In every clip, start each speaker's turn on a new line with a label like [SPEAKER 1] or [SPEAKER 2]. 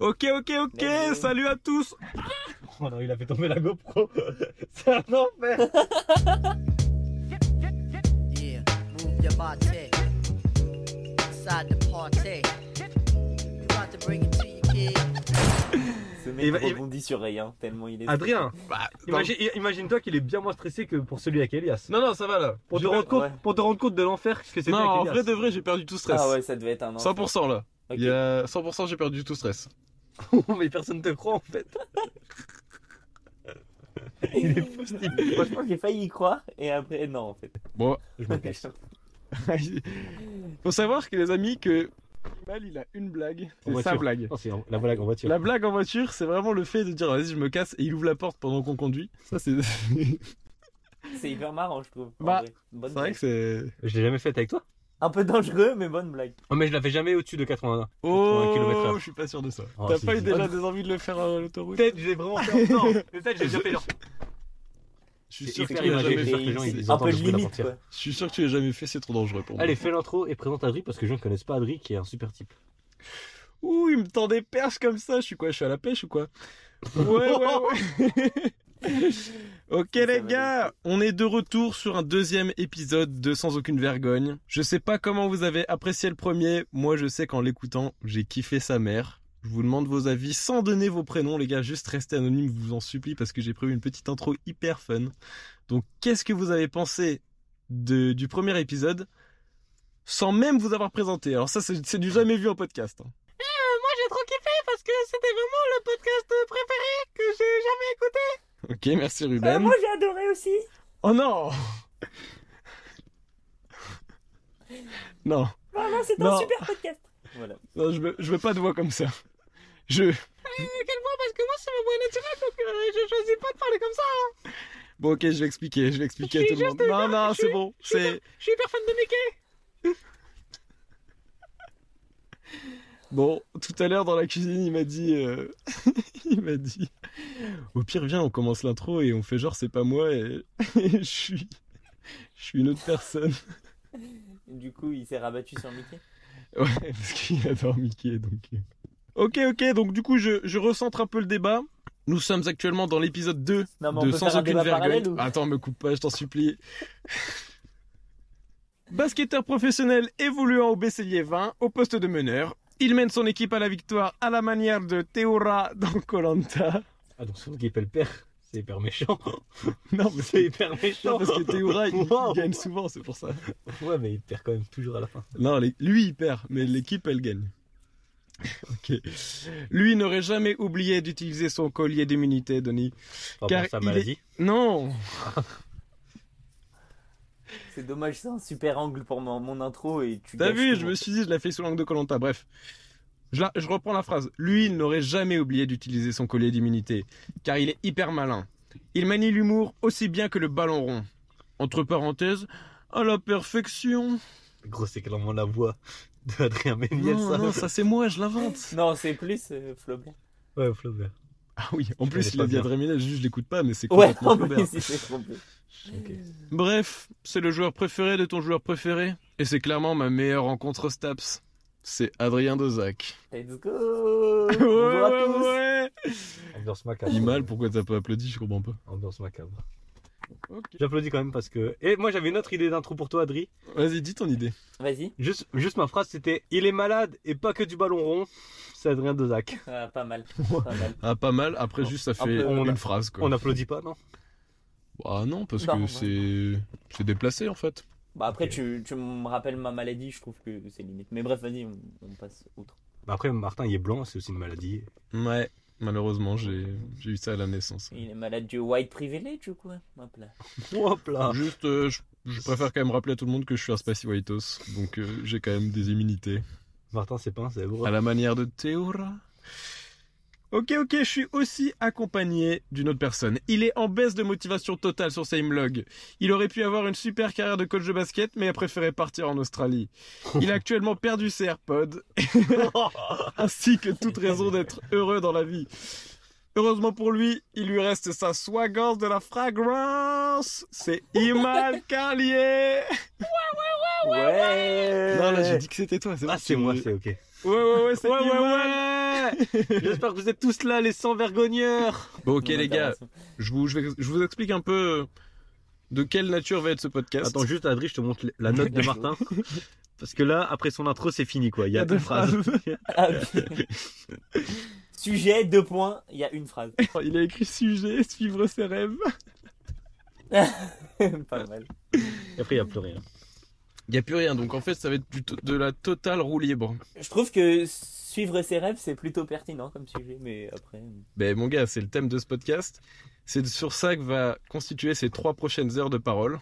[SPEAKER 1] Ok, ok, ok,
[SPEAKER 2] Mais-
[SPEAKER 1] salut à tous
[SPEAKER 3] Oh non, il a fait tomber la GoPro. C'est un enfer.
[SPEAKER 4] Yeah, move your body. Inside the party. You about to bring it to your kid.
[SPEAKER 2] Ce mec
[SPEAKER 3] Il va- il-
[SPEAKER 2] rebondit sur rien, tellement il est.
[SPEAKER 3] Adrien,
[SPEAKER 1] Bah,
[SPEAKER 3] imagine- imagine-toi qu'il est bien moins stressé que pour celui avec Elias.
[SPEAKER 1] Non, non, ça va là.
[SPEAKER 3] Pour te,
[SPEAKER 2] je-
[SPEAKER 3] rendre compte,
[SPEAKER 2] ouais.
[SPEAKER 3] pour te rendre compte de l'enfer que c'était
[SPEAKER 1] Non,
[SPEAKER 3] avec
[SPEAKER 1] en
[SPEAKER 3] Elias.
[SPEAKER 1] vrai de vrai, j'ai perdu tout stress.
[SPEAKER 2] Ah ouais, ça devait être un an.
[SPEAKER 1] 100% là.
[SPEAKER 2] Ok.
[SPEAKER 1] Il y a 100% j'ai perdu tout stress.
[SPEAKER 3] mais personne te croit en fait. il est fou, Steve.
[SPEAKER 2] Franchement, j'ai failli y croire et après, non en fait.
[SPEAKER 1] Bon,
[SPEAKER 3] Je me cache.
[SPEAKER 1] faut savoir que les amis que Mal il a une blague, c'est
[SPEAKER 3] En
[SPEAKER 1] sa
[SPEAKER 3] voiture.
[SPEAKER 1] blague.
[SPEAKER 3] Oh, c'est en- la blague en voiture.
[SPEAKER 1] La blague en voiture, c'est vraiment le fait de dire vas-y je me casse et il ouvre la porte pendant qu'on conduit. Ça c'est
[SPEAKER 2] C'est hyper marrant, je trouve. en
[SPEAKER 1] Bah,
[SPEAKER 2] vrai. Bonne
[SPEAKER 1] c'est vrai
[SPEAKER 2] blague.
[SPEAKER 1] que c'est
[SPEAKER 3] Je l'ai jamais faite avec toi.
[SPEAKER 2] Un peu dangereux, mais bonne blague.
[SPEAKER 3] Oh, mais je la fais jamais au-dessus de 81. un kilomètre
[SPEAKER 1] Oh,
[SPEAKER 3] heure.
[SPEAKER 1] je suis pas sûr de ça.
[SPEAKER 3] Oh,
[SPEAKER 1] T'as
[SPEAKER 3] si,
[SPEAKER 1] pas eu
[SPEAKER 3] si.
[SPEAKER 1] déjà des envies de le faire à l'autoroute
[SPEAKER 3] Peut-être je l'ai vraiment fait. Non, peut-être j'ai déjà fait genre.
[SPEAKER 1] Je suis
[SPEAKER 3] C'est
[SPEAKER 1] sûr que tu
[SPEAKER 3] hyper
[SPEAKER 1] l'as
[SPEAKER 3] imagé,
[SPEAKER 1] jamais
[SPEAKER 3] c'est-
[SPEAKER 1] fait.
[SPEAKER 3] que les gens, ils
[SPEAKER 2] C'est un
[SPEAKER 3] entendent
[SPEAKER 2] peu
[SPEAKER 3] le bruit de la
[SPEAKER 2] limite
[SPEAKER 3] portière.
[SPEAKER 2] quoi.
[SPEAKER 1] Je suis sûr que tu l'as jamais fait, c'est trop dangereux pour moi.
[SPEAKER 3] Allez, fais l'intro et présente Adri parce que les gens ne connaissent pas Adri qui est un super type.
[SPEAKER 1] Ouh, il me tend des perches comme ça, je suis quoi, je suis à la pêche ou quoi Ouais, ouais, ouais. ok
[SPEAKER 2] Ça va
[SPEAKER 1] les gars, on est de retour sur un deuxième épisode de Sans aucune vergogne. Je sais pas comment vous avez apprécié le premier, moi je sais qu'en l'écoutant, j'ai kiffé sa mère. Je vous demande vos avis sans donner vos prénoms les gars, juste restez anonymes, je vous en supplie parce que j'ai prévu une petite intro hyper fun. Donc qu'est-ce que vous avez pensé de- du premier épisode sans même vous avoir présenté Alors ça c'est c'est du jamais vu en podcast. hein.
[SPEAKER 5] Euh, j'ai trop kiffé parce que c'était vraiment le podcast préféré que j'ai jamais écouté. Euh,
[SPEAKER 1] Ok, merci Ruben.
[SPEAKER 2] j'ai adoré aussi.
[SPEAKER 1] Oh non Non,
[SPEAKER 5] Vraiment, c'est
[SPEAKER 1] un Non. super
[SPEAKER 5] podcast.
[SPEAKER 2] Voilà.
[SPEAKER 1] non, je, veux, je veux pas de voix comme ça. Je...
[SPEAKER 5] quelle voix Parce que moi, c'est ma voix naturelle, donc euh, je choisis pas de parler comme ça.
[SPEAKER 1] Bon ok, je vais expliquer, je vais expliquer à
[SPEAKER 5] Je
[SPEAKER 1] tout
[SPEAKER 5] suis
[SPEAKER 1] le monde.
[SPEAKER 5] juste
[SPEAKER 1] Non, non,
[SPEAKER 5] je
[SPEAKER 1] c'est bon,
[SPEAKER 5] suis
[SPEAKER 1] c'est...
[SPEAKER 5] Je suis hyper fan de Mickey.
[SPEAKER 1] Bon, tout à l'heure dans la cuisine, il m'a dit... euh, il m'a dit... Au pire, viens, on commence l'intro et on fait genre c'est pas moi et... et je suis... Je suis une autre personne.
[SPEAKER 2] Du coup, il s'est rabattu sur Mickey.
[SPEAKER 1] Ouais, parce qu'il adore Mickey, donc... euh. Ok, ok, donc du coup, je, je recentre un peu le débat. Nous sommes actuellement dans l'épisode 2
[SPEAKER 2] Non, Ah, mais on
[SPEAKER 1] de
[SPEAKER 2] peut
[SPEAKER 1] sans
[SPEAKER 2] faire un
[SPEAKER 1] aucune
[SPEAKER 2] débat
[SPEAKER 1] vergogne.
[SPEAKER 2] parallèle ou
[SPEAKER 1] Attends, me coupe pas, je t'en supplie. Basketteur professionnel évoluant au BCI 20 au poste de meneur, il mène son équipe à la victoire à la manière de Théora dans Colanta.
[SPEAKER 3] Ah, donc souvent qu'il appelle père. C'est hyper méchant.
[SPEAKER 1] Non, mais
[SPEAKER 3] C'est hyper
[SPEAKER 1] non,
[SPEAKER 3] méchant.
[SPEAKER 1] parce que Théora il, il
[SPEAKER 3] Wow.
[SPEAKER 1] gagne souvent, c'est pour ça.
[SPEAKER 3] Ouais, mais il perd quand même toujours à la fin.
[SPEAKER 1] Non, les- lui il perd, mais l'équipe elle gagne. Ok. Lui n'aurait jamais oublié d'utiliser son collier d'immunité, Denis.
[SPEAKER 3] Enfin,
[SPEAKER 1] Car
[SPEAKER 3] bon, sa
[SPEAKER 1] il est-
[SPEAKER 3] maladie.
[SPEAKER 1] Non.
[SPEAKER 2] C'est dommage, c'est un super angle pour mon, mon intro et tu.
[SPEAKER 1] T'as
[SPEAKER 2] gâches
[SPEAKER 1] vu,
[SPEAKER 2] tout
[SPEAKER 1] je
[SPEAKER 2] mon-
[SPEAKER 1] me suis dit, je l'ai fait sous l'angle de Colanta. Bref, je, la- je reprends la phrase. Lui, il n'aurait jamais oublié d'utiliser son collier d'immunité, car il est hyper malin. Il manie l'humour aussi bien que le ballon rond. Entre parenthèses, à la perfection.
[SPEAKER 3] Gros, c'est clairement la voix de Adrien Méniel,
[SPEAKER 1] Non,
[SPEAKER 3] ça.
[SPEAKER 1] non, ça c'est moi, je l'invente.
[SPEAKER 2] Non, c'est plus euh, Flaubert.
[SPEAKER 3] Ouais, Flaubert.
[SPEAKER 1] Ah oui, en
[SPEAKER 3] Je
[SPEAKER 1] plus,
[SPEAKER 3] connais
[SPEAKER 1] il a
[SPEAKER 3] pas
[SPEAKER 1] dit à
[SPEAKER 3] bien.
[SPEAKER 1] Draminel, juste je l'écoute pas, mais c'est
[SPEAKER 2] Ouais,
[SPEAKER 1] complètement
[SPEAKER 2] en
[SPEAKER 1] Flaubert.
[SPEAKER 2] plus, il s'est trompé.
[SPEAKER 1] Bref, c'est le joueur préféré de ton joueur préféré, et c'est clairement ma meilleure rencontre Staps. C'est Adrien Dozac.
[SPEAKER 2] Let's go
[SPEAKER 1] Ouais,
[SPEAKER 2] Bonjour à
[SPEAKER 1] ouais,
[SPEAKER 2] tous.
[SPEAKER 1] ouais.
[SPEAKER 3] Ambiance macabre.
[SPEAKER 1] Imal, pourquoi t'as pas applaudi Je comprends pas.
[SPEAKER 3] Ambiance macabre. J'applaudis quand même parce que. Et moi, j'avais une autre idée d'intro pour toi, Adri.
[SPEAKER 1] Vas-y, dis ton idée.
[SPEAKER 2] Vas-y.
[SPEAKER 3] Juste, juste ma phrase, c'était Il est malade et pas que du ballon rond. C'est Adrien Dozac.
[SPEAKER 2] Ah, pas mal. Pas mal.
[SPEAKER 1] Ah, pas mal. Après, juste, ça fait
[SPEAKER 2] Après,
[SPEAKER 3] on
[SPEAKER 1] une
[SPEAKER 3] a-
[SPEAKER 1] phrase, quoi.
[SPEAKER 3] On n'applaudit pas, non
[SPEAKER 1] Ah non, parce
[SPEAKER 2] Non,
[SPEAKER 1] que
[SPEAKER 2] ouais.
[SPEAKER 1] c'est... C'est déplacé, en fait.
[SPEAKER 2] Bah après, tu, tu me rappelles ma maladie, je trouve que c'est limite. Mais bref, vas-y, on, on passe outre.
[SPEAKER 3] Bah Après, Martin, il est blanc, c'est aussi une maladie.
[SPEAKER 1] Ouais. Malheureusement, j'ai j'ai eu ça à la naissance.
[SPEAKER 2] Il est malade du white privilege, du coup. hein. Hop là.
[SPEAKER 3] Hop là
[SPEAKER 1] Juste, euh, je, je préfère quand même rappeler à tout le monde que je suis un Space Whitos, donc euh, j'ai quand même des immunités.
[SPEAKER 3] Martin, c'est pas un zèbre.
[SPEAKER 1] À la manière de Théora. Ok, ok, je suis aussi accompagné d'une autre personne. Il est en baisse de motivation totale sur Samelog. Il aurait pu avoir une super carrière de coach de basket, mais a préféré partir en Australie. Il a actuellement perdu ses AirPods ainsi que toute raison d'être heureux dans la vie. Heureusement pour lui, il lui reste sa soigance de la fragrance. C'est Iman Carlier.
[SPEAKER 2] Ouais
[SPEAKER 1] Non, là, j'ai dit que c'était toi.
[SPEAKER 3] Ah, c'est moi, c'est ok.
[SPEAKER 1] Ouais, ouais, ouais, c'est
[SPEAKER 3] Ouais, ouais,
[SPEAKER 1] Iman.
[SPEAKER 3] Ouais J'espère que vous êtes tous là, les sans vergogneurs
[SPEAKER 1] Bon, ok,
[SPEAKER 2] Mon
[SPEAKER 1] les gars,
[SPEAKER 2] intervention.
[SPEAKER 1] je vous, je, vais- je vous explique un peu euh, de quelle nature va être ce podcast.
[SPEAKER 3] Attends, juste, Adri, je te montre la note de Martin. Parce que là, après son intro, c'est fini, quoi. Il y a deux phrases.
[SPEAKER 2] Ah, ok. Sujet, deux points, il y a une phrase.
[SPEAKER 1] Il a écrit sujet, suivre ses rêves.
[SPEAKER 2] Pas mal.
[SPEAKER 3] Et après, il n'y a plus rien.
[SPEAKER 1] Il n'y a plus rien, donc en fait, ça va être du to- de la totale roue libre.
[SPEAKER 2] Je trouve que suivre ses rêves, c'est plutôt pertinent comme sujet, mais après.
[SPEAKER 1] Ben, mon gars, c'est le thème de ce podcast. C'est sur ça que va constituer ces trois prochaines heures de parole.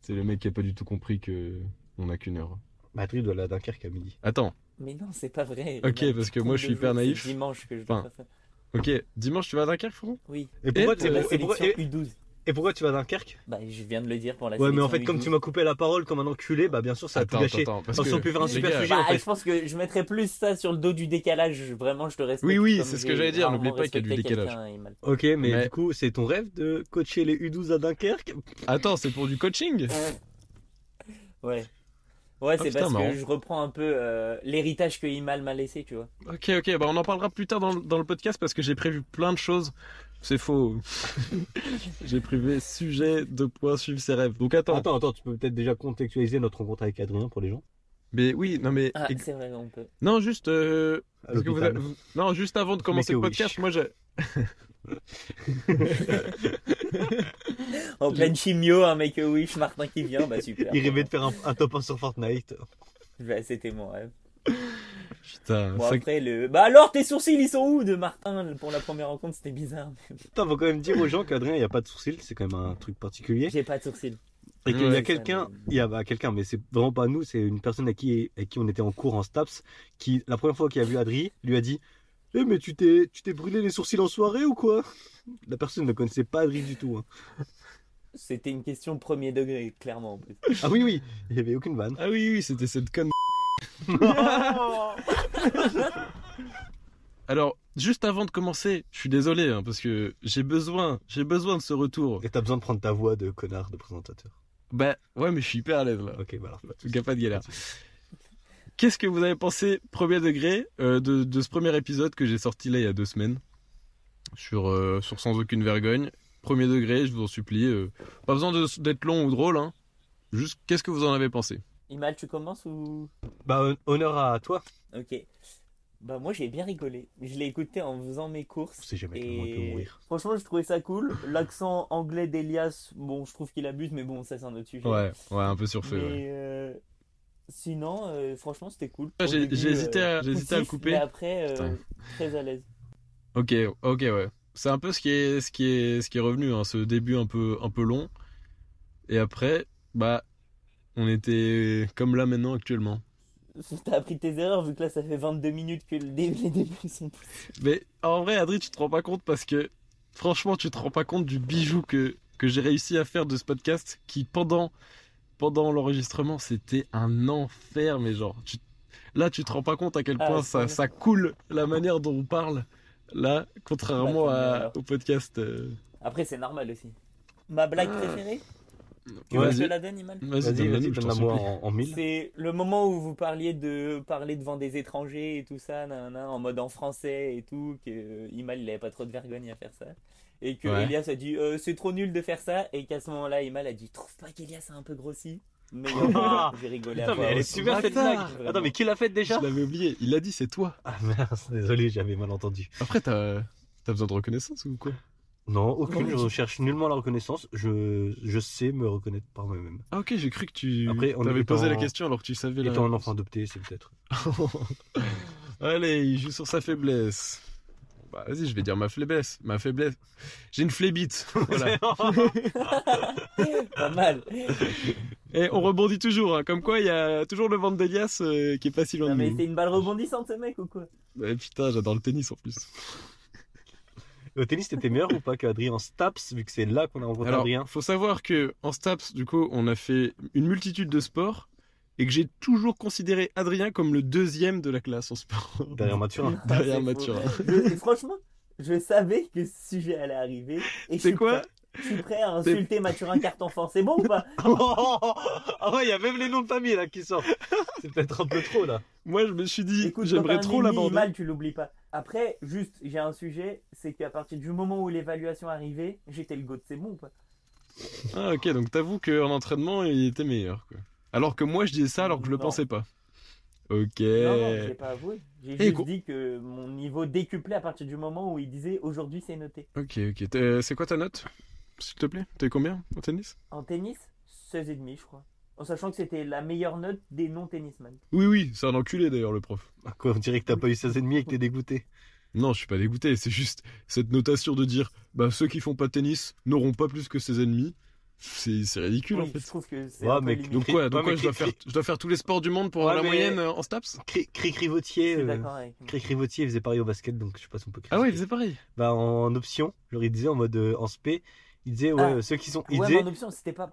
[SPEAKER 1] C'est le mec qui a pas du tout compris que on n'a qu'une heure.
[SPEAKER 3] Madrid doit aller à Dunkerque à midi.
[SPEAKER 1] Attends,
[SPEAKER 2] Mais non, c'est pas vrai.
[SPEAKER 1] Ok,
[SPEAKER 2] Merde,
[SPEAKER 1] parce que
[SPEAKER 2] trompe
[SPEAKER 1] moi, je
[SPEAKER 2] de
[SPEAKER 1] suis hyper
[SPEAKER 2] jour,
[SPEAKER 1] naïf.
[SPEAKER 2] c'est Dimanche que je dois
[SPEAKER 1] Enfin,
[SPEAKER 2] faire ça.
[SPEAKER 1] ok, dimanche tu vas à Dunkerque, frérot
[SPEAKER 2] Oui,
[SPEAKER 3] Et pourquoi,
[SPEAKER 1] Et
[SPEAKER 3] tu-
[SPEAKER 2] c'est la
[SPEAKER 3] et pourquoi-
[SPEAKER 2] sélection
[SPEAKER 3] et-
[SPEAKER 2] U12.
[SPEAKER 3] et pourquoi tu vas à Dunkerque
[SPEAKER 2] Bah, je viens de le dire pour la
[SPEAKER 3] Ouais, mais
[SPEAKER 2] sélection
[SPEAKER 3] en fait, comme
[SPEAKER 2] U12.
[SPEAKER 3] tu m'as coupé la parole comme un enculé, bah bien sûr, ça a tout gâché.
[SPEAKER 1] attends, parce
[SPEAKER 3] Parce
[SPEAKER 1] que-
[SPEAKER 3] qu'on peut faire un
[SPEAKER 1] les
[SPEAKER 3] super
[SPEAKER 1] gars,
[SPEAKER 3] sujet.
[SPEAKER 2] Bah,
[SPEAKER 3] en fait.
[SPEAKER 2] je pense que je mettrais plus ça sur le dos du décalage. Vraiment, je te respecte.
[SPEAKER 1] Oui, oui,
[SPEAKER 2] comme
[SPEAKER 1] c'est ce que
[SPEAKER 2] j'ai
[SPEAKER 1] j'allais dire,
[SPEAKER 2] rarement
[SPEAKER 1] n'oublie pas qu'il y a du
[SPEAKER 2] respecté
[SPEAKER 1] décalage.
[SPEAKER 2] quelqu'un et mal-
[SPEAKER 3] Ok, mais,
[SPEAKER 1] Mais-
[SPEAKER 3] du coup, c'est ton rêve de coacher les U12 à Dunkerque
[SPEAKER 1] Attends, c'est pour du coaching
[SPEAKER 2] Ouais. Ouais, c'est
[SPEAKER 1] Ah, putain,
[SPEAKER 2] parce
[SPEAKER 1] marrant.
[SPEAKER 2] que je reprends un peu euh, l'héritage que Imal m'a laissé, tu vois.
[SPEAKER 1] Ok, ok, bah on en parlera plus tard dans, le- dans le podcast parce que j'ai prévu plein de choses. C'est faux. j'ai prévu sujet, deux points, suivre ses rêves. Donc attends.
[SPEAKER 3] Attends, attends, tu peux peut-être déjà contextualiser notre rencontre avec Adrien pour les gens.
[SPEAKER 1] Mais oui, non mais.
[SPEAKER 2] Ah,
[SPEAKER 1] ex-
[SPEAKER 2] c'est vrai, on peut.
[SPEAKER 1] Non, juste. euh,
[SPEAKER 3] À
[SPEAKER 1] parce que vous
[SPEAKER 3] l'hôpital.
[SPEAKER 1] avez- vous- Non, juste avant de commencer le
[SPEAKER 3] Make a
[SPEAKER 1] podcast,
[SPEAKER 3] wish.
[SPEAKER 1] moi j'ai.
[SPEAKER 2] En pleine chimio, un make-a-wish, Martin qui vient, bah super.
[SPEAKER 3] Il rêvait de faire un, un top 1 sur Fortnite.
[SPEAKER 2] Bah, c'était mon rêve.
[SPEAKER 1] Putain,
[SPEAKER 2] Bon,
[SPEAKER 1] ça-
[SPEAKER 2] après, le. Bah alors, tes sourcils, ils sont où de Martin pour la première rencontre C'était bizarre.
[SPEAKER 3] Putain, faut quand même dire aux gens qu'Adrien, il n'y a pas de sourcils, c'est quand même un truc particulier.
[SPEAKER 2] J'ai pas de sourcils.
[SPEAKER 3] Et qu'il y
[SPEAKER 1] Ouais,
[SPEAKER 3] a quelqu'un, il y a bah, quelqu'un, mais c'est vraiment pas nous, c'est une personne à qui, à qui on était en cours en STAPS, qui, la première fois qu'il a vu Adri, lui a dit Eh, mais tu t'es, tu t'es brûlé les sourcils en soirée ou quoi La personne ne connaissait pas Adri du tout. hein.
[SPEAKER 2] C'était une question premier degré, clairement en plus.
[SPEAKER 3] Ah oui, oui, il n'y avait aucune vanne.
[SPEAKER 1] Ah oui, oui, c'était cette conne. Alors, juste avant de commencer, je suis désolé, hein, parce que j'ai besoin, j'ai besoin de ce retour.
[SPEAKER 3] Et t'as besoin de prendre ta voix de connard de présentateur.
[SPEAKER 1] Bah, ouais, mais je suis hyper à l'aise là.
[SPEAKER 3] Ok, bah alors.
[SPEAKER 1] Il n'y a pas de galère. Qu'est-ce que vous avez pensé, premier degré, euh, de, de ce premier épisode que j'ai sorti là il y a deux semaines sur, euh, sur Sans aucune vergogne Premier degré, je vous en supplie. euh, pas besoin de- d'être long ou drôle, hein. Juste, qu'est-ce que vous en avez pensé
[SPEAKER 2] Imal, tu commences ou.
[SPEAKER 3] Bah, hon- honneur à toi.
[SPEAKER 2] Ok. Bah moi j'ai bien rigolé. Je l'ai écouté en faisant mes
[SPEAKER 3] On
[SPEAKER 2] courses.
[SPEAKER 3] sait jamais comment on peut
[SPEAKER 2] Et
[SPEAKER 3] mourir.
[SPEAKER 2] franchement je trouvais ça cool. L'accent anglais d'Elias, bon je trouve qu'il abuse mais bon ça c'est un autre sujet.
[SPEAKER 1] Ouais, ouais, un peu surfait.
[SPEAKER 2] Mais
[SPEAKER 1] ouais.
[SPEAKER 2] euh, sinon euh, franchement c'était cool.
[SPEAKER 1] Ah,
[SPEAKER 2] Au
[SPEAKER 1] j'ai-
[SPEAKER 2] début,
[SPEAKER 1] j'ai hésité à- j'ai hésité à le
[SPEAKER 2] poussif,
[SPEAKER 1] couper.
[SPEAKER 2] Mais après euh,
[SPEAKER 1] Putain.
[SPEAKER 2] très à l'aise.
[SPEAKER 1] Ok, ok, ouais. C'est un peu ce qui est, ce qui est, ce qui est revenu, hein, ce début un peu, un peu long. Et après, bah, on était comme là maintenant actuellement.
[SPEAKER 2] T'as appris tes erreurs vu que là ça fait 22 minutes que le dé- les débuts sont poussés.
[SPEAKER 1] Mais en vrai, Adri, tu te rends pas compte parce que franchement, tu te rends pas compte du bijou que, que j'ai réussi à faire de ce podcast qui, pendant, pendant l'enregistrement, c'était un enfer. Mais genre, tu- là, tu te rends pas compte à quel
[SPEAKER 2] Ah,
[SPEAKER 1] point
[SPEAKER 2] c'est
[SPEAKER 1] ça,
[SPEAKER 2] vrai.
[SPEAKER 1] ça coule la manière dont on parle. Là, contrairement
[SPEAKER 2] Bah, tant mieux,
[SPEAKER 1] à-
[SPEAKER 2] alors.
[SPEAKER 1] au podcast. euh.
[SPEAKER 2] Après c'est normal aussi. Ma
[SPEAKER 1] Ah.
[SPEAKER 2] blague préférée Tu
[SPEAKER 1] Ouais,
[SPEAKER 2] veux que
[SPEAKER 1] vas-y.
[SPEAKER 2] je la donne Imal
[SPEAKER 1] Vas-y,
[SPEAKER 3] Vas-y,
[SPEAKER 1] donne-la
[SPEAKER 3] vas-y,
[SPEAKER 1] nous, je t'en
[SPEAKER 3] donne-la moi
[SPEAKER 1] supplie.
[SPEAKER 3] en, en mille.
[SPEAKER 2] C'est le moment où vous parliez de parler devant des étrangers et tout ça, nanana, en mode en français et tout, que euh, Imal il avait pas trop de vergogne à faire ça. Et que
[SPEAKER 1] Ouais.
[SPEAKER 2] Elias a dit euh, c'est trop nul de faire ça, et qu'à ce moment-là, Imal a dit trouve pas qu'Elias a un peu grossi. Mais
[SPEAKER 3] Ah
[SPEAKER 2] j'ai rigolé à
[SPEAKER 3] Putain, mais
[SPEAKER 2] voix
[SPEAKER 3] elle est
[SPEAKER 2] haute.
[SPEAKER 3] super cette
[SPEAKER 1] Bâtard.
[SPEAKER 3] blague.
[SPEAKER 2] Vraiment.
[SPEAKER 3] Attends, mais qui l'a faite déjà
[SPEAKER 1] Je l'avais oublié. Il a dit, c'est toi.
[SPEAKER 3] Ah merde, désolé, j'avais mal entendu.
[SPEAKER 1] Après, t'as t'as besoin de reconnaissance ou quoi
[SPEAKER 3] Non, aucune, je recherche nullement la reconnaissance, je, je sais me reconnaître par moi-même.
[SPEAKER 1] Ah ok, j'ai cru que tu
[SPEAKER 3] Après, on
[SPEAKER 1] avais
[SPEAKER 3] est
[SPEAKER 1] posé
[SPEAKER 3] en-
[SPEAKER 1] la question alors que tu savais la
[SPEAKER 3] Étant un
[SPEAKER 1] réponse.
[SPEAKER 3] enfant adopté, c'est peut-être.
[SPEAKER 1] Allez, il joue sur sa faiblesse. Bah vas-y, je vais dire ma faiblesse. Ma faiblesse. J'ai une flébite. Voilà.
[SPEAKER 2] pas mal.
[SPEAKER 1] Et on rebondit toujours. hein. Comme quoi, il y a toujours le ventre d'Elias euh, qui est pas si loin
[SPEAKER 2] Non,
[SPEAKER 1] de
[SPEAKER 2] mais
[SPEAKER 1] nous.
[SPEAKER 2] c'est une balle rebondissante ce mec ou quoi
[SPEAKER 1] Ouais, putain, j'adore le tennis en plus.
[SPEAKER 3] Au tennis, t'étais meilleur ou pas qu'Adrien Staps, vu que c'est là qu'on a rencontré
[SPEAKER 1] Alors,
[SPEAKER 3] Adrien
[SPEAKER 1] faut savoir que en Staps, du coup, on a fait une multitude de sports et que j'ai toujours considéré Adrien comme le deuxième de la classe en sport.
[SPEAKER 3] Derrière Mathurin.
[SPEAKER 1] Derrière
[SPEAKER 2] Ah, C'est faux.
[SPEAKER 1] Mathurin.
[SPEAKER 2] Je- Franchement, je savais que ce sujet allait arriver. et je
[SPEAKER 1] C'est
[SPEAKER 2] suis
[SPEAKER 1] quoi
[SPEAKER 2] prêt- Je suis prêt à insulter Mathurin Carton C'est bon ou pas
[SPEAKER 3] Ah ouais, il y a même les noms de famille là qui sortent. C'est peut-être un peu trop là.
[SPEAKER 1] Moi, je me suis dit,
[SPEAKER 2] Écoute,
[SPEAKER 1] j'aimerais
[SPEAKER 2] quand t'as un
[SPEAKER 1] trop
[SPEAKER 2] ennemi,
[SPEAKER 1] l'aborder.
[SPEAKER 2] Mal, tu l'oublies pas. Après, juste, j'ai un sujet, c'est qu'à partir du moment où l'évaluation arrivait, j'étais le goat, c'est bon ou pas
[SPEAKER 1] Ah, ok, donc t'avoues qu'en entraînement, il était meilleur. Quoi. Alors que moi, je disais ça alors que je le
[SPEAKER 2] Non.
[SPEAKER 1] pensais pas. Ok.
[SPEAKER 2] Non, non, j'ai pas avoué. J'ai
[SPEAKER 1] Eh,
[SPEAKER 2] juste
[SPEAKER 1] gros-
[SPEAKER 2] dit que mon niveau décuplait à partir du moment où il disait aujourd'hui c'est noté.
[SPEAKER 1] Ok, ok. T'es- C'est quoi ta note S'il te plaît, t'es combien au tennis
[SPEAKER 2] En tennis, 16,5 je crois. En sachant que c'était la meilleure note des non-tennisman.
[SPEAKER 1] Oui, oui, c'est un enculé d'ailleurs, le prof.
[SPEAKER 3] Ah, Quoi, on dirait que t'as pas eu 16,5 et que t'es dégoûté.
[SPEAKER 1] Non, je suis pas dégoûté, c'est juste cette notation de dire bah ceux qui font pas de tennis n'auront pas plus que ses ennemis. C'est c'est ridicule en
[SPEAKER 2] Oui, je
[SPEAKER 1] fait.
[SPEAKER 2] trouve que c'est
[SPEAKER 3] Ouais,
[SPEAKER 2] un peu
[SPEAKER 3] mec,
[SPEAKER 2] limite.
[SPEAKER 1] Donc
[SPEAKER 3] Cri-
[SPEAKER 1] quoi, donc
[SPEAKER 3] ouais, mais
[SPEAKER 1] quoi, je dois
[SPEAKER 3] cri-
[SPEAKER 1] faire je dois faire tous les sports du monde pour avoir
[SPEAKER 3] Ouais,
[SPEAKER 1] la
[SPEAKER 3] mais-
[SPEAKER 1] moyenne euh, en staps
[SPEAKER 3] Cri- Cri-cri
[SPEAKER 2] Je
[SPEAKER 3] Vautier.
[SPEAKER 2] suis
[SPEAKER 3] euh,
[SPEAKER 2] d'accord avec.
[SPEAKER 3] Cri-cri Vautier, il faisait pareil au basket, donc je sais pas si on peut
[SPEAKER 1] Ah ouais, il
[SPEAKER 3] critiquer.
[SPEAKER 1] faisait pareil.
[SPEAKER 3] Bah, en option, genre il disait en mode euh, en spé, il disait ouais,
[SPEAKER 2] Ah.
[SPEAKER 3] euh, ceux qui sont. Il
[SPEAKER 2] Ouais,
[SPEAKER 3] disait,
[SPEAKER 2] mais en option, c'était pas.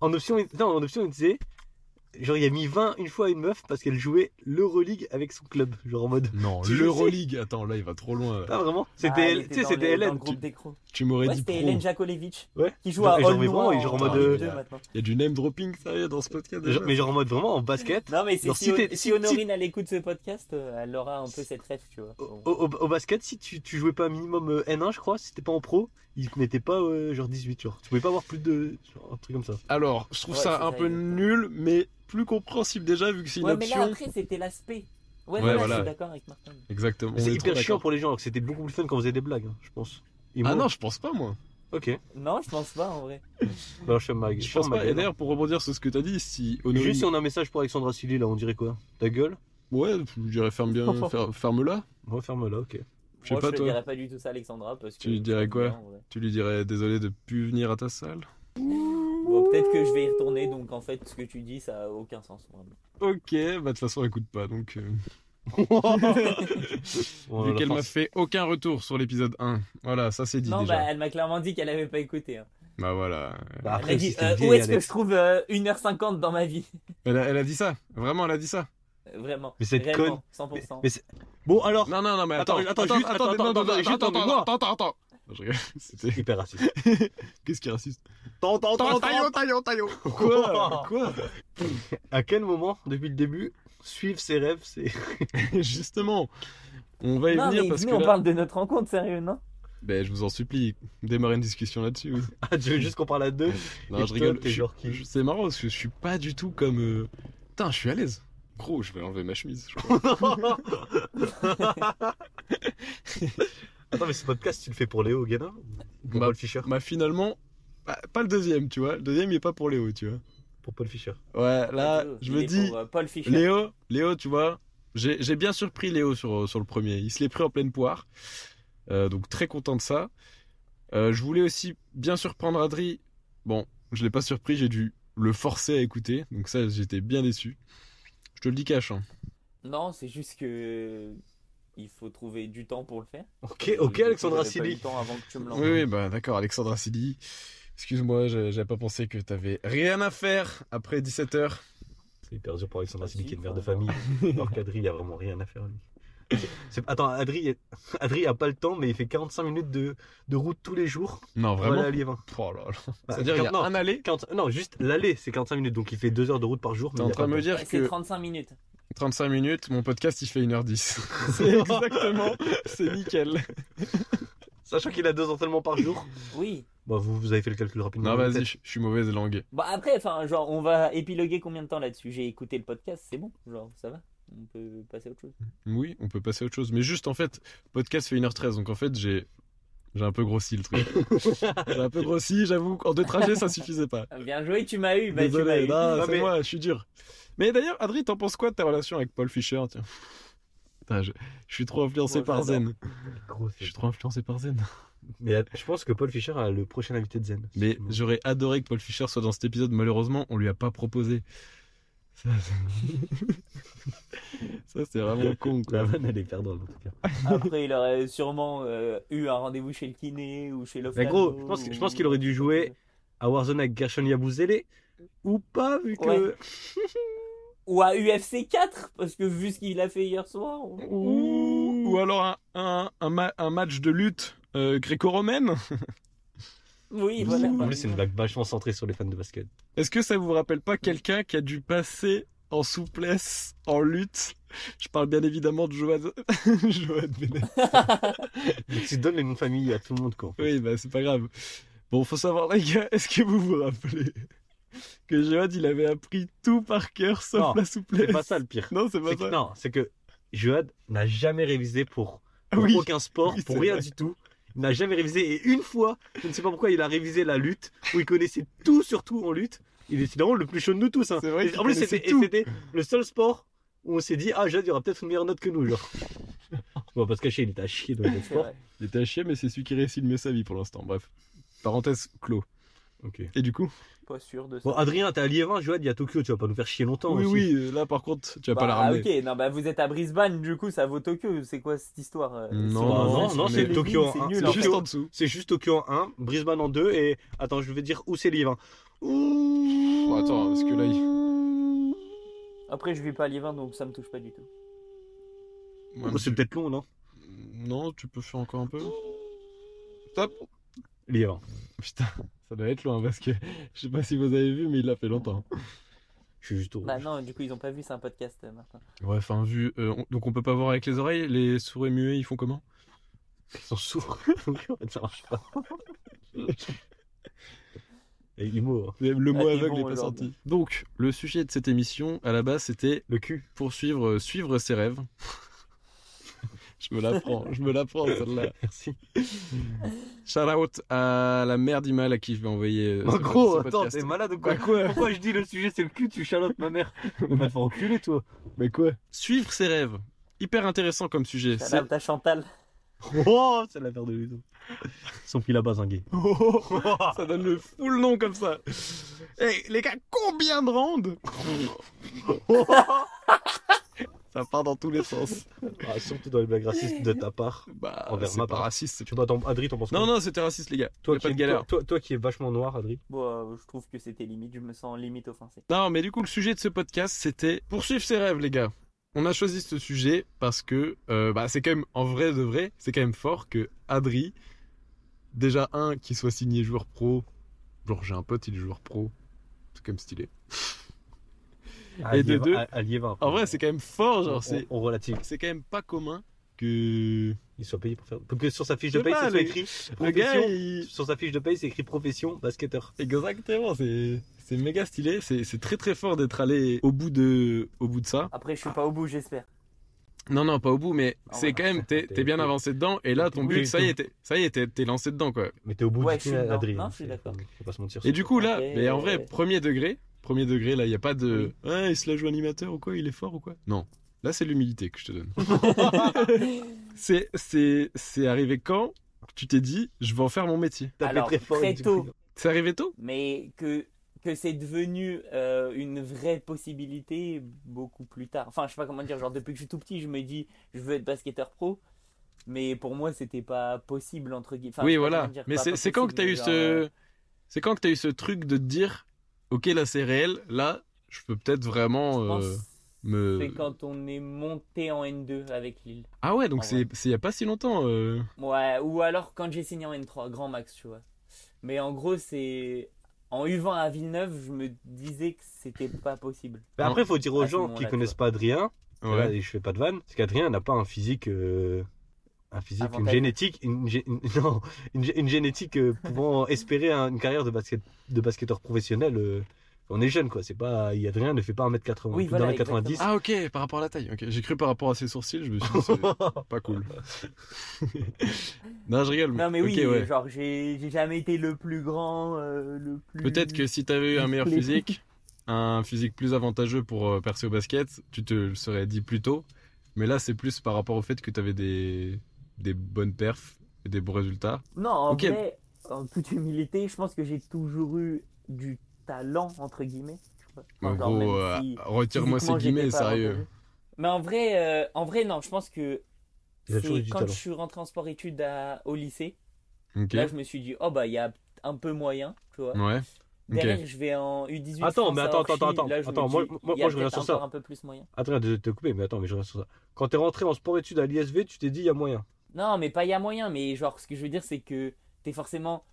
[SPEAKER 3] en option, il- non, en option, il disait. Genre, il a mis 20 une fois à une meuf parce qu'elle jouait l'Euroleague avec son club. Genre en mode.
[SPEAKER 1] Non,
[SPEAKER 3] Tu le
[SPEAKER 1] l'Euroleague, attends, là il va trop loin.
[SPEAKER 3] Pas vraiment.
[SPEAKER 2] Ah,
[SPEAKER 3] C'était
[SPEAKER 2] elle
[SPEAKER 3] Hélène-
[SPEAKER 2] était
[SPEAKER 3] tu sais,
[SPEAKER 2] dans
[SPEAKER 3] c'était
[SPEAKER 2] le- dans
[SPEAKER 3] Hélène.
[SPEAKER 2] le groupe
[SPEAKER 3] tu-
[SPEAKER 2] des crocs.
[SPEAKER 1] Tu m'aurais
[SPEAKER 2] Ouais,
[SPEAKER 1] dit pro.
[SPEAKER 2] c'était Hélène Jakolevic
[SPEAKER 3] Ouais.
[SPEAKER 2] qui joue
[SPEAKER 3] Genre-
[SPEAKER 2] à
[SPEAKER 3] et genre, mais
[SPEAKER 2] Aulnois
[SPEAKER 3] vraiment, et genre en
[SPEAKER 2] en
[SPEAKER 3] mode,
[SPEAKER 2] Ligue
[SPEAKER 3] euh,
[SPEAKER 2] 2
[SPEAKER 1] là.
[SPEAKER 2] maintenant.
[SPEAKER 1] Il y a du name dropping sérieux dans ce podcast déjà.
[SPEAKER 3] Genre- mais genre en mode vraiment en basket.
[SPEAKER 2] Non, mais c'est
[SPEAKER 3] Genre,
[SPEAKER 2] si,
[SPEAKER 3] si
[SPEAKER 2] Ho-
[SPEAKER 3] t'es-
[SPEAKER 2] si
[SPEAKER 3] si-
[SPEAKER 2] Honorine elle écoute ce podcast, euh, elle aura un peu cette rêve, tu vois.
[SPEAKER 3] Au, au- au basket, si tu, tu jouais pas minimum euh, N1, je crois, si t'étais pas en pro, ils te mettaient pas euh, genre 18, genre. Tu pouvais pas avoir plus de. genre, un truc comme ça.
[SPEAKER 1] Alors, je trouve
[SPEAKER 2] Ouais,
[SPEAKER 1] ça
[SPEAKER 2] c'est
[SPEAKER 1] un
[SPEAKER 2] ça,
[SPEAKER 1] peu
[SPEAKER 2] il est-
[SPEAKER 1] nul, mais plus compréhensible déjà vu que c'est une
[SPEAKER 2] Ouais, mais là
[SPEAKER 1] option.
[SPEAKER 2] après, c'était l'aspect. Ouais,
[SPEAKER 1] Ouais,
[SPEAKER 2] voilà,
[SPEAKER 1] voilà.
[SPEAKER 2] je suis d'accord avec Martin.
[SPEAKER 1] Exactement. on
[SPEAKER 3] C'est
[SPEAKER 1] est
[SPEAKER 3] hyper
[SPEAKER 1] trop
[SPEAKER 3] chiant
[SPEAKER 1] d'accord.
[SPEAKER 3] pour les gens, alors que c'était beaucoup plus fun quand on faisait des blagues, hein, je pense. Et
[SPEAKER 1] Ah
[SPEAKER 3] moi-
[SPEAKER 1] non, je pense pas moi.
[SPEAKER 3] Ok.
[SPEAKER 2] Non, je pense pas en vrai.
[SPEAKER 3] Bah, je fais ma
[SPEAKER 1] Je pense
[SPEAKER 3] fais ma
[SPEAKER 1] pas.
[SPEAKER 3] gueule.
[SPEAKER 1] Et d'ailleurs, pour rebondir sur ce que t'as dit, si Honorine-
[SPEAKER 3] Juste si on a un message pour Alexandre Assili, là, on dirait quoi Ta gueule
[SPEAKER 1] Ouais, je dirais ferme bien, fer- ferme-la.
[SPEAKER 3] Ouais, ferme-la, ok.
[SPEAKER 1] Je sais
[SPEAKER 2] Moi,
[SPEAKER 1] pas
[SPEAKER 2] je
[SPEAKER 1] toi.
[SPEAKER 2] dirais pas du tout ça, Alexandra, parce que.
[SPEAKER 1] Tu lui dirais quoi
[SPEAKER 2] Non, en vrai.
[SPEAKER 1] Tu lui dirais désolé de plus venir à ta salle.
[SPEAKER 2] Bon, peut-être que je vais y retourner, donc en fait, ce que tu dis, ça a aucun sens. vraiment.
[SPEAKER 1] Ok, bah de toute façon elle écoute pas donc. euh,
[SPEAKER 3] On
[SPEAKER 1] vu
[SPEAKER 3] la
[SPEAKER 1] qu'elle m'a
[SPEAKER 3] force.
[SPEAKER 1] fait aucun retour sur l'épisode 1. Voilà, ça c'est dit
[SPEAKER 2] Non,
[SPEAKER 1] déjà.
[SPEAKER 2] bah,
[SPEAKER 1] Bah,
[SPEAKER 2] elle m'a clairement dit qu'elle avait pas écouté. hein.
[SPEAKER 1] voilà.
[SPEAKER 3] Bah,
[SPEAKER 2] Elle a
[SPEAKER 3] après,
[SPEAKER 2] dit
[SPEAKER 3] si c'était
[SPEAKER 2] euh,
[SPEAKER 3] vieille,
[SPEAKER 2] Où est-ce que
[SPEAKER 3] Alex.
[SPEAKER 2] je trouve euh, 1h50 dans ma vie
[SPEAKER 1] Elle a, elle a dit ça. Vraiment, elle a dit ça.
[SPEAKER 2] Euh, Vraiment.
[SPEAKER 3] Mais cette
[SPEAKER 2] réellement, 100%.
[SPEAKER 3] Mais c'est- Bon, alors.
[SPEAKER 1] Non, non, non, mais attends,
[SPEAKER 3] Attends, attends, juste- attends,
[SPEAKER 1] non,
[SPEAKER 3] attends,
[SPEAKER 1] non, non,
[SPEAKER 3] juste,
[SPEAKER 1] attends,
[SPEAKER 3] attends,
[SPEAKER 1] attends, attends, attends. Je rigole, c'était-
[SPEAKER 3] Hyper raciste.
[SPEAKER 1] Qu'est-ce qui est raciste
[SPEAKER 3] Tant, tant, tant, tant.
[SPEAKER 1] taillot, taillot. Quoi
[SPEAKER 3] Quoi
[SPEAKER 1] Quoi
[SPEAKER 3] À quel moment, depuis le début, suivre ses rêves, c'est.
[SPEAKER 1] Justement, on va y
[SPEAKER 2] Non,
[SPEAKER 1] venir
[SPEAKER 2] mais
[SPEAKER 1] parce
[SPEAKER 2] venez,
[SPEAKER 1] que
[SPEAKER 2] on
[SPEAKER 1] là-
[SPEAKER 2] parle de notre rencontre, sérieux, non
[SPEAKER 1] Ben, je vous en supplie, démarrez une discussion là-dessus. oui.
[SPEAKER 3] Ah, tu veux juste qu'on parle à deux
[SPEAKER 1] Non,
[SPEAKER 3] Et
[SPEAKER 1] je
[SPEAKER 3] toi,
[SPEAKER 1] rigole.
[SPEAKER 3] t'es
[SPEAKER 1] je-
[SPEAKER 3] genre qui
[SPEAKER 1] je- C'est marrant parce que je suis pas du tout comme. euh, Putain, je suis à l'aise. Gros, je vais enlever ma chemise. je crois.
[SPEAKER 3] Attends, mais ce podcast, tu le fais pour Léo Guénin ou Pour
[SPEAKER 1] Bah-
[SPEAKER 3] Paul Fischer
[SPEAKER 1] bah, finalement, bah, pas le deuxième, tu vois. Le deuxième, il est pas pour Léo, tu vois.
[SPEAKER 3] Pour Paul Fischer.
[SPEAKER 1] Ouais, là,
[SPEAKER 2] Vidéo,
[SPEAKER 1] je
[SPEAKER 2] il
[SPEAKER 1] me
[SPEAKER 2] est
[SPEAKER 1] dis,
[SPEAKER 2] pour, euh, Paul Fischer.
[SPEAKER 1] Léo, Léo, tu vois, j'ai j'ai bien surpris Léo sur, sur le premier. Il se l'est pris en pleine poire. Euh, donc, très content de ça. Euh, je voulais aussi bien surprendre Adri. Bon, je l'ai pas surpris, j'ai dû le forcer à écouter. Donc, ça, j'étais bien déçu. Je te le dis cash, hein.
[SPEAKER 2] Non, c'est juste que. Il faut trouver du temps pour le faire.
[SPEAKER 3] Ok, ok, Alexandre
[SPEAKER 2] J'avais pas eu le
[SPEAKER 3] Assili.
[SPEAKER 2] temps avant que tu me l'envoies.
[SPEAKER 1] Oui, oui, bah d'accord, Alexandra Sidi. Excuse-moi, je- j'avais pas pensé que t'avais rien à faire après 17h.
[SPEAKER 3] C'est hyper dur pour Alexandre
[SPEAKER 2] Ah,
[SPEAKER 3] Assili
[SPEAKER 2] si,
[SPEAKER 3] qui est une
[SPEAKER 2] enfin.
[SPEAKER 3] mère de famille. Alors qu'Adri, il a vraiment rien à faire, lui. C'est- Attends, Adri, Adri a pas le temps, mais il fait 45 minutes de, de route tous les jours.
[SPEAKER 1] Non,
[SPEAKER 3] Voilà,
[SPEAKER 1] Ah, vraiment
[SPEAKER 3] Liévin.
[SPEAKER 1] Oh là là.
[SPEAKER 3] Bah,
[SPEAKER 1] C'est-à-dire, il y a
[SPEAKER 3] non,
[SPEAKER 1] un aller.
[SPEAKER 3] 40 non, juste l'aller, c'est 45 minutes, donc il fait 2 heures de route par jour.
[SPEAKER 1] T'es en train de me dire
[SPEAKER 2] C'est
[SPEAKER 1] que
[SPEAKER 2] 35 minutes.
[SPEAKER 1] 35 minutes, mon podcast, il fait 1h10. C'est exactement, c'est nickel.
[SPEAKER 3] Sachant qu'il a 2 entraînements par jour.
[SPEAKER 2] Oui.
[SPEAKER 3] Bah, vous, vous avez fait le calcul rapidement.
[SPEAKER 1] Non, vas-y,
[SPEAKER 3] peut-être.
[SPEAKER 1] je je suis mauvaise langue.
[SPEAKER 2] Bon, après, enfin, genre, on va épiloguer combien de temps là-dessus J'ai écouté le podcast, c'est bon. Genre, ça va On peut passer à autre chose.
[SPEAKER 1] Oui, on peut passer à autre chose. Mais juste, en fait, podcast fait 1h13, donc en fait, j'ai... J'ai un peu grossi le truc. J'ai un peu grossi, j'avoue. En deux trajets, ça suffisait pas.
[SPEAKER 2] Ah, Bien joué, tu m'as eu. Bah, tu m'as
[SPEAKER 1] Désolé,
[SPEAKER 2] eu.
[SPEAKER 1] non,
[SPEAKER 3] Non,
[SPEAKER 1] c'est
[SPEAKER 3] mais-
[SPEAKER 1] moi, je suis dur. Mais d'ailleurs, Adri, t'en penses quoi de ta relation avec Paul Fischer tiens Putain, je, je suis trop influencé
[SPEAKER 2] Bon,
[SPEAKER 1] par
[SPEAKER 2] j'adore.
[SPEAKER 1] Zen.
[SPEAKER 3] Gros, c'est-
[SPEAKER 1] Je suis trop influencé par Zen.
[SPEAKER 3] Mais euh, je pense que Paul Fischer a le prochain invité de Zen.
[SPEAKER 1] Mais j'aurais adoré que Paul Fischer soit dans cet épisode. Malheureusement, on lui a pas proposé. Ça, ça- Ça, c'est vraiment con.
[SPEAKER 3] La
[SPEAKER 1] Quoi.
[SPEAKER 3] vanne, elle est perdante en tout cas.
[SPEAKER 2] Après, il aurait sûrement euh, eu un rendez-vous chez le kiné ou chez l'ophtalmo.
[SPEAKER 3] Mais Bah, gros, je pense, je pense qu'il aurait dû jouer à Warzone avec Gershon Yabouzélé. Ou pas, vu que.
[SPEAKER 2] Ou à UFC 4, parce que vu ce qu'il a fait hier soir. on-
[SPEAKER 1] Ou, ou alors un, un, un ma- un match de lutte euh, gréco-romaine.
[SPEAKER 2] Oui, voilà.
[SPEAKER 3] En
[SPEAKER 2] par
[SPEAKER 3] plus, c'est une
[SPEAKER 2] exemple.
[SPEAKER 3] blague vachement centrée sur les fans de basket.
[SPEAKER 1] Est-ce que ça vous rappelle pas quelqu'un qui a dû passer en souplesse, en lutte. Je parle bien évidemment de Joad, Joad Bennett.
[SPEAKER 3] Tu donnes les noms de famille à tout le monde, quoi.
[SPEAKER 1] Oui, bah c'est pas grave. Bon, faut savoir les gars, est-ce que vous vous rappelez que Joad il avait appris tout par cœur sauf
[SPEAKER 3] Non,
[SPEAKER 1] la souplesse
[SPEAKER 3] C'est pas ça le pire.
[SPEAKER 1] Non, c'est pas
[SPEAKER 3] C'est que-
[SPEAKER 1] ça.
[SPEAKER 3] non, c'est que Joad n'a jamais révisé pour,
[SPEAKER 1] Ah
[SPEAKER 3] pour
[SPEAKER 1] oui.
[SPEAKER 3] aucun sport,
[SPEAKER 1] Oui,
[SPEAKER 3] pour
[SPEAKER 1] c'est
[SPEAKER 3] rien
[SPEAKER 1] vrai.
[SPEAKER 3] du tout. Il n'a jamais révisé. Et une fois, je ne sais pas pourquoi, il a révisé la lutte, où il connaissait tout, surtout en lutte. Il est finalement le plus chaud de nous tous. hein.
[SPEAKER 1] C'est vrai
[SPEAKER 3] Et
[SPEAKER 1] qu'il
[SPEAKER 3] en plus,
[SPEAKER 1] connaissait
[SPEAKER 3] c'était et
[SPEAKER 1] tout.
[SPEAKER 3] c'était le seul sport où on s'est dit Ah, Jade, il y aura peut-être une meilleure note que nous. Genre. on va pas se cacher, il était à chier dans le
[SPEAKER 2] C'est
[SPEAKER 3] sport.
[SPEAKER 2] vrai.
[SPEAKER 1] Il était à chier, mais c'est celui qui réussit le mieux sa vie pour l'instant. Bref. Parenthèse clos.
[SPEAKER 3] Ok.
[SPEAKER 1] Et du coup
[SPEAKER 2] Pas sûr de ça.
[SPEAKER 3] Bon, Adrien, t'es à Liévin, Joad, il y a Tokyo, tu vas pas nous faire chier longtemps.
[SPEAKER 1] Oui,
[SPEAKER 3] aussi.
[SPEAKER 1] oui, euh, là par contre, tu vas pas
[SPEAKER 2] Bah,
[SPEAKER 1] la
[SPEAKER 2] ah,
[SPEAKER 1] ramener.
[SPEAKER 2] ok, non, bah vous êtes à Brisbane, du coup ça vaut Tokyo. C'est quoi cette histoire euh,
[SPEAKER 1] Non,
[SPEAKER 2] si on
[SPEAKER 3] Bah,
[SPEAKER 1] non,
[SPEAKER 2] en
[SPEAKER 3] non,
[SPEAKER 2] reste
[SPEAKER 3] non,
[SPEAKER 2] sur
[SPEAKER 1] mais
[SPEAKER 3] c'est
[SPEAKER 2] les
[SPEAKER 3] Tokyo
[SPEAKER 2] lignes,
[SPEAKER 3] en 1.
[SPEAKER 2] C'est nul. hein.
[SPEAKER 1] C'est
[SPEAKER 2] en
[SPEAKER 1] juste
[SPEAKER 2] fait.
[SPEAKER 1] en dessous.
[SPEAKER 3] C'est juste Tokyo en 1, Brisbane en 2 et attends, je vais dire où c'est Liévin. Ouh.
[SPEAKER 1] Oh, attends, parce que là,
[SPEAKER 2] Après, je vis pas à Liévin, donc ça me touche pas du tout.
[SPEAKER 1] Ouais,
[SPEAKER 3] Oh, c'est
[SPEAKER 1] mais
[SPEAKER 3] peut-être long, non
[SPEAKER 1] tu- Non, tu peux faire encore un peu. Stop
[SPEAKER 3] Liévin.
[SPEAKER 1] Putain, ça doit être loin parce que je sais pas si vous avez vu, mais il l'a fait longtemps.
[SPEAKER 3] Je suis juste au
[SPEAKER 2] Bah non, du coup ils ont pas vu, c'est un podcast, euh, Martin.
[SPEAKER 1] Ouais, enfin, vu. euh, on- Donc on peut pas voir avec les oreilles Les sourds et muets, ils font comment
[SPEAKER 3] Ils sont sourds. ça marche pas. Et l'humour, hein.
[SPEAKER 1] Le mot
[SPEAKER 2] Ah, il est
[SPEAKER 1] aveugle
[SPEAKER 2] bon
[SPEAKER 1] n'est pas
[SPEAKER 2] aujourd'hui.
[SPEAKER 1] sorti. Donc, le sujet de cette émission, à la base, c'était
[SPEAKER 3] le cul.
[SPEAKER 1] poursuivre, euh, suivre ses rêves. je me la prends, je me la prends, celle-là.
[SPEAKER 3] Merci.
[SPEAKER 1] Shout out à la mère d'Imal à qui je vais envoyer. euh,
[SPEAKER 3] En
[SPEAKER 1] ce-
[SPEAKER 3] gros,
[SPEAKER 1] ce
[SPEAKER 3] attends,
[SPEAKER 1] podcast.
[SPEAKER 3] t'es malade ou quoi
[SPEAKER 1] Bah quoi
[SPEAKER 3] Pourquoi je dis le sujet c'est le cul, tu chalotes ma mère On m'a fait enculer toi
[SPEAKER 1] Mais quoi Suivre ses rêves. Hyper intéressant comme sujet.
[SPEAKER 2] Shout
[SPEAKER 1] C'est-
[SPEAKER 2] out à Chantal.
[SPEAKER 3] Oh, c'est l'affaire de Ludo. Son fil à bazinguer.
[SPEAKER 1] Oh, ça donne le full nom comme ça. Eh, les gars, combien de rounds Ça part dans tous les sens.
[SPEAKER 3] Ah, surtout dans les blagues racistes de ta part.
[SPEAKER 1] Bah,
[SPEAKER 3] Envers
[SPEAKER 1] c'est
[SPEAKER 3] ma
[SPEAKER 1] pas
[SPEAKER 3] part.
[SPEAKER 1] raciste. c'est-
[SPEAKER 3] Tu vois, ton... Adri, t'en penses
[SPEAKER 1] Non,
[SPEAKER 3] quoi
[SPEAKER 1] non, c'était raciste, les gars.
[SPEAKER 3] toi
[SPEAKER 1] Y a
[SPEAKER 3] qui,
[SPEAKER 1] pas de
[SPEAKER 3] es-
[SPEAKER 1] galère.
[SPEAKER 3] toi, toi- toi qui es vachement noir, Adri.
[SPEAKER 2] Bon, euh, je trouve que c'était limite, je me sens limite offensé.
[SPEAKER 1] Non, mais du coup, le sujet de ce podcast, c'était poursuivre ses rêves, les gars. On a choisi ce sujet parce que euh, bah, c'est quand même, en vrai de vrai, c'est quand même fort que Adri, déjà un, qui soit signé joueur pro. Genre, j'ai un pote, il est joueur pro. C'est quand même stylé.
[SPEAKER 3] Allier-
[SPEAKER 1] de deux-
[SPEAKER 3] à- Allier vingt,
[SPEAKER 1] En vrai, c'est quand même fort,
[SPEAKER 3] on,
[SPEAKER 1] genre, c'est.
[SPEAKER 3] on relative.
[SPEAKER 1] C'est quand même pas commun que.
[SPEAKER 3] Il soit payé pour faire. Pour que sur sa fiche
[SPEAKER 1] Je sais
[SPEAKER 3] de paye,
[SPEAKER 1] pas,
[SPEAKER 3] ça soit
[SPEAKER 1] le-
[SPEAKER 3] écrit.
[SPEAKER 1] Le gars,
[SPEAKER 3] Profession.
[SPEAKER 1] il-
[SPEAKER 3] Sur sa fiche de paye, c'est écrit profession basketteur.
[SPEAKER 1] Exactement, c'est c'est méga stylé, c'est c'est très très fort d'être allé au bout de au bout de ça.
[SPEAKER 2] Après, je suis pas au bout, j'espère.
[SPEAKER 1] Non non, pas au bout, mais
[SPEAKER 2] Ah,
[SPEAKER 1] c'est
[SPEAKER 2] voilà.
[SPEAKER 1] quand même t'es
[SPEAKER 3] T'es-
[SPEAKER 1] t'es bien
[SPEAKER 3] t'es-
[SPEAKER 1] avancé dedans et là ton
[SPEAKER 3] Oui,
[SPEAKER 1] but ça y
[SPEAKER 3] tout.
[SPEAKER 1] est t'es- ça y est t'es t'es lancé dedans quoi.
[SPEAKER 3] Mais t'es au bout
[SPEAKER 2] Ouais,
[SPEAKER 3] du
[SPEAKER 2] je suis
[SPEAKER 3] pied,
[SPEAKER 2] dedans.
[SPEAKER 3] Adri.
[SPEAKER 2] Non,
[SPEAKER 3] hein,
[SPEAKER 2] je suis
[SPEAKER 3] c'est-
[SPEAKER 2] d'accord.
[SPEAKER 3] Faut, faut pas se mentir.
[SPEAKER 1] Et du coup là,
[SPEAKER 2] Ok.
[SPEAKER 1] mais en vrai premier degré, premier degré là, il y a pas de ouais, il se la joue animateur ou quoi, il est fort ou quoi Non. Là c'est l'humilité que je te donne. c'est c'est c'est arrivé quand tu t'es dit je vais en faire mon métier.
[SPEAKER 3] T'as fait
[SPEAKER 2] Alors, très
[SPEAKER 3] et tu-
[SPEAKER 2] tôt.
[SPEAKER 1] C'est arrivé tôt
[SPEAKER 2] Mais que, que c'est devenu euh, une vraie possibilité beaucoup plus tard. Enfin, je sais pas comment dire, genre depuis que je suis tout petit, je me dis, je veux être basketteur pro. Mais pour moi, c'était pas possible, entre guillemets. Enfin, je
[SPEAKER 1] oui,
[SPEAKER 2] sais pas
[SPEAKER 1] voilà.
[SPEAKER 2] comment dire,
[SPEAKER 1] Mais
[SPEAKER 2] pas
[SPEAKER 1] c'est
[SPEAKER 2] pas
[SPEAKER 1] c'est quand que
[SPEAKER 2] possible,
[SPEAKER 1] t'as
[SPEAKER 2] mais
[SPEAKER 1] eu
[SPEAKER 2] genre,
[SPEAKER 1] ce,
[SPEAKER 2] euh,
[SPEAKER 1] c'est quand que t'as eu ce truc de te dire, ok, là c'est réel, là je peux peut-être
[SPEAKER 2] je
[SPEAKER 1] vraiment
[SPEAKER 2] pense
[SPEAKER 1] euh,
[SPEAKER 2] que
[SPEAKER 1] me.
[SPEAKER 2] C'est quand on est monté en N2 avec Lille.
[SPEAKER 1] Ah ouais, donc
[SPEAKER 2] Ah
[SPEAKER 1] c'est
[SPEAKER 2] ouais.
[SPEAKER 1] c'est il y a pas si longtemps. euh.
[SPEAKER 2] Ouais, ou alors quand j'ai signé en N3, grand max, tu vois. Mais en gros, c'est. En U20 à Villeneuve, je me disais que c'était pas possible.
[SPEAKER 3] Mais après, faut dire aux
[SPEAKER 2] À ce
[SPEAKER 3] gens
[SPEAKER 2] moment-là,
[SPEAKER 3] qui
[SPEAKER 2] tu
[SPEAKER 3] connaissent
[SPEAKER 2] vois.
[SPEAKER 3] pas Adrien, et
[SPEAKER 1] Ouais.
[SPEAKER 3] là, et je fais pas de vanne, parce qu'Adrien n'a pas un physique. euh, Un physique, une
[SPEAKER 2] Avantageux.
[SPEAKER 3] génétique, une, gé- une- non, une, gé- une génétique euh, pouvant espérer un- une carrière de, basket, de basketteur professionnel. euh, on est jeune, quoi. C'est pas, Adrien ne fait pas 1m80,
[SPEAKER 2] Oui,
[SPEAKER 3] plus
[SPEAKER 2] voilà,
[SPEAKER 3] d'un mètre 90.
[SPEAKER 1] Ah ok, par rapport à la taille. Ok, j'ai cru par rapport à ses sourcils, je me suis dit c'est pas cool. non, je rigole.
[SPEAKER 2] Non, mais
[SPEAKER 1] ok,
[SPEAKER 2] oui,
[SPEAKER 1] ouais.
[SPEAKER 2] genre, j'ai j'ai jamais été le plus grand, euh, le plus.
[SPEAKER 1] Peut-être que si t'avais eu un meilleur
[SPEAKER 2] Musclé.
[SPEAKER 1] physique, un physique plus avantageux pour euh, percer au basket, tu te le serais dit plus tôt. Mais là, c'est plus par rapport au fait que t'avais des des bonnes perfs et des bons résultats.
[SPEAKER 2] Non, en
[SPEAKER 1] Ok.
[SPEAKER 2] vrai, en toute humilité, je pense que j'ai toujours eu du talent, entre guillemets. tu vois.
[SPEAKER 1] En
[SPEAKER 2] Enfin, genre,
[SPEAKER 1] gros,
[SPEAKER 2] même
[SPEAKER 1] euh,
[SPEAKER 2] si
[SPEAKER 1] retire-moi ces
[SPEAKER 2] physiquement, j'étais
[SPEAKER 1] guillemets,
[SPEAKER 2] pas
[SPEAKER 1] sérieux.
[SPEAKER 2] avantageux. Mais en vrai, euh, en vrai, non, je pense que.
[SPEAKER 3] Il a toujours eu
[SPEAKER 2] C'est
[SPEAKER 3] du
[SPEAKER 2] quand
[SPEAKER 3] talent.
[SPEAKER 2] je suis rentré en sport études à- au lycée,
[SPEAKER 1] Ok.
[SPEAKER 2] là je me suis dit, oh bah il y a un peu moyen, tu vois.
[SPEAKER 1] Ouais.
[SPEAKER 2] Derrière, je vais en U18.
[SPEAKER 3] Attends,
[SPEAKER 2] France
[SPEAKER 3] mais
[SPEAKER 2] à
[SPEAKER 3] attends,
[SPEAKER 2] Orchi.
[SPEAKER 3] attends, attends,
[SPEAKER 2] Là, je me
[SPEAKER 3] attends,
[SPEAKER 2] dis,
[SPEAKER 3] moi- moi-
[SPEAKER 2] il y a
[SPEAKER 3] moi,
[SPEAKER 2] peut-être
[SPEAKER 3] je reviens sur ça.
[SPEAKER 2] encore un peu plus moyen.
[SPEAKER 3] Adrien, désolé de te couper, mais attends, mais je reviens sur ça. Quand t'es rentré en sport études à l'ISV, tu t'es dit, il y a moyen.
[SPEAKER 2] Non, mais pas il y a moyen. Mais genre, ce que je veux dire, c'est que t'es forcément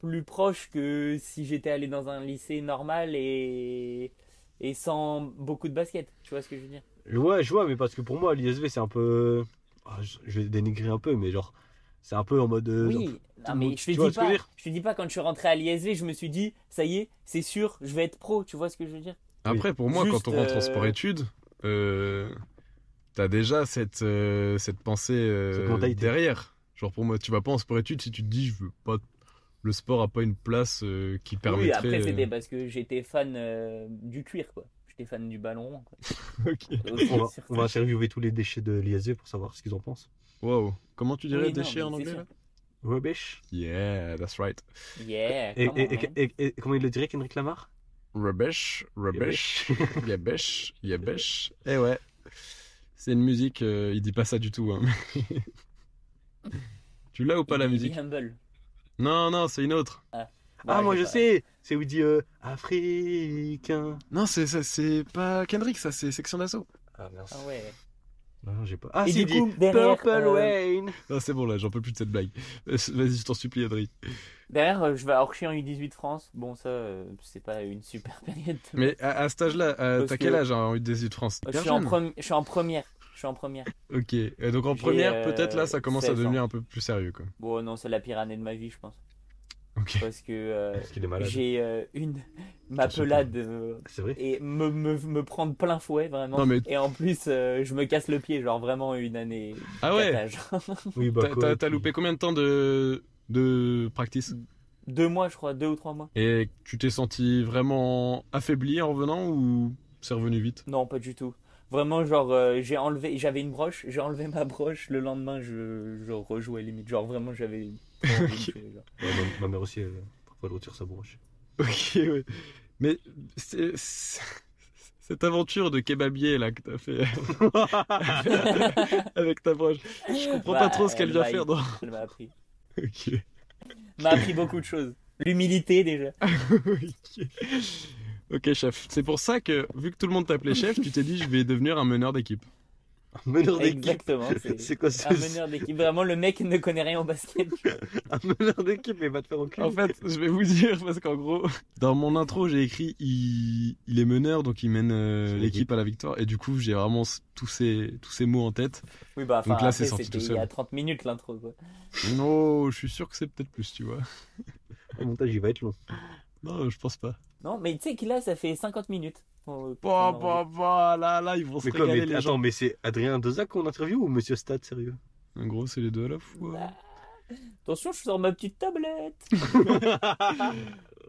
[SPEAKER 2] plus proche que si j'étais allé dans un lycée normal et et sans beaucoup de basket. Tu vois ce que je veux dire
[SPEAKER 3] Ouais, je vois, mais parce que pour moi, l'ISV, c'est un peu. Ah, je- je vais dénigrer un peu, mais genre, c'est un peu en mode. euh, genre,
[SPEAKER 2] Oui, non,
[SPEAKER 3] le
[SPEAKER 2] mais
[SPEAKER 3] monde-
[SPEAKER 2] je
[SPEAKER 3] tu
[SPEAKER 2] te
[SPEAKER 3] vois
[SPEAKER 2] dis
[SPEAKER 3] ce que je
[SPEAKER 2] pas,
[SPEAKER 3] veux
[SPEAKER 2] je,
[SPEAKER 3] dire
[SPEAKER 2] te dis pas quand je suis rentré à l'ISV, je me suis dit ça y est, c'est sûr, je vais être pro. Tu vois ce que je veux dire
[SPEAKER 1] Après, pour moi,
[SPEAKER 2] Juste,
[SPEAKER 1] quand on rentre en
[SPEAKER 2] euh,
[SPEAKER 1] sport-études, euh, t'as déjà cette, euh, cette pensée euh,
[SPEAKER 3] Cette mentalité.
[SPEAKER 1] derrière. Genre, pour moi, tu vas pas en sport-études si tu te dis, je veux pas. Le sport a pas une place euh, qui
[SPEAKER 2] Oui,
[SPEAKER 1] permettrait.
[SPEAKER 2] après
[SPEAKER 1] euh,
[SPEAKER 2] c'était parce que j'étais fan euh, du cuir quoi. J'étais fan du ballon rond. Quoi.
[SPEAKER 1] Ok.
[SPEAKER 2] Aussi,
[SPEAKER 3] On va,
[SPEAKER 2] surtout.
[SPEAKER 3] on va interviewer tous les déchets de l'ISV pour savoir ce qu'ils en pensent.
[SPEAKER 1] Wow. Comment tu dirais
[SPEAKER 2] Oui, non,
[SPEAKER 1] déchet
[SPEAKER 2] mais
[SPEAKER 1] en
[SPEAKER 2] c'est
[SPEAKER 1] anglais
[SPEAKER 2] sûr.
[SPEAKER 1] là
[SPEAKER 3] Rubbish.
[SPEAKER 1] Yeah, that's right.
[SPEAKER 2] Yeah, come
[SPEAKER 3] Et, et-
[SPEAKER 2] on,
[SPEAKER 3] et-
[SPEAKER 2] man.
[SPEAKER 3] et- et- et comment il le dirait, Kendrick Lamar
[SPEAKER 1] Rubbish, rubbish, yabesh, yabesh. Eh ouais. C'est une musique, euh, il dit pas ça du tout. hein. tu l'as ou pas la
[SPEAKER 2] Il- il est
[SPEAKER 1] musique
[SPEAKER 2] hein. humble.
[SPEAKER 1] Non, non, c'est une autre.
[SPEAKER 3] Ah,
[SPEAKER 2] Ouais,
[SPEAKER 3] moi je
[SPEAKER 2] Bah, pas-
[SPEAKER 3] sais C'est où il dit euh, Africain.
[SPEAKER 1] Non, c'est ça, c'est pas Kendrick, ça, c'est Section d'Assaut.
[SPEAKER 3] Ah mince.
[SPEAKER 2] Ah ouais.
[SPEAKER 3] Non, j'ai pas. Ah,
[SPEAKER 2] Et
[SPEAKER 3] si, il
[SPEAKER 2] du
[SPEAKER 3] dit
[SPEAKER 2] coup, derrière,
[SPEAKER 3] Purple
[SPEAKER 2] euh,
[SPEAKER 3] Rain.
[SPEAKER 1] Non, c'est bon là, j'en peux plus de cette blague. Vas-y, je t'en supplie, Adri.
[SPEAKER 2] Derrière, euh, je vais à Orchi en U18 France. Bon, ça, euh, c'est pas une super période.
[SPEAKER 1] Mais à, à cet âge-là, à-
[SPEAKER 2] Parce
[SPEAKER 1] t'as
[SPEAKER 2] que-
[SPEAKER 1] quel âge hein, en 18 de France
[SPEAKER 2] Euh, je,
[SPEAKER 1] Hyper
[SPEAKER 2] suis en
[SPEAKER 1] jeune.
[SPEAKER 2] premi- je suis en première. Je suis en première.
[SPEAKER 1] Ok, et donc en
[SPEAKER 2] J'ai,
[SPEAKER 1] première,
[SPEAKER 2] euh,
[SPEAKER 1] peut-être là, ça commence à
[SPEAKER 2] 16 ans.
[SPEAKER 1] devenir un peu plus sérieux quoi.
[SPEAKER 2] Bon, non, c'est la pire année de ma vie, je pense.
[SPEAKER 1] Ok.
[SPEAKER 2] Parce que euh,
[SPEAKER 3] Parce qu'il est malade.
[SPEAKER 2] j'ai euh, une
[SPEAKER 1] pas.
[SPEAKER 2] ma pelade euh,
[SPEAKER 3] C'est vrai.
[SPEAKER 2] et me, me, me prend de plein fouet, vraiment.
[SPEAKER 1] Non, mais-
[SPEAKER 2] Et en plus, euh, je me casse le pied, genre vraiment une année.
[SPEAKER 1] Ah ouais
[SPEAKER 2] catage.
[SPEAKER 3] Oui, bah
[SPEAKER 1] T'as-
[SPEAKER 3] quoi,
[SPEAKER 1] T'as t'as
[SPEAKER 3] puis-
[SPEAKER 1] loupé combien de temps de, de practice
[SPEAKER 2] Deux mois, je crois, deux ou trois mois.
[SPEAKER 1] Et tu t'es senti vraiment affaibli en revenant ou c'est revenu vite
[SPEAKER 2] Non, pas du tout. Vraiment, genre, euh, j'ai enlevé, j'avais une broche, j'ai enlevé ma broche, le lendemain, je, je rejouais limite. Genre, vraiment, j'avais.
[SPEAKER 1] Ok.
[SPEAKER 3] Ouais, ma, ma mère aussi, euh, parfois elle retire sa broche.
[SPEAKER 1] Ok, ouais. Mais c'est- c'est- cette aventure de kebabier là que t'as fait avec ta broche, je comprends pas
[SPEAKER 2] Bah,
[SPEAKER 1] trop ce qu'elle
[SPEAKER 2] elle
[SPEAKER 1] vient
[SPEAKER 2] va y-
[SPEAKER 1] faire dans.
[SPEAKER 2] Elle m'a appris.
[SPEAKER 1] Ok.
[SPEAKER 2] M'a appris beaucoup de choses. L'humilité, déjà.
[SPEAKER 1] ok, Ok, chef. C'est pour ça que vu que tout le monde t'appelait chef, tu t'es dit je vais devenir un meneur d'équipe.
[SPEAKER 3] Un meneur d'équipe.
[SPEAKER 2] Exactement.
[SPEAKER 3] C'est quoi ce
[SPEAKER 2] Un meneur d'équipe. Vraiment, le mec ne connaît rien au basket.
[SPEAKER 3] Un meneur d'équipe, mais va te faire enculer.
[SPEAKER 1] En fait, je vais vous dire parce qu'en gros, dans mon intro, j'ai écrit il, il est meneur donc il mène euh,
[SPEAKER 3] Son
[SPEAKER 1] l'équipe
[SPEAKER 3] équipe.
[SPEAKER 1] à la victoire et du coup, j'ai vraiment s- tous ces tous ces mots en tête.
[SPEAKER 2] Oui, bah, enfin,
[SPEAKER 1] Donc là, c'est
[SPEAKER 2] après,
[SPEAKER 1] sorti
[SPEAKER 2] c'était
[SPEAKER 1] tout
[SPEAKER 2] il
[SPEAKER 1] seul.
[SPEAKER 2] y a 30 minutes l'intro, quoi.
[SPEAKER 1] Non, je suis sûr que c'est peut-être plus, tu vois.
[SPEAKER 3] Le montage, il va être long.
[SPEAKER 1] Non, je pense pas.
[SPEAKER 2] Non, mais tu sais que là, ça fait 50 minutes. Oh, qu'on-
[SPEAKER 1] Bah,
[SPEAKER 2] qu'on
[SPEAKER 1] bah, bah, là, là, ils vont se
[SPEAKER 3] Mais quoi, mais
[SPEAKER 1] régaler les gens.
[SPEAKER 3] attends, mais c'est Adrien Dezac qu'on interview ou Monsieur Stade, sérieux
[SPEAKER 1] En gros, c'est les deux à la fois.
[SPEAKER 2] Attention, je sors ma petite tablette.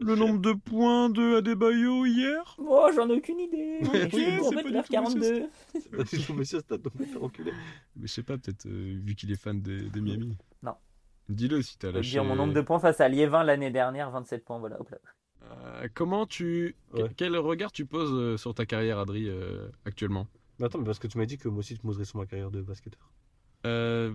[SPEAKER 1] Le nombre de points de Adebayo hier.
[SPEAKER 2] Moi, Oh, j'en ai aucune idée.
[SPEAKER 1] Mais
[SPEAKER 2] Je
[SPEAKER 1] oui,
[SPEAKER 2] vais
[SPEAKER 1] c'est
[SPEAKER 2] me remettre
[SPEAKER 1] pas du
[SPEAKER 2] vers
[SPEAKER 1] tout, monsieur.
[SPEAKER 2] 42.
[SPEAKER 3] Pas du tout Monsieur Stade, donc va te faire enculer.
[SPEAKER 1] Mais je sais pas, peut-être euh, vu qu'il est fan des, des Miami.
[SPEAKER 2] Non.
[SPEAKER 1] Dis-le si t'as
[SPEAKER 2] Je vais
[SPEAKER 1] lâché.
[SPEAKER 2] dire mon nombre de points face à Liévin l'année dernière, 27 points, voilà. hop là.
[SPEAKER 1] Euh, comment tu. que-
[SPEAKER 3] Ouais.
[SPEAKER 1] Quel regard tu poses euh, sur ta carrière, Adri, euh, actuellement
[SPEAKER 3] Mais attends, mais parce que tu m'as dit que moi aussi, tu m'oserais sur ma carrière de basketteur.
[SPEAKER 1] euh,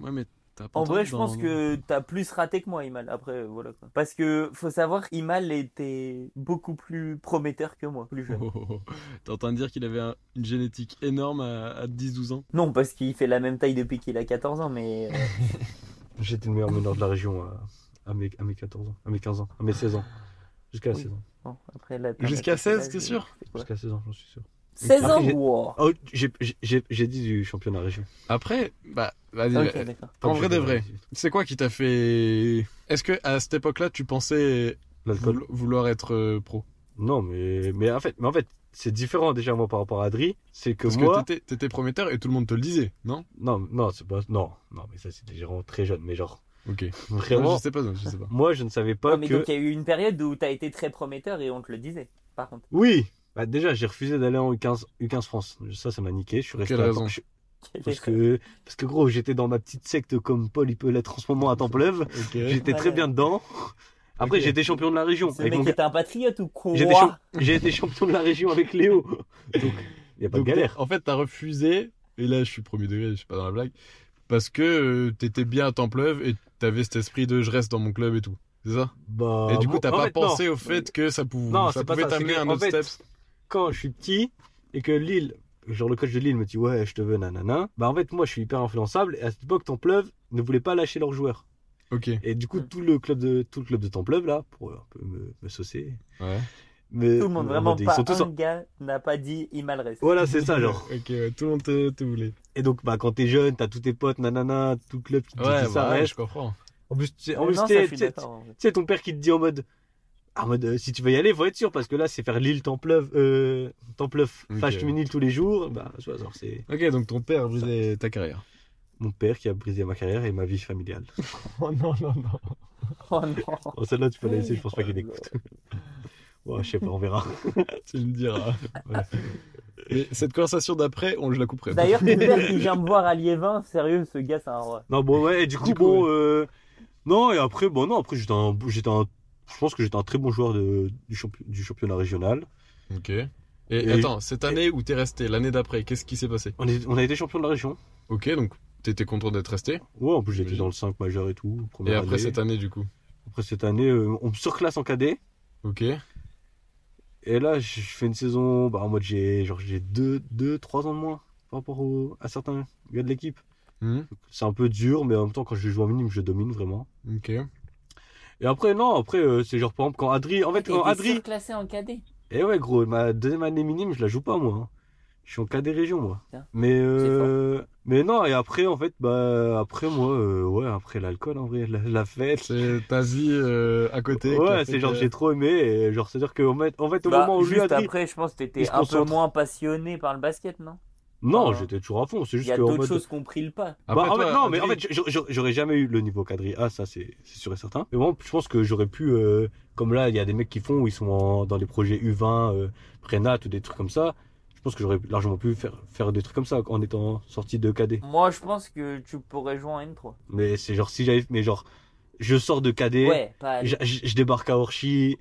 [SPEAKER 1] Ouais, mais t'as pas
[SPEAKER 2] En
[SPEAKER 1] entendu
[SPEAKER 2] vrai, je
[SPEAKER 3] ben,
[SPEAKER 1] dans-
[SPEAKER 2] pense que t'as plus raté que moi, Imal. Après, euh, voilà. quoi. Parce que faut savoir, Imal était beaucoup plus prometteur que moi, plus jeune.
[SPEAKER 1] Oh, oh, oh. T'es en train de dire qu'il avait un- une génétique énorme à, à 10-12 ans
[SPEAKER 2] Non, parce qu'il fait la même taille depuis qu'il a 14 ans, mais euh,
[SPEAKER 3] J'étais le meilleur meneur de la région à, à mes, à mes 14 ans, à mes 15 ans, à mes 16 ans. Jusqu'à
[SPEAKER 2] Oui.
[SPEAKER 3] 16 ans.
[SPEAKER 2] bon, après là. t'as
[SPEAKER 1] Jusqu'à
[SPEAKER 2] arrêté,
[SPEAKER 1] 16,
[SPEAKER 2] là,
[SPEAKER 1] t'es
[SPEAKER 2] je-
[SPEAKER 1] sûr
[SPEAKER 2] je sais pas.
[SPEAKER 3] Jusqu'à 16 ans, j'en suis sûr.
[SPEAKER 2] 16 ans,
[SPEAKER 3] Après, j'ai-
[SPEAKER 2] wow.
[SPEAKER 3] Ah, oui, j'ai- j'ai- j'ai j'ai dit du championnat région.
[SPEAKER 1] Après, bah, vas-y.
[SPEAKER 2] Ok,
[SPEAKER 1] euh,
[SPEAKER 2] d'accord.
[SPEAKER 1] En vrai de
[SPEAKER 3] Championnat
[SPEAKER 1] vrai.
[SPEAKER 3] région.
[SPEAKER 1] C'est quoi qui t'a fait. Est-ce que à cette époque-là, tu pensais
[SPEAKER 3] L'alcool.
[SPEAKER 1] voulo- vouloir être euh, pro
[SPEAKER 3] Mmh. Non, mais, mais en fait, mais en fait c'est différent déjà moi par rapport à Adri. C'est que
[SPEAKER 1] Parce
[SPEAKER 3] moi.
[SPEAKER 1] que t'étais- t'étais prometteur et tout le monde te le disait, non
[SPEAKER 3] non, non, c'est pas. Non, non, mais ça c'était vraiment très jeune. Mais genre,
[SPEAKER 1] Ok.
[SPEAKER 3] vraiment,
[SPEAKER 1] Je sais pas, je sais pas.
[SPEAKER 3] moi je ne savais pas
[SPEAKER 2] Ah, mais
[SPEAKER 3] que.
[SPEAKER 2] donc il y a eu une période où t'as été très prometteur et on te le disait. Par contre,
[SPEAKER 3] Oui Bah, Déjà, j'ai refusé d'aller en U15, U15 France. Ça, ça m'a niqué. Je suis resté
[SPEAKER 1] Quelle
[SPEAKER 3] à
[SPEAKER 1] raison
[SPEAKER 3] Torche- Parce que, parce que gros, j'étais dans ma petite secte comme Paul il peut l'être en ce moment à Templeuve.
[SPEAKER 1] Ok.
[SPEAKER 3] J'étais très
[SPEAKER 2] Malade.
[SPEAKER 3] bien dedans. Après,
[SPEAKER 1] Ok.
[SPEAKER 3] j'étais champion de la région.
[SPEAKER 2] ce
[SPEAKER 3] avec
[SPEAKER 2] mec
[SPEAKER 3] mon gars.
[SPEAKER 2] était un patriote ou quoi
[SPEAKER 3] J'ai des champ- J'ai été champion de la région avec Léo. Donc, il n'y a pas
[SPEAKER 1] Donc,
[SPEAKER 3] de galère.
[SPEAKER 1] En fait, t'as refusé, et là je suis premier degré, je suis pas dans la blague, parce que euh, t'étais bien à Templeuve et t'avais cet esprit de je reste dans mon club et tout. C'est ça
[SPEAKER 3] Bah,
[SPEAKER 1] Et du
[SPEAKER 3] bon,
[SPEAKER 1] coup, t'as
[SPEAKER 3] en
[SPEAKER 1] pas
[SPEAKER 3] fait, non.
[SPEAKER 1] pensé au fait que ça, pouvait
[SPEAKER 3] Non,
[SPEAKER 1] ça
[SPEAKER 3] c'est pas
[SPEAKER 1] pouvait
[SPEAKER 3] ça, c'est
[SPEAKER 1] t'amener
[SPEAKER 3] que,
[SPEAKER 1] à un
[SPEAKER 3] en
[SPEAKER 1] autre
[SPEAKER 3] fait,
[SPEAKER 1] step.
[SPEAKER 3] quand je suis petit et que Lille, genre le coach de Lille me dit ouais, je te veux, nanana, bah en fait, moi je suis hyper influençable et à cette époque, Templeuve ne voulait pas lâcher leurs joueurs.
[SPEAKER 1] Ok.
[SPEAKER 3] Et du coup,
[SPEAKER 2] Mm.
[SPEAKER 3] euh, tout le club de, tout le club de Templeuve là, pour un peu me, me saucer,
[SPEAKER 1] Ouais.
[SPEAKER 3] Mais
[SPEAKER 2] Tout le monde, vraiment
[SPEAKER 3] ils
[SPEAKER 2] pas
[SPEAKER 3] sont tous
[SPEAKER 2] un
[SPEAKER 3] en-
[SPEAKER 2] gars n'a pas dit il m'a le reste.
[SPEAKER 3] Voilà, c'est ça, genre.
[SPEAKER 1] Ok, ouais, tout le monde te, te voulait.
[SPEAKER 3] Et donc, bah, quand t'es jeune, t'as tous tes potes, nanana, tout club qui te dit
[SPEAKER 1] Ouais,
[SPEAKER 3] ça.
[SPEAKER 1] bah,
[SPEAKER 3] ouais.
[SPEAKER 1] ouais, je comprends.
[SPEAKER 3] En plus, tu sais- en
[SPEAKER 2] Non,
[SPEAKER 3] plus,
[SPEAKER 2] ça,
[SPEAKER 3] t'es-
[SPEAKER 2] je suis
[SPEAKER 3] t'es-
[SPEAKER 2] d'accord, en vrai.
[SPEAKER 3] Tu sais, ton père qui te dit en mode. Ah, en mode, euh, si tu veux y aller, faut être sûr, parce que là, c'est faire l'île temps pleuve, euh, temps pleuve,
[SPEAKER 1] Ok.
[SPEAKER 3] flash Tuminil tous les jours. Bah, tu vois, genre, c'est
[SPEAKER 1] Ok, donc ton père a brisé ta carrière.
[SPEAKER 3] mon père qui a brisé ma carrière et ma vie familiale.
[SPEAKER 1] Oh non, non, non.
[SPEAKER 2] Oh non.
[SPEAKER 3] Bon, celle-là, tu peux la laisser, je pense pas qu'il
[SPEAKER 2] Oh,
[SPEAKER 3] écoute. Bon, je sais pas, on verra.
[SPEAKER 1] Tu me diras. Mais cette conversation d'après, on, je la couperai.
[SPEAKER 2] D'ailleurs, ton père qui vient me voir à Liévin, sérieux, ce gars, c'est un roi.
[SPEAKER 3] Non, bon, ouais, et du coup,
[SPEAKER 1] coup,
[SPEAKER 3] bon. euh, Non, et après, bon, non, après, j'étais un. j'étais un- Je pense que j'étais un très bon joueur de, du, champi- du championnat régional.
[SPEAKER 1] Ok. Et, attends, cette année où t'es resté, l'année d'après, qu'est-ce qui s'est passé
[SPEAKER 3] On, est- on a été champion de la région.
[SPEAKER 1] Ok, donc t'étais content d'être resté.
[SPEAKER 3] Ouais, en plus, j'étais
[SPEAKER 1] Oui.
[SPEAKER 3] dans le 5 majeur et tout.
[SPEAKER 1] Et
[SPEAKER 3] première
[SPEAKER 1] après
[SPEAKER 3] année.
[SPEAKER 1] cette année, du coup.
[SPEAKER 3] Après cette année, euh, on me surclasse en cadet.
[SPEAKER 1] Ok.
[SPEAKER 3] Et là, je je fais une saison, bah, en mode j'ai genre j'ai 2 deux, 3 ans de moins par rapport au- à certains gars de l'équipe.
[SPEAKER 1] Hmm,
[SPEAKER 3] C'est un peu dur, mais en même temps, quand je joue en minime, je domine vraiment.
[SPEAKER 1] Ok.
[SPEAKER 3] Et après, non, après, euh, c'est genre par exemple quand Adri. En fait, quand Adri.
[SPEAKER 2] classé en cadet.
[SPEAKER 3] Eh ouais, gros, ma deuxième année minime, je la joue pas moi. hein. Je suis en cadet région, moi.
[SPEAKER 2] Putain,
[SPEAKER 3] Mais, euh, mais non, et après, en fait, bah, après, moi, euh, ouais, après l'alcool, en vrai, la, la fête.
[SPEAKER 1] C'est ta vie euh, à côté. qui a
[SPEAKER 3] Ouais,
[SPEAKER 1] fait
[SPEAKER 3] c'est genre,
[SPEAKER 1] que-
[SPEAKER 3] j'ai trop aimé. et genre, c'est-à-dire qu'en fait, en fait, au
[SPEAKER 2] Bah,
[SPEAKER 3] moment où lui
[SPEAKER 2] juste
[SPEAKER 3] Adri.
[SPEAKER 2] après, je pense que
[SPEAKER 3] il
[SPEAKER 2] t'étais
[SPEAKER 3] se
[SPEAKER 2] un peu
[SPEAKER 3] concentre.
[SPEAKER 2] moins passionné par le basket, non
[SPEAKER 3] Non,
[SPEAKER 2] Ah.
[SPEAKER 3] j'étais toujours à fond.
[SPEAKER 2] Il
[SPEAKER 3] C'est juste
[SPEAKER 2] y a
[SPEAKER 3] que, en
[SPEAKER 2] d'autres
[SPEAKER 3] mode-
[SPEAKER 2] choses qu'on pris le pas.
[SPEAKER 1] Après,
[SPEAKER 3] Bah, en
[SPEAKER 1] toi,
[SPEAKER 3] fait, non, mais en
[SPEAKER 1] Adrien,
[SPEAKER 3] fait, je- je- je- j'aurais jamais eu le niveau quadrille A, ça c'est c'est sûr et certain. Mais bon, je pense que j'aurais pu, euh, comme là, il y a des mecs qui font, ils sont en- dans les projets U20, euh, Prénat ou des trucs comme ça. Je pense que j'aurais largement pu faire, faire des trucs comme ça en étant sorti de KD.
[SPEAKER 2] Moi, je pense que tu pourrais jouer en N3.
[SPEAKER 3] Mais c'est genre, si j'avais, mais genre, je sors de KD,
[SPEAKER 2] Ouais, pas.
[SPEAKER 3] j'a- j- je débarque à Orchi,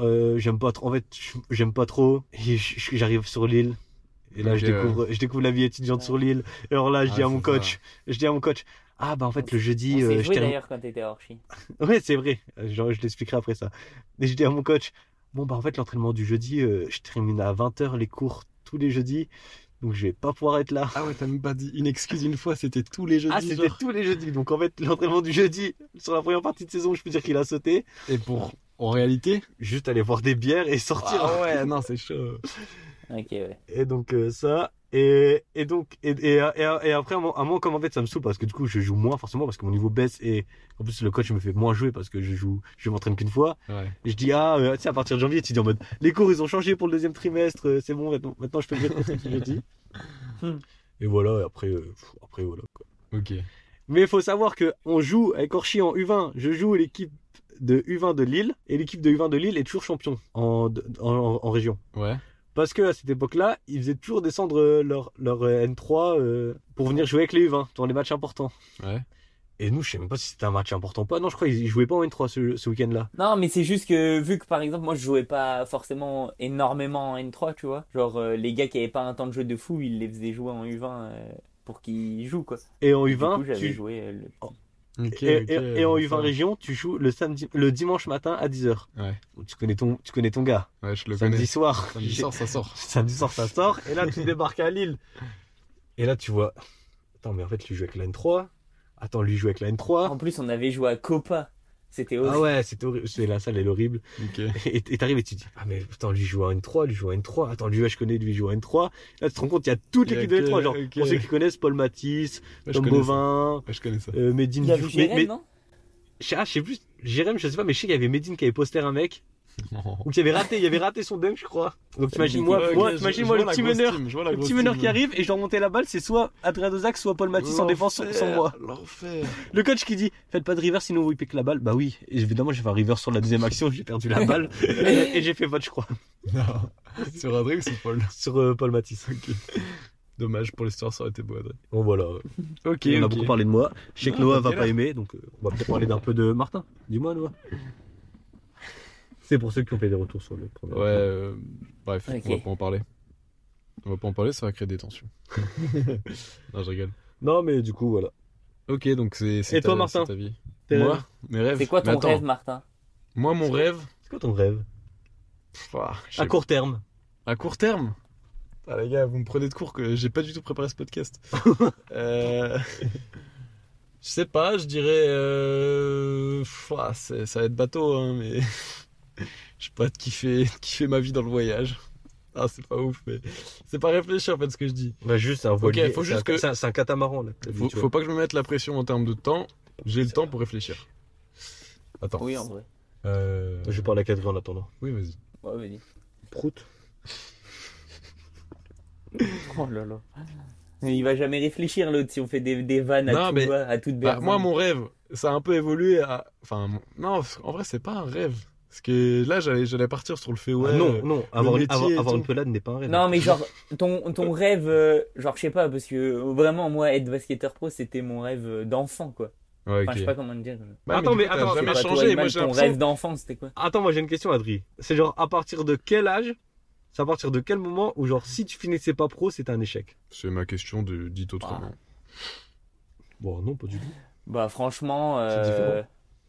[SPEAKER 3] euh, j'aime pas trop, en fait, j'aime pas trop, et j- j'arrive sur l'île. Et là, je
[SPEAKER 1] Ok, ouais.
[SPEAKER 3] découvre, je découvre la vie étudiante
[SPEAKER 2] Ouais.
[SPEAKER 3] sur l'île. Et alors là, je
[SPEAKER 1] Ah,
[SPEAKER 3] dis à
[SPEAKER 1] c'est
[SPEAKER 3] mon
[SPEAKER 1] ça.
[SPEAKER 3] coach, je dis à mon coach, ah bah en fait, le
[SPEAKER 2] On
[SPEAKER 3] jeudi,
[SPEAKER 2] s'est
[SPEAKER 3] euh, je
[SPEAKER 2] joué
[SPEAKER 3] termine.
[SPEAKER 2] d'ailleurs quand t'étais à Orchi.
[SPEAKER 3] Ouais, c'est vrai. Euh, Genre, je l'expliquerai après ça. Et je dis à mon coach, bon, bah, en fait, l'entraînement du jeudi, euh, je termine à 20h les cours tous les jeudis. Donc, je vais pas pouvoir être là.
[SPEAKER 1] Ah ouais, t'as même pas dit une excuse une fois, c'était tous les jeudis.
[SPEAKER 3] Ah, c'était
[SPEAKER 1] genre.
[SPEAKER 3] tous les jeudis. Donc, en fait, l'entraînement du jeudi, sur la première partie de saison, je peux dire qu'il a sauté.
[SPEAKER 1] Et pour, en réalité
[SPEAKER 3] Juste aller boire des bières et sortir.
[SPEAKER 1] Ah ouais, non, c'est chaud.
[SPEAKER 2] Ok, ouais.
[SPEAKER 3] Et donc, euh, ça. Et, et donc, et, et, et, et après, à moi, comme en fait, ça me saoule parce que du coup, je joue moins forcément parce que mon niveau baisse et en plus, le coach me fait moins jouer parce que je joue, je m'entraîne qu'une fois.
[SPEAKER 1] Ouais.
[SPEAKER 3] Et Je dis, ah, euh, tu sais, à partir de janvier, tu dis en mode, les cours, ils ont changé pour le deuxième trimestre, euh, c'est bon, maintenant, maintenant, je peux dire ce que je dis.
[SPEAKER 2] Hmm.
[SPEAKER 3] Et voilà, et après, euh, pff, après voilà. quoi.
[SPEAKER 1] Ok.
[SPEAKER 3] Mais il faut savoir que on joue avec Orchi en U20, je joue l'équipe de U20 de Lille, et l'équipe de U20 de Lille est toujours champion en, en, en région.
[SPEAKER 1] Ouais.
[SPEAKER 3] Parce que à cette époque-là, ils faisaient toujours descendre euh, leur, leur euh, N3 euh, pour venir jouer avec les U20 dans les matchs importants.
[SPEAKER 1] Ouais.
[SPEAKER 3] Et nous, je sais même pas si c'était un match important ou pas. Non, je crois qu'ils jouaient pas en N3 ce, ce week-end-là.
[SPEAKER 2] Non, mais c'est juste que vu que par exemple, moi je jouais pas forcément énormément en N3, tu vois. Genre, euh, les gars qui avaient pas un temps de jeu de fou, ils les faisaient jouer en U20 euh, pour qu'ils jouent, quoi.
[SPEAKER 3] Et en
[SPEAKER 2] Du coup,
[SPEAKER 3] U20,
[SPEAKER 2] j'avais
[SPEAKER 3] tu, Oh.
[SPEAKER 2] joué euh, le-
[SPEAKER 1] Ok,
[SPEAKER 3] et,
[SPEAKER 1] ok,
[SPEAKER 3] et- et en
[SPEAKER 1] donc
[SPEAKER 3] U20
[SPEAKER 1] ça.
[SPEAKER 3] région, tu joues le, samedi, le dimanche matin à 10h.
[SPEAKER 1] Ouais.
[SPEAKER 3] Tu connais ton, tu connais ton gars.
[SPEAKER 1] Ouais, je le
[SPEAKER 3] samedi
[SPEAKER 1] connais.
[SPEAKER 3] soir.
[SPEAKER 1] Samedi
[SPEAKER 3] j'ai-
[SPEAKER 1] soir, ça sort.
[SPEAKER 3] samedi soir, ça sort. Et là, tu débarques à Lille. Et là, tu vois. Attends, mais en fait, lui joue avec la N3. Attends, lui joue avec la N3.
[SPEAKER 2] En plus, on avait joué à Copa. C'était
[SPEAKER 3] Ah
[SPEAKER 2] horrible.
[SPEAKER 3] ouais, c'est horrible. C'est la salle, elle est horrible.
[SPEAKER 1] Ok.
[SPEAKER 3] Et et t'arrives et tu te dis, ah mais attends, lui joue à N3, lui joue à N3, attends, lui je connais, lui joue à N3. Là, tu te rends compte, il y a toute
[SPEAKER 1] Il y a
[SPEAKER 3] l'équipe de
[SPEAKER 1] que-
[SPEAKER 3] N3. Genre,
[SPEAKER 1] ok.
[SPEAKER 3] pour ceux qui connaissent, Paul Matisse,
[SPEAKER 1] Ouais, je
[SPEAKER 3] Tom
[SPEAKER 1] connais ça.
[SPEAKER 3] Bovin,
[SPEAKER 1] Ouais, je connais ça.
[SPEAKER 3] euh, Medine
[SPEAKER 2] Il y avait
[SPEAKER 3] Diouf-
[SPEAKER 2] Jérém,
[SPEAKER 3] mais- mais-
[SPEAKER 2] non
[SPEAKER 3] Ah, je sais plus, Jérém, je sais pas, mais je sais qu'il y avait Medine qui avait posté un mec.
[SPEAKER 1] Ok,
[SPEAKER 3] Donc il avait raté, il avait raté son dunk, je crois. Donc t'imagines moi,
[SPEAKER 1] je-
[SPEAKER 3] moi,
[SPEAKER 1] je-
[SPEAKER 3] t'imagines
[SPEAKER 1] je
[SPEAKER 3] moi
[SPEAKER 1] vois
[SPEAKER 3] le
[SPEAKER 1] la
[SPEAKER 3] petit
[SPEAKER 1] grosse
[SPEAKER 3] meneur,
[SPEAKER 1] team, je vois la
[SPEAKER 3] le
[SPEAKER 1] grosse
[SPEAKER 3] petit meneur
[SPEAKER 1] team.
[SPEAKER 3] qui arrive et je leur montais la balle, c'est soit Adrien Dozac, soit Paul Matisse en défense sans, sans moi.
[SPEAKER 1] L'enfer.
[SPEAKER 3] Le coach qui dit, faites pas de reverse sinon vous il pique la balle. Bah oui, et évidemment j'ai fait un reverse sur la deuxième action, j'ai perdu la balle et, et j'ai fait vote, je crois,
[SPEAKER 1] Non. Sur Adrien ou sur Paul
[SPEAKER 3] sur euh, Paul Matisse.
[SPEAKER 1] Dommage pour l'histoire, ça aurait été beau, Adrien.
[SPEAKER 3] Bon voilà.
[SPEAKER 1] Ok,
[SPEAKER 3] on a beaucoup parlé de moi. Je sais que
[SPEAKER 1] Non,
[SPEAKER 3] Noah
[SPEAKER 1] pas
[SPEAKER 3] va
[SPEAKER 1] de
[SPEAKER 3] pas aimer, donc euh, on va peut-être parler d'un peu de Martin. Dis-moi, Noah. C'est pour ceux qui ont fait des retours sur le premier.
[SPEAKER 1] Ouais, euh, bref,
[SPEAKER 2] Ok.
[SPEAKER 1] on va pas en parler. On va pas en parler, ça va créer des tensions. non, je rigole.
[SPEAKER 3] Non, mais du coup, voilà.
[SPEAKER 1] Ok, donc c'est c'est
[SPEAKER 3] Et toi,
[SPEAKER 1] ta-
[SPEAKER 3] Martin
[SPEAKER 1] c'est ta vie.
[SPEAKER 3] Tes
[SPEAKER 1] Moi,
[SPEAKER 3] rêves
[SPEAKER 1] mes rêves.
[SPEAKER 2] C'est quoi ton
[SPEAKER 1] Mais attends,
[SPEAKER 2] rêve, Martin
[SPEAKER 1] Moi, mon rêve.
[SPEAKER 3] C'est quoi ton rêve
[SPEAKER 1] Pff, ah, je sais
[SPEAKER 3] À court terme.
[SPEAKER 1] À court terme Ah les gars, vous me prenez de court que j'ai pas du tout préparé ce podcast. Euh, Je sais pas, je dirais... euh, pff, ah, c'est- ça va être bateau, hein, mais... Je sais pas de kiffer, de kiffer ma vie dans le voyage. Ah, c'est pas ouf, mais c'est pas réfléchir en fait ce que je dis.
[SPEAKER 3] Bah, juste un voilier.
[SPEAKER 1] faut
[SPEAKER 3] c'est
[SPEAKER 1] juste
[SPEAKER 3] un-
[SPEAKER 1] que-
[SPEAKER 3] C'est un, c'est un catamaran, là. t'as vu,
[SPEAKER 1] Faut,
[SPEAKER 3] tu vois.
[SPEAKER 1] faut pas que je me mette la pression en termes de temps. J'ai le temps pour réfléchir. Attends.
[SPEAKER 2] Oui, en vrai.
[SPEAKER 1] Euh,
[SPEAKER 3] Je parle à 4 en attendant.
[SPEAKER 1] Oui, vas-y.
[SPEAKER 2] Ouais, vas-y.
[SPEAKER 3] Prout.
[SPEAKER 2] Oh là là. Mais il va jamais réfléchir, l'autre, si on fait des, des vannes à,
[SPEAKER 1] Non,
[SPEAKER 2] tout
[SPEAKER 1] mais-
[SPEAKER 2] va- à toute
[SPEAKER 1] Bah,
[SPEAKER 2] berzingue.
[SPEAKER 1] moi, mon rêve, ça a un peu évolué à. Enfin, mon- non, en vrai, c'est pas un rêve. Parce que là, j'allais j'allais partir sur le fait, ouais.
[SPEAKER 3] Ah
[SPEAKER 1] euh,
[SPEAKER 3] non, non, avoir,
[SPEAKER 1] métier
[SPEAKER 3] avoir-
[SPEAKER 1] et
[SPEAKER 3] avoir
[SPEAKER 1] tout.
[SPEAKER 3] une pelade n'est pas un rêve.
[SPEAKER 2] Non, mais genre, ton, ton rêve, euh, genre, je sais pas, parce que euh, vraiment, moi, être basketteur pro, c'était mon rêve euh, d'enfant, quoi.
[SPEAKER 1] Ouais, ok.
[SPEAKER 2] Enfin, je sais pas comment le dire. euh,
[SPEAKER 1] Bah,
[SPEAKER 3] Attends,
[SPEAKER 1] du
[SPEAKER 3] mais
[SPEAKER 1] coup, t'as
[SPEAKER 3] attends,
[SPEAKER 1] jamais
[SPEAKER 2] Pas toi,
[SPEAKER 1] changé.
[SPEAKER 2] Iman,
[SPEAKER 1] Moi, j'ai
[SPEAKER 2] ton
[SPEAKER 1] l'impression-
[SPEAKER 2] rêve d'enfant, c'était quoi
[SPEAKER 3] Attends, moi j'ai une question, Adri. C'est genre à partir de quel âge C'est à partir de quel moment où, genre, si tu finissais pas pro, c'était un échec
[SPEAKER 1] C'est ma question de dites autrement.
[SPEAKER 3] Bon, non, pas du tout.
[SPEAKER 2] Bah, franchement,
[SPEAKER 3] C'est
[SPEAKER 2] euh,
[SPEAKER 3] différent.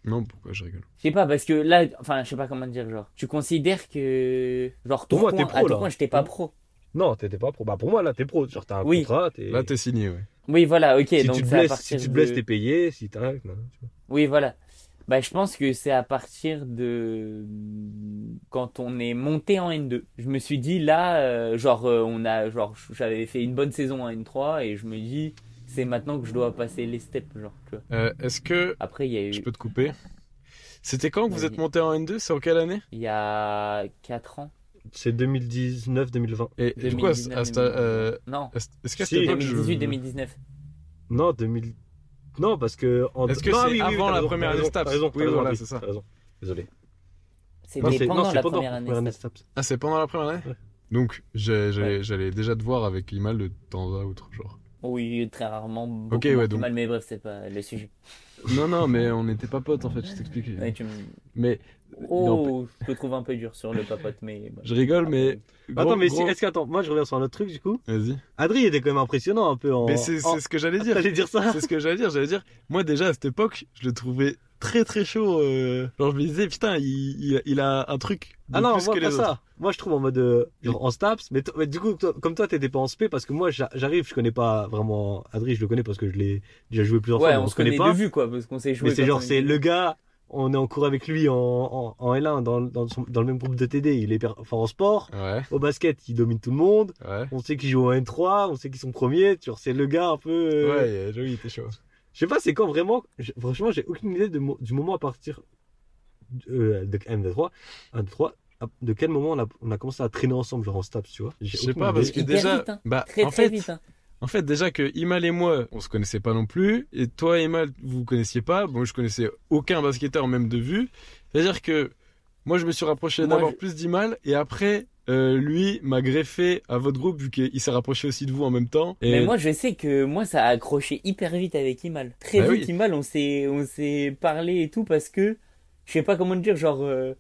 [SPEAKER 1] Non, pourquoi je rigole
[SPEAKER 2] je sais pas, parce que là, enfin, je sais pas comment te dire, genre, tu considères que, genre, ton
[SPEAKER 3] Pour moi,
[SPEAKER 2] coin,
[SPEAKER 3] t'es
[SPEAKER 2] à
[SPEAKER 3] pro,
[SPEAKER 2] ton
[SPEAKER 3] là.
[SPEAKER 2] coin, j'étais pas
[SPEAKER 3] Hein
[SPEAKER 2] pro.
[SPEAKER 3] Non, t'étais pas pro. Bah, pour moi, là, t'es pro. Genre, t'as un
[SPEAKER 2] Oui.
[SPEAKER 3] contrat. T'es...
[SPEAKER 1] Là, t'es signé, ouais.
[SPEAKER 2] Oui, voilà, ok,
[SPEAKER 3] si,
[SPEAKER 2] donc
[SPEAKER 3] tu te
[SPEAKER 2] c'est à
[SPEAKER 3] blesses, si
[SPEAKER 2] partir
[SPEAKER 3] tu te blesses,
[SPEAKER 2] de-
[SPEAKER 3] t'es payé. Si t'arrêtes, non, tu vois.
[SPEAKER 2] Oui, voilà. Bah, je pense que c'est à partir de mm, quand on est monté en N2. Je me suis dit là, euh, genre euh, on a, genre j'avais fait une bonne saison en N3 et je me dis c'est maintenant que je dois passer les steps, genre. Tu vois.
[SPEAKER 1] Euh, Est-ce que
[SPEAKER 2] Après il y a
[SPEAKER 1] je
[SPEAKER 2] eu,
[SPEAKER 1] peux te couper C'était quand que vous
[SPEAKER 2] Vas-y.
[SPEAKER 1] êtes monté en N2 C'est en quelle année
[SPEAKER 2] il y a 4 ans,
[SPEAKER 3] C'est 2019-2020.
[SPEAKER 1] Et et du coup, à, ce- à
[SPEAKER 2] 2019,
[SPEAKER 1] cette- euh,
[SPEAKER 2] 2020. Non,
[SPEAKER 1] à ce- est-ce qu'à
[SPEAKER 3] Si.
[SPEAKER 1] cette époque, je-
[SPEAKER 2] 2018, 2019.
[SPEAKER 3] Non, 2000. Non, parce que. En...
[SPEAKER 1] Est-ce que
[SPEAKER 3] Non,
[SPEAKER 1] c'est avant
[SPEAKER 3] t'as
[SPEAKER 1] la
[SPEAKER 3] raison,
[SPEAKER 1] première
[SPEAKER 3] t'as
[SPEAKER 1] année
[SPEAKER 3] raison,
[SPEAKER 1] Staps
[SPEAKER 3] t'as raison, t'as
[SPEAKER 1] Oui,
[SPEAKER 3] raison,
[SPEAKER 1] voilà,
[SPEAKER 3] Adri,
[SPEAKER 1] c'est ça.
[SPEAKER 3] t'as raison. Désolé.
[SPEAKER 2] C'était
[SPEAKER 3] c'est-
[SPEAKER 2] pendant
[SPEAKER 3] c'est
[SPEAKER 2] la
[SPEAKER 3] pendant
[SPEAKER 2] première année.
[SPEAKER 3] première année
[SPEAKER 2] Steph.
[SPEAKER 3] Staps.
[SPEAKER 1] Ah, c'est pendant la première année
[SPEAKER 3] Ouais.
[SPEAKER 1] Donc, j'ai- j'allais
[SPEAKER 2] Ouais.
[SPEAKER 1] j'allais déjà te voir avec Imal de temps à autre, genre.
[SPEAKER 2] Oui, très rarement, beaucoup
[SPEAKER 1] Ok,
[SPEAKER 2] moins
[SPEAKER 1] ouais,
[SPEAKER 2] que
[SPEAKER 1] donc-
[SPEAKER 2] mal, mais bref, c'est pas le sujet.
[SPEAKER 1] Non, non, mais on n'était pas potes, en fait, je t'explique.
[SPEAKER 2] Ouais, tu me-
[SPEAKER 1] Mais, non,
[SPEAKER 2] Oh, je te trouve un peu dur sur le papote, mais.
[SPEAKER 1] je rigole, mais...
[SPEAKER 3] Attends,
[SPEAKER 1] gros-
[SPEAKER 3] mais si-
[SPEAKER 1] gros-
[SPEAKER 3] est-ce que. Attends, moi, je reviens sur un autre truc, du coup.
[SPEAKER 1] Vas-y.
[SPEAKER 3] Adri il était quand même impressionnant un peu en.
[SPEAKER 1] Mais c'est
[SPEAKER 3] en-
[SPEAKER 1] c'est ce que j'allais dire.
[SPEAKER 3] T'allais dire
[SPEAKER 2] Ah.
[SPEAKER 3] ça
[SPEAKER 1] C'est ce que j'allais dire, j'allais dire, moi déjà à cette époque, je le trouvais très très chaud. euh, Genre je me disais, putain, il, il- il a un truc de
[SPEAKER 3] Ah non,
[SPEAKER 1] plus
[SPEAKER 3] moi
[SPEAKER 1] que les
[SPEAKER 3] pas
[SPEAKER 1] autres.
[SPEAKER 3] ça. Moi je trouve en mode euh, genre en staps, mais, t- mais du coup toi- comme toi t'étais pas en spé parce que moi j'a- j'arrive, je connais pas vraiment Adri, je le connais parce que je l'ai déjà joué plusieurs
[SPEAKER 2] Ouais,
[SPEAKER 3] fois. mais
[SPEAKER 2] on se
[SPEAKER 3] se connaît
[SPEAKER 2] connaît
[SPEAKER 3] pas.
[SPEAKER 2] de vue quoi, parce qu'on s'est joué.
[SPEAKER 3] mais c'est
[SPEAKER 2] quand
[SPEAKER 3] genre
[SPEAKER 2] on
[SPEAKER 3] c'est
[SPEAKER 2] était-
[SPEAKER 3] le gars, on est en cours avec lui en, en, en L1 dans, dans, son- dans le même groupe de TD, il est per- fort en sport,
[SPEAKER 1] Ouais,
[SPEAKER 3] au basket il domine tout le monde,
[SPEAKER 1] ouais.
[SPEAKER 3] on sait qu'il joue en N3, on sait qu'ils sont premiers, tu vois, c'est le gars un peu. euh,
[SPEAKER 1] Ouais, Joey était chaud.
[SPEAKER 3] Je sais pas c'est quand vraiment, je- franchement j'ai aucune idée de mo- du moment à partir euh, de M23, 3 de quel moment on a, on a commencé à traîner ensemble genre en staps tu vois.
[SPEAKER 1] Je sais pas parce que
[SPEAKER 2] Hyper
[SPEAKER 1] déjà,
[SPEAKER 2] vite, hein.
[SPEAKER 1] bah
[SPEAKER 2] Très
[SPEAKER 1] en
[SPEAKER 2] très
[SPEAKER 1] fait,
[SPEAKER 2] vite. hein.
[SPEAKER 1] en fait déjà que Imal et moi, on se connaissait pas non plus, et toi Imal, vous vous connaissiez pas. Bon, je connaissais aucun basketteur même de vue. C'est à dire que moi je me suis rapproché
[SPEAKER 2] Moi,
[SPEAKER 1] d'abord
[SPEAKER 2] je-
[SPEAKER 1] plus d'Imal et après. euh, lui m'a greffé à votre groupe vu qu'il s'est rapproché aussi de vous en même temps. Et
[SPEAKER 2] Mais moi, je sais que moi, ça a accroché hyper vite avec Imal. Très
[SPEAKER 1] Bah
[SPEAKER 2] vite,
[SPEAKER 1] oui.
[SPEAKER 2] Imal, on s'est, on s'est parlé et tout parce que, je sais pas comment te dire, genre, euh,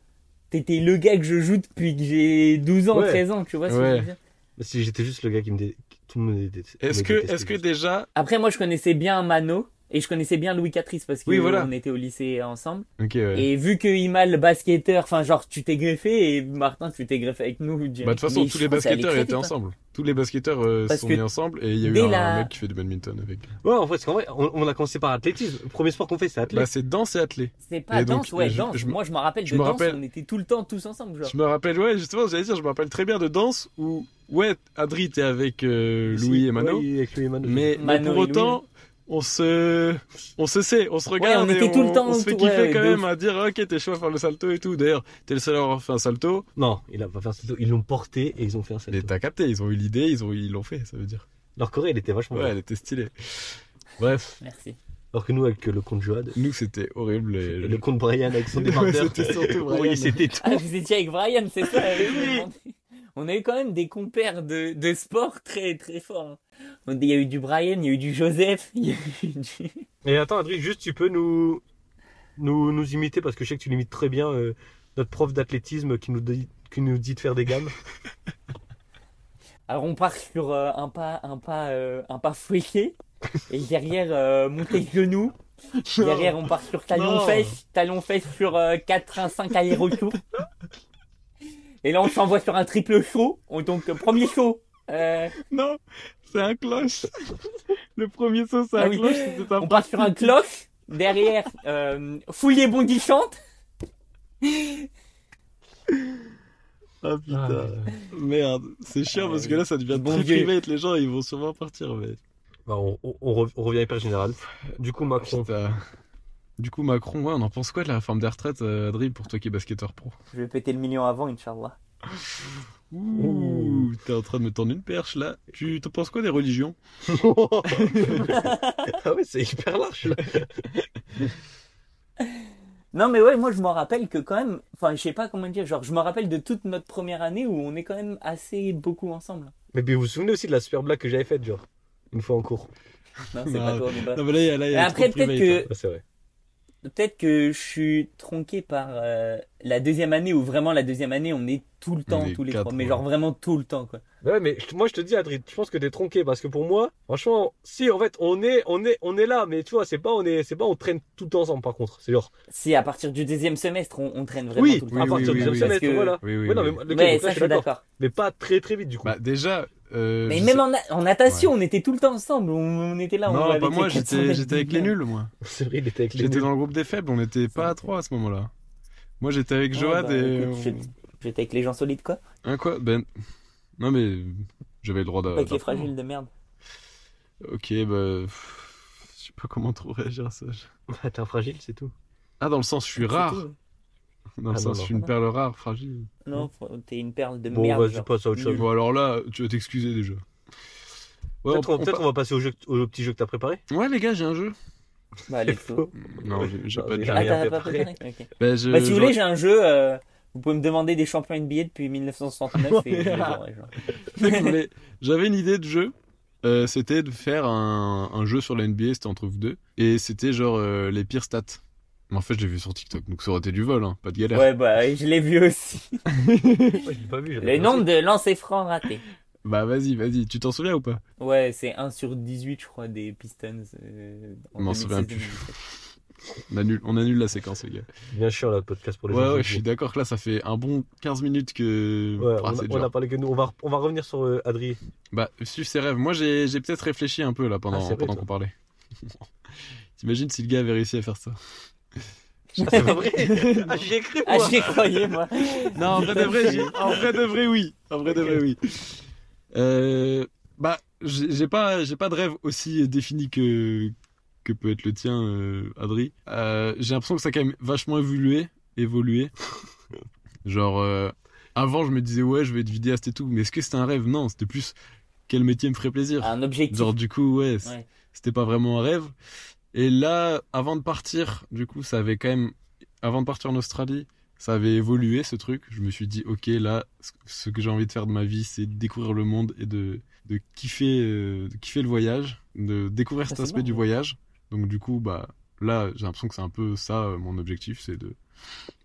[SPEAKER 2] t'étais le gars que je joue depuis que j'ai 12 ans,
[SPEAKER 3] Ouais.
[SPEAKER 2] 13 ans, tu vois ce que
[SPEAKER 1] Ouais.
[SPEAKER 2] je veux dire.
[SPEAKER 3] Mais si j'étais juste le gars qui me dé... qui- tout le monde était.
[SPEAKER 1] est-ce que est-ce que déjà
[SPEAKER 2] Après, moi, je connaissais bien Mano et je connaissais bien Louis Catrice parce que
[SPEAKER 1] Oui, voilà.
[SPEAKER 2] on était au lycée ensemble.
[SPEAKER 1] Ok ouais.
[SPEAKER 2] Et vu que Imal, basketteur, enfin, genre, tu t'es greffé et Martin, tu t'es greffé avec nous.
[SPEAKER 1] Bah, de toute façon, tous les basketteurs étaient
[SPEAKER 2] ensemble.
[SPEAKER 1] ensemble. Tous les basketteurs euh, se
[SPEAKER 2] hein. Parce
[SPEAKER 1] sont
[SPEAKER 2] que
[SPEAKER 1] mis ensemble et il y a eu
[SPEAKER 2] dès
[SPEAKER 1] un
[SPEAKER 2] la-
[SPEAKER 1] mec qui fait du badminton avec.
[SPEAKER 3] Ouais en fait, c'est qu'en vrai, on, on a commencé par athlétisme. Le premier sport qu'on fait c'est
[SPEAKER 1] Bah,
[SPEAKER 3] athlétisme.
[SPEAKER 1] c'est danse et athlé.
[SPEAKER 2] C'est pas
[SPEAKER 1] Et donc,
[SPEAKER 2] danse, ouais,
[SPEAKER 1] je-
[SPEAKER 2] danse.
[SPEAKER 1] je me-
[SPEAKER 2] Moi, je me rappelle
[SPEAKER 1] je
[SPEAKER 2] de
[SPEAKER 1] me
[SPEAKER 2] danse,
[SPEAKER 1] rappelle-
[SPEAKER 2] on était tout le temps tous ensemble, genre.
[SPEAKER 1] Je me rappelle, ouais, justement, j'allais dire, je me rappelle très bien de danse où, ouais, Adri, t'es avec euh, Louis et Mano,
[SPEAKER 3] Oui, avec Louis et Mano.
[SPEAKER 1] mais, mais
[SPEAKER 2] Mano
[SPEAKER 1] pour
[SPEAKER 2] et
[SPEAKER 1] autant, on se, on se sait, on se regarde
[SPEAKER 2] on
[SPEAKER 1] et
[SPEAKER 2] était tout le temps
[SPEAKER 1] on se fait
[SPEAKER 2] tout- ouais,
[SPEAKER 1] kiffer
[SPEAKER 2] ouais,
[SPEAKER 1] quand
[SPEAKER 2] de
[SPEAKER 1] même
[SPEAKER 2] ouf.
[SPEAKER 1] à dire, ok, t'es chaud à faire le salto et tout. D'ailleurs, t'es le seul à avoir fait un salto.
[SPEAKER 3] Non, il a pas fait un salto. Ils l'ont porté et ils ont fait un salto.
[SPEAKER 1] Et t'as capté, ils ont eu l'idée, ils ont, ils l'ont fait, ça veut dire.
[SPEAKER 3] Leur Corée, elle était vachement.
[SPEAKER 1] Ouais,
[SPEAKER 3] bien.
[SPEAKER 1] elle était stylée. Bref,
[SPEAKER 2] Merci.
[SPEAKER 3] Alors que nous avec le compte Joad,
[SPEAKER 1] nous, c'était horrible et
[SPEAKER 3] le compte Brian avec son
[SPEAKER 1] Euh, Ouais,
[SPEAKER 3] débardeur.
[SPEAKER 1] c'était surtout
[SPEAKER 3] on
[SPEAKER 1] Brian.
[SPEAKER 3] voyait ses tétons.
[SPEAKER 2] Ah, vous étiez avec Brian, c'est ça oui, je me demandais. On a eu quand même des compères de, de sport très très forts. hein. Il y a eu du Brian, il y a eu du Joseph, il y a eu du...
[SPEAKER 3] Et attends, Adri, juste tu peux nous, nous, nous imiter parce que je sais que tu l'imites très bien euh, notre prof d'athlétisme qui nous, dit, qui nous dit de faire des gammes.
[SPEAKER 2] Alors on part sur euh, un pas, un pas, euh, un pas fouetté. Et derrière, euh, monter le genou. Derrière, on part sur talon-fesse. Talon-fesse sur euh, 4 1 5 aller-retour. Et là, on s'envoie sur un triple saut. On- Donc, euh, premier saut. euh,
[SPEAKER 1] Non, c'est un cloche. Le premier saut, c'est
[SPEAKER 2] Ah
[SPEAKER 1] un
[SPEAKER 2] oui.
[SPEAKER 1] cloche, c'était un
[SPEAKER 2] On part sur un cloche, derrière, euh, fouillée bondissante.
[SPEAKER 3] Ah putain.
[SPEAKER 1] Merde, c'est chiant
[SPEAKER 2] Ah,
[SPEAKER 1] parce
[SPEAKER 2] oui.
[SPEAKER 1] que là ça devient
[SPEAKER 2] Bon
[SPEAKER 1] très
[SPEAKER 2] vieux.
[SPEAKER 1] privé avec les gens, ils vont sûrement partir. Mais...
[SPEAKER 3] Bah, on, on- on rev- on revient hyper général. Du coup, Macron.
[SPEAKER 1] Putain. Du coup, Macron, ouais, on en pense quoi de la réforme des retraites, euh, Adrien, pour toi qui es basketteur pro
[SPEAKER 2] Je vais péter le million avant, Inch'Allah.
[SPEAKER 1] Ouh, t'es en train de me tendre une perche là. Tu t'en penses quoi des religions
[SPEAKER 3] ah ouais, c'est hyper large là.
[SPEAKER 2] Non, mais ouais, moi je m'en rappelle que quand même. Enfin, je sais pas comment dire. Genre, je me rappelle de toute notre première année où on est quand même assez beaucoup ensemble.
[SPEAKER 3] Mais, mais vous vous souvenez aussi de la super blague que j'avais faite, genre, une fois en cours.
[SPEAKER 2] Non, c'est
[SPEAKER 1] Non,
[SPEAKER 2] pas toi, mais pas.
[SPEAKER 1] Non, mais là, il y a- là, il y a
[SPEAKER 2] Mais
[SPEAKER 1] trop de
[SPEAKER 2] après, peut-être
[SPEAKER 1] privé,
[SPEAKER 2] que,
[SPEAKER 3] Ah, c'est vrai.
[SPEAKER 2] peut-être que je suis tronqué par euh, la deuxième année où vraiment la deuxième année on est tout le temps,
[SPEAKER 1] est
[SPEAKER 2] tous les
[SPEAKER 1] quatre,
[SPEAKER 2] trois. Mais
[SPEAKER 1] ouais.
[SPEAKER 2] genre vraiment tout le temps, quoi.
[SPEAKER 3] Mais Bah ouais, mais je- moi je te dis, Adrien, je pense que t'es tronqué parce que pour moi, franchement, si en fait on est, on est, on est là, mais tu vois, c'est pas, on est, c'est pas, on traîne tout le temps ensemble. Par contre, c'est genre,
[SPEAKER 2] Si à partir du deuxième semestre on, on traîne vraiment
[SPEAKER 3] oui,
[SPEAKER 2] tout le
[SPEAKER 1] oui,
[SPEAKER 2] temps.
[SPEAKER 3] à partir
[SPEAKER 1] oui,
[SPEAKER 3] du deuxième
[SPEAKER 1] oui,
[SPEAKER 2] Parce
[SPEAKER 3] semestre,
[SPEAKER 2] que-
[SPEAKER 3] voilà.
[SPEAKER 1] Oui, oui,
[SPEAKER 3] Ouais, non,
[SPEAKER 1] oui.
[SPEAKER 3] mais, ok, donc
[SPEAKER 2] euh, Ouais,
[SPEAKER 3] là,
[SPEAKER 2] ça je suis d'accord.
[SPEAKER 3] Mais pas très très vite du coup.
[SPEAKER 1] Bah, déjà. euh,
[SPEAKER 2] Mais
[SPEAKER 1] je
[SPEAKER 2] même
[SPEAKER 1] sais-
[SPEAKER 2] en, a- en natation, on était tout le temps ensemble. On, on était là. on
[SPEAKER 1] Non,
[SPEAKER 2] avait
[SPEAKER 1] pas
[SPEAKER 2] les
[SPEAKER 1] moi,
[SPEAKER 2] 400
[SPEAKER 1] j'étais
[SPEAKER 2] mètres
[SPEAKER 1] j'étais avec les
[SPEAKER 2] d'hiver.
[SPEAKER 1] nuls, moi.
[SPEAKER 3] C'est vrai, il était avec les
[SPEAKER 1] J'étais
[SPEAKER 3] nuls.
[SPEAKER 1] dans le groupe des faibles, on n'était pas à trois à ce moment-là. Moi, j'étais avec
[SPEAKER 2] Ouais,
[SPEAKER 1] Joad
[SPEAKER 2] bah,
[SPEAKER 1] et.
[SPEAKER 2] écoute, j'étais- J'étais avec les gens solides, quoi.
[SPEAKER 1] Hein, quoi Ben. Non, mais. euh, J'avais le droit d'a-
[SPEAKER 2] avec les
[SPEAKER 1] d'apprendre.
[SPEAKER 2] fragiles de merde.
[SPEAKER 1] Ok, bah. pff, Je sais pas comment trop réagir à ça.
[SPEAKER 3] Bah, T'es un fragile, c'est tout.
[SPEAKER 1] Ah, dans le sens, je suis
[SPEAKER 2] C'est
[SPEAKER 1] rare.
[SPEAKER 2] tout.
[SPEAKER 1] Dans le
[SPEAKER 3] Ah,
[SPEAKER 1] sens,
[SPEAKER 3] non,
[SPEAKER 1] je suis une perle rare, fragile.
[SPEAKER 2] Non, faut- t'es une perle de
[SPEAKER 3] Bon,
[SPEAKER 2] merde.
[SPEAKER 3] vas-y,
[SPEAKER 2] genre.
[SPEAKER 3] passe à autre chose.
[SPEAKER 1] Bon, alors là, tu vas t'excuser déjà. Ouais,
[SPEAKER 3] Peut-être
[SPEAKER 1] on-
[SPEAKER 3] on,
[SPEAKER 1] on
[SPEAKER 3] peut-être
[SPEAKER 1] pa-
[SPEAKER 3] on va passer au, jeu, au petit jeu que t'as préparé.
[SPEAKER 1] ouais, les gars, j'ai un jeu.
[SPEAKER 2] Bah, allez, fou.
[SPEAKER 1] Non, j'ai j'ai
[SPEAKER 3] Non,
[SPEAKER 1] pas de
[SPEAKER 3] mais
[SPEAKER 1] jeu.
[SPEAKER 2] Ah,
[SPEAKER 3] rien
[SPEAKER 2] t'as
[SPEAKER 3] fait
[SPEAKER 2] pas
[SPEAKER 3] préparer.
[SPEAKER 2] préparé Ok.
[SPEAKER 1] Bah, je-
[SPEAKER 2] Bah, si vous
[SPEAKER 1] je-
[SPEAKER 2] voulez, j'ai un jeu. euh, vous pouvez me demander des champions NBA depuis 1969. et je les aurai, genre.
[SPEAKER 1] Mec, on est- J'avais une idée de jeu. Euh, c'était de faire un, un jeu sur la NBA, c'était entre vous deux. Et c'était genre euh, les pires stats. Mais en fait, je l'ai vu sur TikTok, donc ça aurait été du vol, hein, pas de galère.
[SPEAKER 2] Ouais, bah, je l'ai vu aussi.
[SPEAKER 3] Ouais, je l'ai pas vu. j'avais
[SPEAKER 2] Le
[SPEAKER 3] pas
[SPEAKER 2] nombre de lancers francs ratés.
[SPEAKER 1] Bah vas-y, vas-y, tu t'en souviens ou pas
[SPEAKER 2] Ouais, c'est 1 sur 18, je crois, des Pistons. euh, en
[SPEAKER 1] On m'en souvient
[SPEAKER 2] 2016,
[SPEAKER 1] plus. on annule, on annule la séquence, les gars.
[SPEAKER 3] pensé. Bien sûr, là, le podcast pour les
[SPEAKER 1] Ouais,
[SPEAKER 3] jeux
[SPEAKER 1] ouais,
[SPEAKER 3] vidéo.
[SPEAKER 1] je suis d'accord que là, ça fait un bon 15 minutes que.
[SPEAKER 3] Ouais,
[SPEAKER 1] Ah,
[SPEAKER 3] on, a,
[SPEAKER 1] c'est
[SPEAKER 3] on
[SPEAKER 1] dur.
[SPEAKER 3] a parlé que nous. On va, on va revenir sur euh, Adrien.
[SPEAKER 1] Bah, suivre ses rêves. Moi, j'ai j'ai peut-être réfléchi un peu là pendant,
[SPEAKER 3] Ah, c'est vrai,
[SPEAKER 1] pendant
[SPEAKER 3] toi.
[SPEAKER 1] qu'on parlait. T'imagines si le gars avait réussi à faire ça
[SPEAKER 3] Ah, c'est pas vrai Ah, j'y ai cru,
[SPEAKER 2] Ah,
[SPEAKER 3] moi
[SPEAKER 2] j'y croyais, moi.
[SPEAKER 1] Non, en vrai de vrai, j'ai- en vrai de vrai, oui. En vrai de vrai, oui. Euh, bah, j'ai j'ai pas, j'ai pas de rêve aussi défini que que peut être le tien, euh, Adri. Euh, j'ai l'impression que ça a quand même vachement évolué, évolué. Genre, euh, avant, je me disais ouais, je vais être vidéaste et tout, mais est-ce que c'était un rêve Non, c'était plus quel métier me ferait plaisir.
[SPEAKER 2] Un objectif.
[SPEAKER 1] Genre du coup, ouais, c-
[SPEAKER 2] Ouais.
[SPEAKER 1] c'était pas vraiment un rêve. Et là, avant de partir, du coup, ça avait quand même, avant de partir en Australie, ça avait évolué ce truc. Je me suis dit, ok, là, ce- ce que j'ai envie de faire de ma vie, c'est de découvrir le monde et de, de kiffer, euh, de kiffer le voyage, de découvrir cet
[SPEAKER 2] Bah, c'est
[SPEAKER 1] aspect
[SPEAKER 2] bien,
[SPEAKER 1] du
[SPEAKER 2] ouais.
[SPEAKER 1] voyage. Donc du coup, bah là, j'ai l'impression que c'est un peu ça euh, mon objectif, c'est de,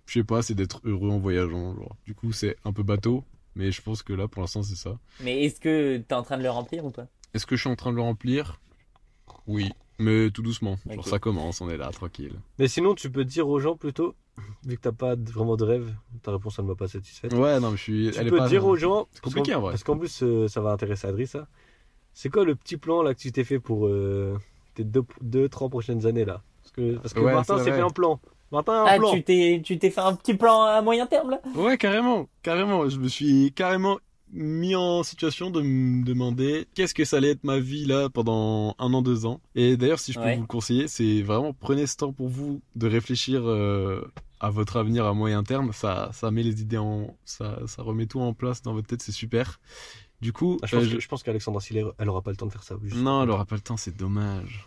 [SPEAKER 1] je sais pas, c'est d'être heureux en voyageant. genre. Du coup, c'est un peu bateau, mais je pense que là, pour l'instant, c'est ça.
[SPEAKER 2] Mais est-ce que t'es en train de le remplir ou pas
[SPEAKER 1] Est-ce que je suis en train de le remplir Oui, mais tout doucement. Genre
[SPEAKER 2] Ok.
[SPEAKER 1] ça commence, on est là, tranquille.
[SPEAKER 3] Mais sinon, tu peux dire aux gens plutôt, vu que t'as pas de- vraiment de rêve, ta réponse elle ne m'a pas satisfaite.
[SPEAKER 1] Ouais, non, mais je suis.
[SPEAKER 3] tu
[SPEAKER 1] elle est
[SPEAKER 3] peux
[SPEAKER 1] pas-
[SPEAKER 3] dire aux gens,
[SPEAKER 1] C'est
[SPEAKER 3] parce
[SPEAKER 1] compliqué, en
[SPEAKER 3] qu'en
[SPEAKER 1] vrai.
[SPEAKER 3] parce qu'en plus euh, ça va intéresser Adri ça. C'est quoi le petit plan là que tu t'es fait pour euh, tes deux, deux, trois prochaines années là Parce que, parce que
[SPEAKER 1] Ouais,
[SPEAKER 3] Martin
[SPEAKER 1] c'est
[SPEAKER 3] s'est
[SPEAKER 1] vrai.
[SPEAKER 3] fait un plan. Martin a un
[SPEAKER 2] Ah,
[SPEAKER 3] plan.
[SPEAKER 2] tu t'es, tu t'es fait un petit plan à moyen terme là
[SPEAKER 1] Ouais, carrément, carrément. Je me suis carrément mis en situation de me demander qu'est-ce que ça allait être ma vie là pendant un an, deux ans. Et d'ailleurs, si je peux
[SPEAKER 2] Ouais.
[SPEAKER 1] vous le conseiller, c'est vraiment prenez ce temps pour vous de réfléchir euh, à votre avenir à moyen terme. Ça, ça met les idées en. Ça, ça remet tout en place dans votre tête, c'est super. Du coup,
[SPEAKER 3] Ah, je pense,
[SPEAKER 1] euh,
[SPEAKER 3] que-
[SPEAKER 1] je-
[SPEAKER 3] je pense qu'Alexandra Siller, elle aura pas le temps de faire ça. juste.
[SPEAKER 1] Non, elle aura pas le temps, c'est dommage.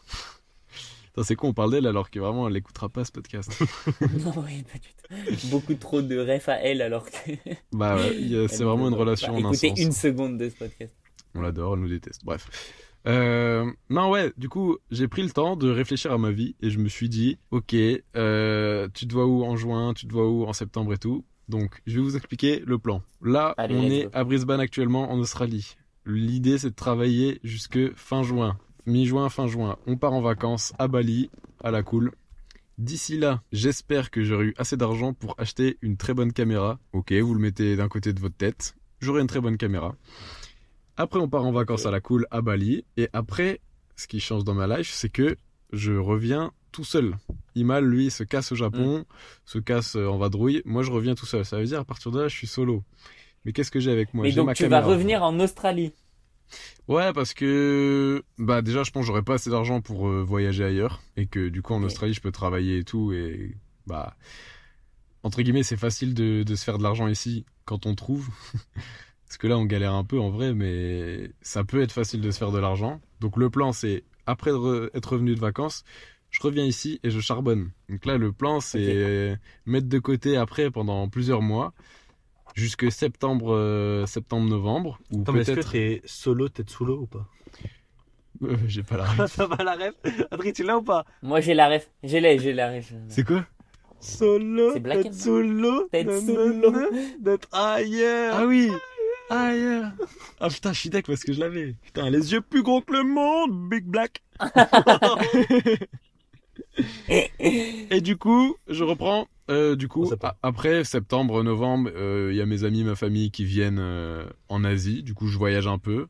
[SPEAKER 1] Putain, c'est con, on parle d'elle alors que vraiment elle n'écoutera pas ce podcast.
[SPEAKER 2] Non, oui, pas du tout. Beaucoup trop de refs à elle alors que.
[SPEAKER 1] bah ouais, il y a- c'est
[SPEAKER 2] Elle
[SPEAKER 1] vraiment
[SPEAKER 2] ne
[SPEAKER 1] une
[SPEAKER 2] doit
[SPEAKER 1] relation
[SPEAKER 2] pas Bah,
[SPEAKER 1] en un
[SPEAKER 2] Écoutez
[SPEAKER 1] sens.
[SPEAKER 2] une seconde de ce podcast.
[SPEAKER 1] On l'adore, elle nous déteste, bref. Euh, non, ouais, du coup, j'ai pris le temps de réfléchir à ma vie et je me suis dit, ok, euh, tu te vois où en juin, tu te vois où en septembre et tout. Donc, je vais vous expliquer le plan. Là,
[SPEAKER 2] Allez,
[SPEAKER 1] on
[SPEAKER 2] let's
[SPEAKER 1] est
[SPEAKER 2] go.
[SPEAKER 1] à Brisbane actuellement, en Australie. L'idée, c'est de travailler jusque fin juin. Mi-juin, fin juin, on part en vacances à Bali, à la cool. D'ici là, j'espère que j'aurai eu assez d'argent pour acheter une très bonne caméra. Ok, vous le mettez d'un côté de votre tête. J'aurai une très bonne caméra. Après, on part en vacances à la cool à Bali. Et après, ce qui change dans ma life, c'est que je reviens tout seul. Imal, lui, se
[SPEAKER 2] Mm.
[SPEAKER 1] casse au Japon, se casse euh, en vadrouille. Moi, je reviens tout seul. Ça veut dire, à partir de là, je suis solo. Mais qu'est-ce que j'ai avec moi
[SPEAKER 2] Mais
[SPEAKER 1] J'ai
[SPEAKER 2] donc
[SPEAKER 1] ma
[SPEAKER 2] tu vas
[SPEAKER 1] caméra.
[SPEAKER 2] revenir en Australie.
[SPEAKER 1] Ouais, parce que bah déjà, je pense que j'aurais pas assez d'argent pour euh, voyager ailleurs et que du coup en
[SPEAKER 2] Ok.
[SPEAKER 1] Australie, je peux travailler et tout et bah entre guillemets, c'est facile de, de se faire de l'argent ici quand on trouve. Parce que là, on galère un peu en vrai, mais ça peut être facile de se faire de l'argent. Donc le plan, c'est après de re- être revenu de vacances, je reviens ici et je charbonne. Donc là, le plan, c'est mettre de côté après pendant plusieurs mois, jusque septembre, euh, septembre-novembre, ou
[SPEAKER 3] Attends, mais est-ce que
[SPEAKER 1] peut-être.
[SPEAKER 3] t'es solo, tête sous l'eau ou pas
[SPEAKER 1] Euh, J'ai pas la réponse.
[SPEAKER 3] Ça va la rêve Adrien, tu l'as ou pas
[SPEAKER 2] Moi j'ai la ref. J'ai la, j'ai la ref.
[SPEAKER 1] C'est quoi
[SPEAKER 3] Solo,
[SPEAKER 2] C'est Black
[SPEAKER 3] tête
[SPEAKER 2] and
[SPEAKER 3] sous l'eau,
[SPEAKER 2] Tête
[SPEAKER 3] nanana,
[SPEAKER 2] sous l'eau.
[SPEAKER 3] d'être ailleurs.
[SPEAKER 1] Ah oui Ah, yeah. ah putain, je suis deck parce que je l'avais. Putain, les yeux plus gros que le monde, Big Black Et du coup, je reprends. euh, du
[SPEAKER 3] En
[SPEAKER 1] coup,
[SPEAKER 3] septembre.
[SPEAKER 1] a- après septembre, novembre, euh, il y a mes amis, ma famille qui viennent euh, en Asie. Du coup, je voyage un peu.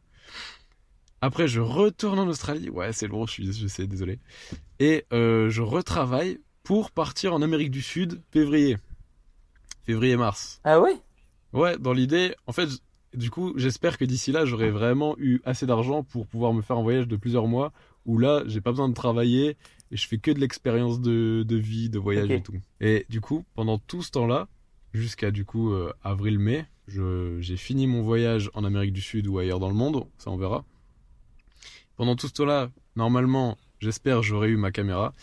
[SPEAKER 1] Après, je retourne en Australie. Ouais, c'est long, je, suis, je sais, désolé. Et euh, je retravaille pour partir en Amérique du Sud, février. Février-mars.
[SPEAKER 2] Ah ouais
[SPEAKER 1] Ouais, dans l'idée, en fait, j- du coup, j'espère que d'ici là, j'aurai vraiment eu assez d'argent pour pouvoir me faire un voyage de plusieurs mois où là, j'ai pas besoin de travailler et je fais que de l'expérience de, de vie, de voyage
[SPEAKER 2] Ok.
[SPEAKER 1] et tout. Et du coup, pendant tout ce temps-là, jusqu'à du coup euh, avril-mai, je- j'ai fini mon voyage en Amérique du Sud ou ailleurs dans le monde, ça on verra. Pendant tout ce temps-là, normalement, j'espère j'aurai eu ma caméra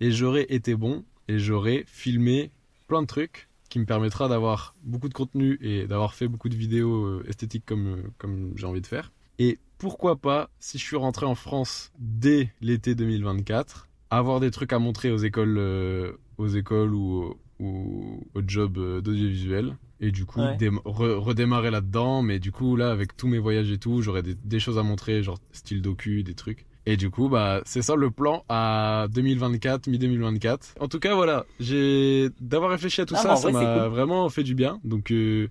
[SPEAKER 1] et j'aurai été bon et j'aurai filmé plein de trucs qui me permettra d'avoir beaucoup de contenu et d'avoir fait beaucoup de vidéos euh, esthétiques comme, euh, comme j'ai envie de faire. Et pourquoi pas, si je suis rentré en France dès l'été 2024, avoir des trucs à montrer aux écoles, euh, aux écoles ou, au- ou au job euh, d'audiovisuel. Et du coup,
[SPEAKER 2] Ouais.
[SPEAKER 1] dé- re- redémarrer là-dedans. Mais du coup, là, avec tous mes voyages et tout, j'aurais des, des choses à montrer, genre style docu, des trucs. Et du coup, bah, c'est ça le plan à 2024, mi-2024. En tout cas, voilà, j'ai d'avoir réfléchi à tout
[SPEAKER 2] Ah, mais
[SPEAKER 1] ça,
[SPEAKER 2] en
[SPEAKER 1] bah, ça
[SPEAKER 2] vrai, c'est
[SPEAKER 1] m'a
[SPEAKER 2] cool.
[SPEAKER 1] vraiment fait du bien. Donc, euh,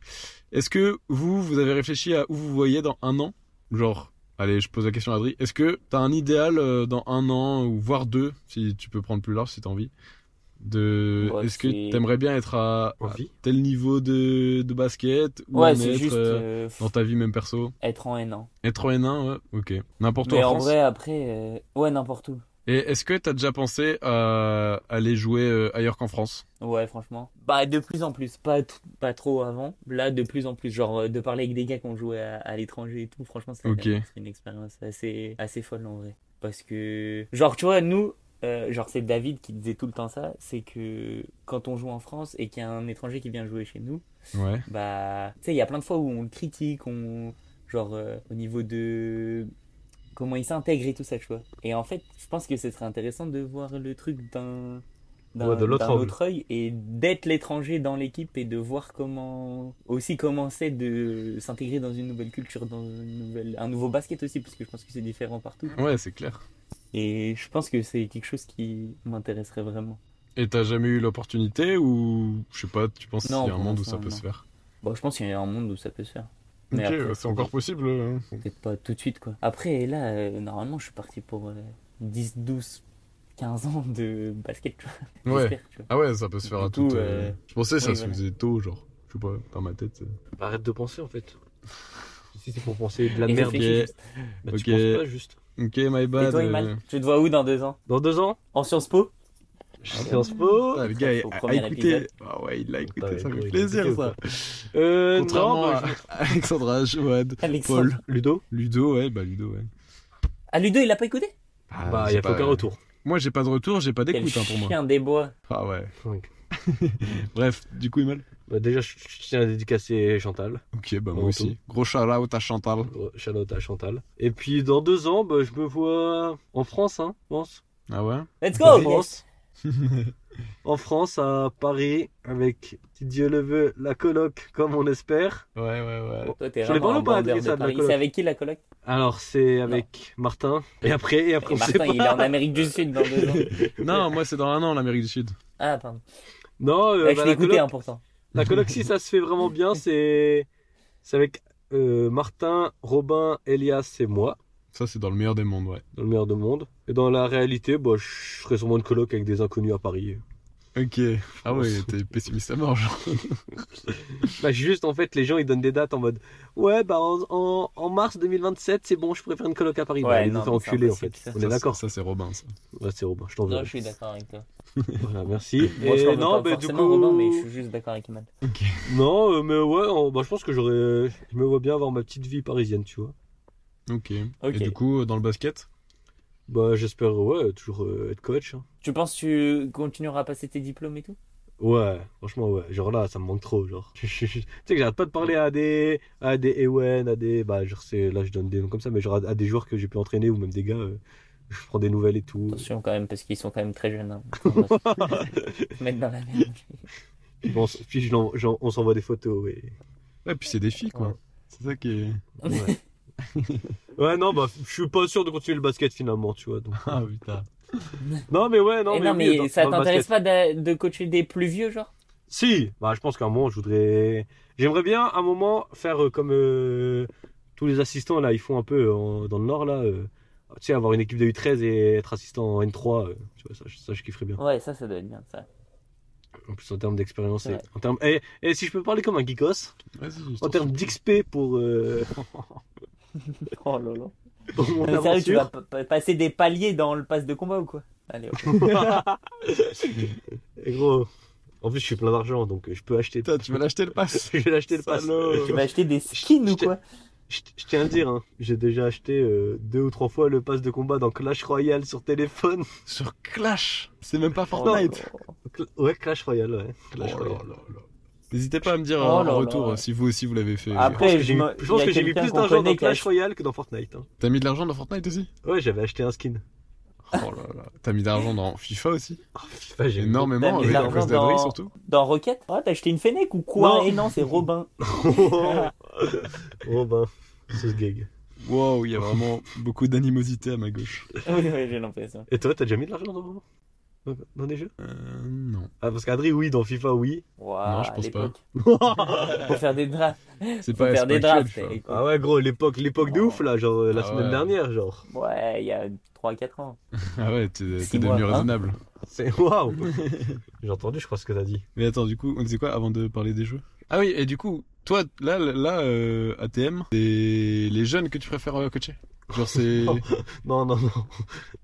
[SPEAKER 1] est-ce que vous, vous avez réfléchi à où vous voyez dans un an Genre, allez, je pose la question à Adri. Est-ce que t'as un idéal euh, dans un an, ou voire deux, si tu peux prendre plus large si t'as envie de...
[SPEAKER 2] Ouais,
[SPEAKER 1] Est-ce que
[SPEAKER 2] Bah, c'est-
[SPEAKER 1] t'aimerais bien être à, à
[SPEAKER 3] Envie
[SPEAKER 1] tel niveau de, de basket ou en
[SPEAKER 2] Ouais, c'est
[SPEAKER 1] être
[SPEAKER 2] juste
[SPEAKER 1] euh,
[SPEAKER 2] euh,
[SPEAKER 1] dans ta vie même perso
[SPEAKER 2] être en N1.
[SPEAKER 1] Être en N1, ouais, ok. N'importe où
[SPEAKER 2] Mais
[SPEAKER 1] en
[SPEAKER 2] en
[SPEAKER 1] France.
[SPEAKER 2] vrai, après, euh, ouais, n'importe où.
[SPEAKER 1] Et est-ce que t'as déjà pensé à aller jouer euh, ailleurs qu'en France
[SPEAKER 2] Ouais, franchement. Bah, de plus en plus. Pas, t- pas trop avant. Là, de plus en plus. Genre, euh, de parler avec des gars qui ont joué à, à l'étranger et tout. Franchement, c'est
[SPEAKER 1] Ok.
[SPEAKER 2] c'est une expérience assez, assez folle en vrai. Parce que, genre, tu vois, nous, euh, genre, c'est David qui disait tout le temps ça. C'est que quand on joue en France et qu'il y a un étranger qui vient jouer chez nous,
[SPEAKER 1] Ouais.
[SPEAKER 2] bah, tu sais, il y a plein de fois où on le critique, on, genre, euh, au niveau de comment il s'intègre et tout ça, tu vois. Et en fait, je pense que ce serait intéressant de voir le truc d'un d'un
[SPEAKER 3] Ouais, de l'autre
[SPEAKER 2] d'un
[SPEAKER 3] angle.
[SPEAKER 2] autre œil et d'être l'étranger dans l'équipe et de voir comment aussi comment c'est de s'intégrer dans une nouvelle culture, dans une nouvelle, un nouveau basket aussi, parce que je pense que c'est différent partout.
[SPEAKER 1] Ouais, c'est clair.
[SPEAKER 2] Et je pense que c'est quelque chose qui m'intéresserait vraiment.
[SPEAKER 1] Et t'as jamais eu l'opportunité ou je sais pas, tu penses qu'il y
[SPEAKER 2] Non,
[SPEAKER 1] a un
[SPEAKER 2] pour
[SPEAKER 1] monde où
[SPEAKER 2] l'instant,
[SPEAKER 1] ça peut
[SPEAKER 2] non.
[SPEAKER 1] se faire
[SPEAKER 2] Bon, je pense qu'il y a un monde où ça peut se faire.
[SPEAKER 1] Ok,
[SPEAKER 2] Mais après,
[SPEAKER 1] c'est encore possible. hein.
[SPEAKER 2] Peut-être pas tout de suite, quoi. Après, là, euh, normalement, je suis parti pour euh, 10, 12, 15 ans de basket, tu vois.
[SPEAKER 1] Ouais.
[SPEAKER 2] J'espère, tu vois.
[SPEAKER 1] Ah ouais, ça peut se faire à
[SPEAKER 2] Du coup,
[SPEAKER 1] tout.
[SPEAKER 2] euh,
[SPEAKER 1] Je pensais que ça
[SPEAKER 2] oui,
[SPEAKER 1] se
[SPEAKER 2] voilà.
[SPEAKER 1] faisait tôt, genre. Je sais pas, dans ma tête. c'est-
[SPEAKER 3] Arrête de penser en fait. Si c'est pour penser de la
[SPEAKER 2] Et
[SPEAKER 3] merde,
[SPEAKER 2] réfléchis
[SPEAKER 1] ok.
[SPEAKER 2] juste.
[SPEAKER 3] bah,
[SPEAKER 1] Ok.
[SPEAKER 3] tu penses pas juste.
[SPEAKER 1] Ok, my bad.
[SPEAKER 2] Et toi,
[SPEAKER 1] euh,
[SPEAKER 2] Imal, tu te vois où dans deux ans?
[SPEAKER 3] Dans deux ans,
[SPEAKER 2] En Sciences Po?
[SPEAKER 3] je suis en spo.
[SPEAKER 1] putain, Ah, le gars
[SPEAKER 2] Au
[SPEAKER 1] a- a,
[SPEAKER 2] premier
[SPEAKER 1] écouté.
[SPEAKER 2] épisode.
[SPEAKER 1] Ah ouais, il l'a écouté,
[SPEAKER 3] Putain,
[SPEAKER 1] ça
[SPEAKER 3] il
[SPEAKER 1] fait
[SPEAKER 3] a
[SPEAKER 1] plaisir
[SPEAKER 3] écouté ou
[SPEAKER 1] ça.
[SPEAKER 3] Euh,
[SPEAKER 1] Contrairement
[SPEAKER 3] non, bah,
[SPEAKER 1] à Alexandra, Joad,
[SPEAKER 2] Alexandre.
[SPEAKER 1] Paul,
[SPEAKER 3] Ludo,
[SPEAKER 1] Ludo, ouais, bah Ludo, ouais.
[SPEAKER 2] Ah, Ludo, il l'a pas écouté?
[SPEAKER 3] bah, il
[SPEAKER 1] Ah, j'ai
[SPEAKER 3] n'y a
[SPEAKER 1] pas-
[SPEAKER 3] aucun retour.
[SPEAKER 1] Moi, j'ai pas de retour, j'ai pas
[SPEAKER 2] Quel
[SPEAKER 1] d'écoute hein, pour moi.
[SPEAKER 2] chien des bois.
[SPEAKER 1] Ah ouais.
[SPEAKER 3] Oui.
[SPEAKER 1] Bref, du coup, Imal.
[SPEAKER 3] Bah, déjà, je je tiens à dédicacer Chantal.
[SPEAKER 1] Ok, bah moi
[SPEAKER 3] Bon,
[SPEAKER 1] aussi. Gros shout out à Chantal.
[SPEAKER 3] Euh, Shout out à Chantal. Et puis, dans deux ans, bah, je me vois en France, hein, je pense.
[SPEAKER 1] Ah ouais
[SPEAKER 2] Let's
[SPEAKER 3] en
[SPEAKER 2] go!
[SPEAKER 3] France. en France, à Paris, avec, si Dieu le veut, la coloc, comme on espère.
[SPEAKER 1] Ouais, ouais, ouais.
[SPEAKER 2] Toi, t'es
[SPEAKER 3] J'en ai
[SPEAKER 2] vraiment un
[SPEAKER 3] parlé ou pas,
[SPEAKER 2] bandeur
[SPEAKER 3] Adrien, ça,
[SPEAKER 2] de
[SPEAKER 3] de la
[SPEAKER 2] Paris.
[SPEAKER 3] coloc
[SPEAKER 2] C'est avec qui la coloc?
[SPEAKER 3] Alors, c'est avec Martin. Et après, et après,
[SPEAKER 2] Et
[SPEAKER 3] on sait
[SPEAKER 2] Martin, il est
[SPEAKER 3] pas.
[SPEAKER 2] en Amérique du Sud dans deux ans.
[SPEAKER 1] Non, moi, c'est dans un an, l'Amérique du Sud.
[SPEAKER 2] Ah, pardon.
[SPEAKER 3] Non, euh,
[SPEAKER 2] Ouais, je
[SPEAKER 3] bah,
[SPEAKER 2] l'ai
[SPEAKER 3] la
[SPEAKER 2] écouté,
[SPEAKER 3] coloc,
[SPEAKER 2] hein, pourtant.
[SPEAKER 3] La coloc, si ça se fait vraiment bien, c'est c'est avec euh, Martin, Robin, Elias et moi,
[SPEAKER 1] Ça, c'est dans le meilleur des mondes, ouais.
[SPEAKER 3] dans le meilleur de monde. Et dans la réalité, bah, je ferai sûrement une coloc avec des inconnus à Paris.
[SPEAKER 1] Ok. Ah ouais, t'es pessimiste à mort, genre.
[SPEAKER 3] Bah, juste en fait, les gens ils donnent des dates en mode Ouais, bah en, en- en mars 2027, c'est bon, je préfère une coloc à Paris.
[SPEAKER 2] Ouais,
[SPEAKER 3] bah, ils nous
[SPEAKER 2] non,
[SPEAKER 3] font
[SPEAKER 2] mais c'est
[SPEAKER 3] enculer en
[SPEAKER 2] impossible,
[SPEAKER 3] fait.
[SPEAKER 2] ça.
[SPEAKER 3] On est d'accord.
[SPEAKER 1] Ça, c'est Robin, ça.
[SPEAKER 3] Ouais, c'est Robin, je t'en veux.
[SPEAKER 2] Non, je suis d'accord avec toi.
[SPEAKER 3] Voilà, merci.
[SPEAKER 2] Moi, je
[SPEAKER 3] Et
[SPEAKER 2] t'en veux
[SPEAKER 3] non,
[SPEAKER 2] pas
[SPEAKER 3] bah, du
[SPEAKER 2] forcément,
[SPEAKER 3] coup-
[SPEAKER 2] Robin, mais je suis juste d'accord avec Iman.
[SPEAKER 3] Non, euh, mais ouais, on- bah, je pense que j'aurais. Je me vois bien avoir ma petite vie parisienne, tu vois.
[SPEAKER 1] Ok.
[SPEAKER 2] Ok.
[SPEAKER 1] Et du coup, euh, dans le basket
[SPEAKER 3] Bah, j'espère, ouais, toujours euh, être coach. hein.
[SPEAKER 2] Tu penses que tu continueras à passer tes diplômes et tout
[SPEAKER 3] Ouais, franchement, ouais. Genre là, ça me manque trop. Genre, tu sais que j'arrête pas de parler à des, à des Ewen, à des, bah, genre c'est, là, je donne des noms comme ça, mais genre à, à des joueurs que j'ai pu entraîner ou même des gars, euh, je prends des nouvelles et tout.
[SPEAKER 2] Attention quand même, parce qu'ils sont quand même très jeunes. hein. On va se mettre dans la merde.
[SPEAKER 3] Puis on, s- puis je l'en- j'en- on s'envoie des photos et.
[SPEAKER 1] Ouais, puis c'est des filles, quoi.
[SPEAKER 2] Ouais.
[SPEAKER 1] C'est ça qui est.
[SPEAKER 3] Ouais. Ouais, non, bah, je suis pas sûr de continuer le basket finalement, tu vois. donc.
[SPEAKER 1] Ah putain.
[SPEAKER 3] Non, mais ouais, non,
[SPEAKER 2] Eh
[SPEAKER 3] mais
[SPEAKER 2] non,
[SPEAKER 3] oui,
[SPEAKER 2] mais
[SPEAKER 3] dans-
[SPEAKER 2] ça
[SPEAKER 3] dans le
[SPEAKER 2] t'intéresse
[SPEAKER 3] basket.
[SPEAKER 2] pas d'a- de coacher des plus vieux, genre
[SPEAKER 3] Si, bah, je pense qu'à un moment, je voudrais. J'aimerais bien, à un moment, faire euh, comme euh, tous les assistants, là, ils font un peu euh, en- dans le Nord, là. euh, tu sais, avoir une équipe de U13 et être assistant en N3, euh, tu vois, ça, je- ça, je kifferais bien.
[SPEAKER 2] Ouais, ça, ça doit être bien, ça.
[SPEAKER 3] En plus, en termes d'expérience, et
[SPEAKER 2] Ouais.
[SPEAKER 3] en termes. Et, et si je peux parler comme un geekos,
[SPEAKER 1] Vas-y. je
[SPEAKER 3] en
[SPEAKER 1] t'en
[SPEAKER 3] termes
[SPEAKER 1] supplie.
[SPEAKER 3] d'XP pour, euh,
[SPEAKER 2] Oh lolo.
[SPEAKER 3] pour mon
[SPEAKER 2] Mais sérieux, tu
[SPEAKER 3] aventure.
[SPEAKER 2] vas pa- pa- passer des paliers dans le pass de combat ou quoi Allez, ok.
[SPEAKER 3] Et gros, en plus, je suis plein d'argent, donc euh, je peux acheter.
[SPEAKER 1] Putain, tu vas l'acheter le pass.
[SPEAKER 3] Je vais l'acheter le pass.
[SPEAKER 1] Salaud.
[SPEAKER 2] tu vas acheter des skins
[SPEAKER 3] Oh. Je
[SPEAKER 2] ou
[SPEAKER 3] t'ai-
[SPEAKER 2] quoi
[SPEAKER 3] Je, je tiens à le dire, hein, j'ai déjà acheté euh, deux ou trois fois le pass de combat dans Clash Royale sur téléphone.
[SPEAKER 1] Sur Clash. C'est même pas
[SPEAKER 2] Oh
[SPEAKER 1] Fortnite.
[SPEAKER 2] là là.
[SPEAKER 3] Cl- ouais, Clash Royale, ouais. Clash
[SPEAKER 1] Oh là
[SPEAKER 3] Royale.
[SPEAKER 1] là là. N'hésitez pas à me dire
[SPEAKER 2] Oh
[SPEAKER 1] euh, en
[SPEAKER 2] là là.
[SPEAKER 1] retour euh, si vous aussi vous l'avez fait.
[SPEAKER 2] Après,
[SPEAKER 3] Je pense que j'ai mis-
[SPEAKER 2] me-
[SPEAKER 3] je
[SPEAKER 2] il
[SPEAKER 3] pense
[SPEAKER 2] y a
[SPEAKER 3] que j'ai mis
[SPEAKER 2] quelqu'un
[SPEAKER 3] plus
[SPEAKER 2] qu'on
[SPEAKER 3] d'argent
[SPEAKER 2] connaît
[SPEAKER 3] dans
[SPEAKER 2] qui a
[SPEAKER 3] Clash Royale que dans Fortnite. hein.
[SPEAKER 1] T'as mis de l'argent dans Fortnite aussi
[SPEAKER 3] Ouais, j'avais acheté un skin.
[SPEAKER 1] Oh là là. T'as mis de l'argent dans FIFA aussi
[SPEAKER 3] Oh, FIFA, j'ai
[SPEAKER 2] T'as
[SPEAKER 1] Énormément,
[SPEAKER 2] mis
[SPEAKER 1] avec
[SPEAKER 2] de
[SPEAKER 1] à cause
[SPEAKER 2] l'argent
[SPEAKER 1] d'Adri
[SPEAKER 2] dans-
[SPEAKER 1] surtout.
[SPEAKER 2] Dans Rocket Ah, t'as acheté une Fennec ou quoi
[SPEAKER 3] Non.
[SPEAKER 2] Et non, c'est Robin.
[SPEAKER 3] Oh, Robin, Oh, ben, ce gag.
[SPEAKER 1] Wow, il y a vraiment beaucoup d'animosité à ma gauche.
[SPEAKER 2] oui, oui, j'ai l'impression.
[SPEAKER 3] Et toi, t'as déjà mis de l'argent dans, dans- dans des jeux
[SPEAKER 1] Euh, non.
[SPEAKER 3] Ah, parce qu'Adri, oui, dans FIFA, oui.
[SPEAKER 2] Waouh,
[SPEAKER 1] Non, je pense pas.
[SPEAKER 2] pas. Pour faire des drafts.
[SPEAKER 1] C'est
[SPEAKER 2] Pour
[SPEAKER 1] pas,
[SPEAKER 2] faire
[SPEAKER 1] c'est
[SPEAKER 2] des
[SPEAKER 1] pas actuel,
[SPEAKER 2] drafts.
[SPEAKER 1] tu vois.
[SPEAKER 2] écoute.
[SPEAKER 3] Ah ouais, gros, l'époque l'époque de ouf, là, genre euh, la
[SPEAKER 1] Ah
[SPEAKER 3] semaine
[SPEAKER 1] ouais.
[SPEAKER 3] dernière, genre.
[SPEAKER 2] Ouais, il y a 3-4 ans.
[SPEAKER 1] Ah ouais, t'es
[SPEAKER 2] Six
[SPEAKER 1] t'es
[SPEAKER 2] mois,
[SPEAKER 1] devenu
[SPEAKER 2] hein.
[SPEAKER 1] raisonnable.
[SPEAKER 3] C'est waouh J'ai entendu, je crois, ce que t'as dit.
[SPEAKER 1] Mais attends, du coup, on disait quoi avant de parler des jeux Ah oui, et du coup, toi, là, là, euh, ATM, c'est les jeunes que tu préfères euh, coacher Genre c'est...
[SPEAKER 3] Non. Non, non, non.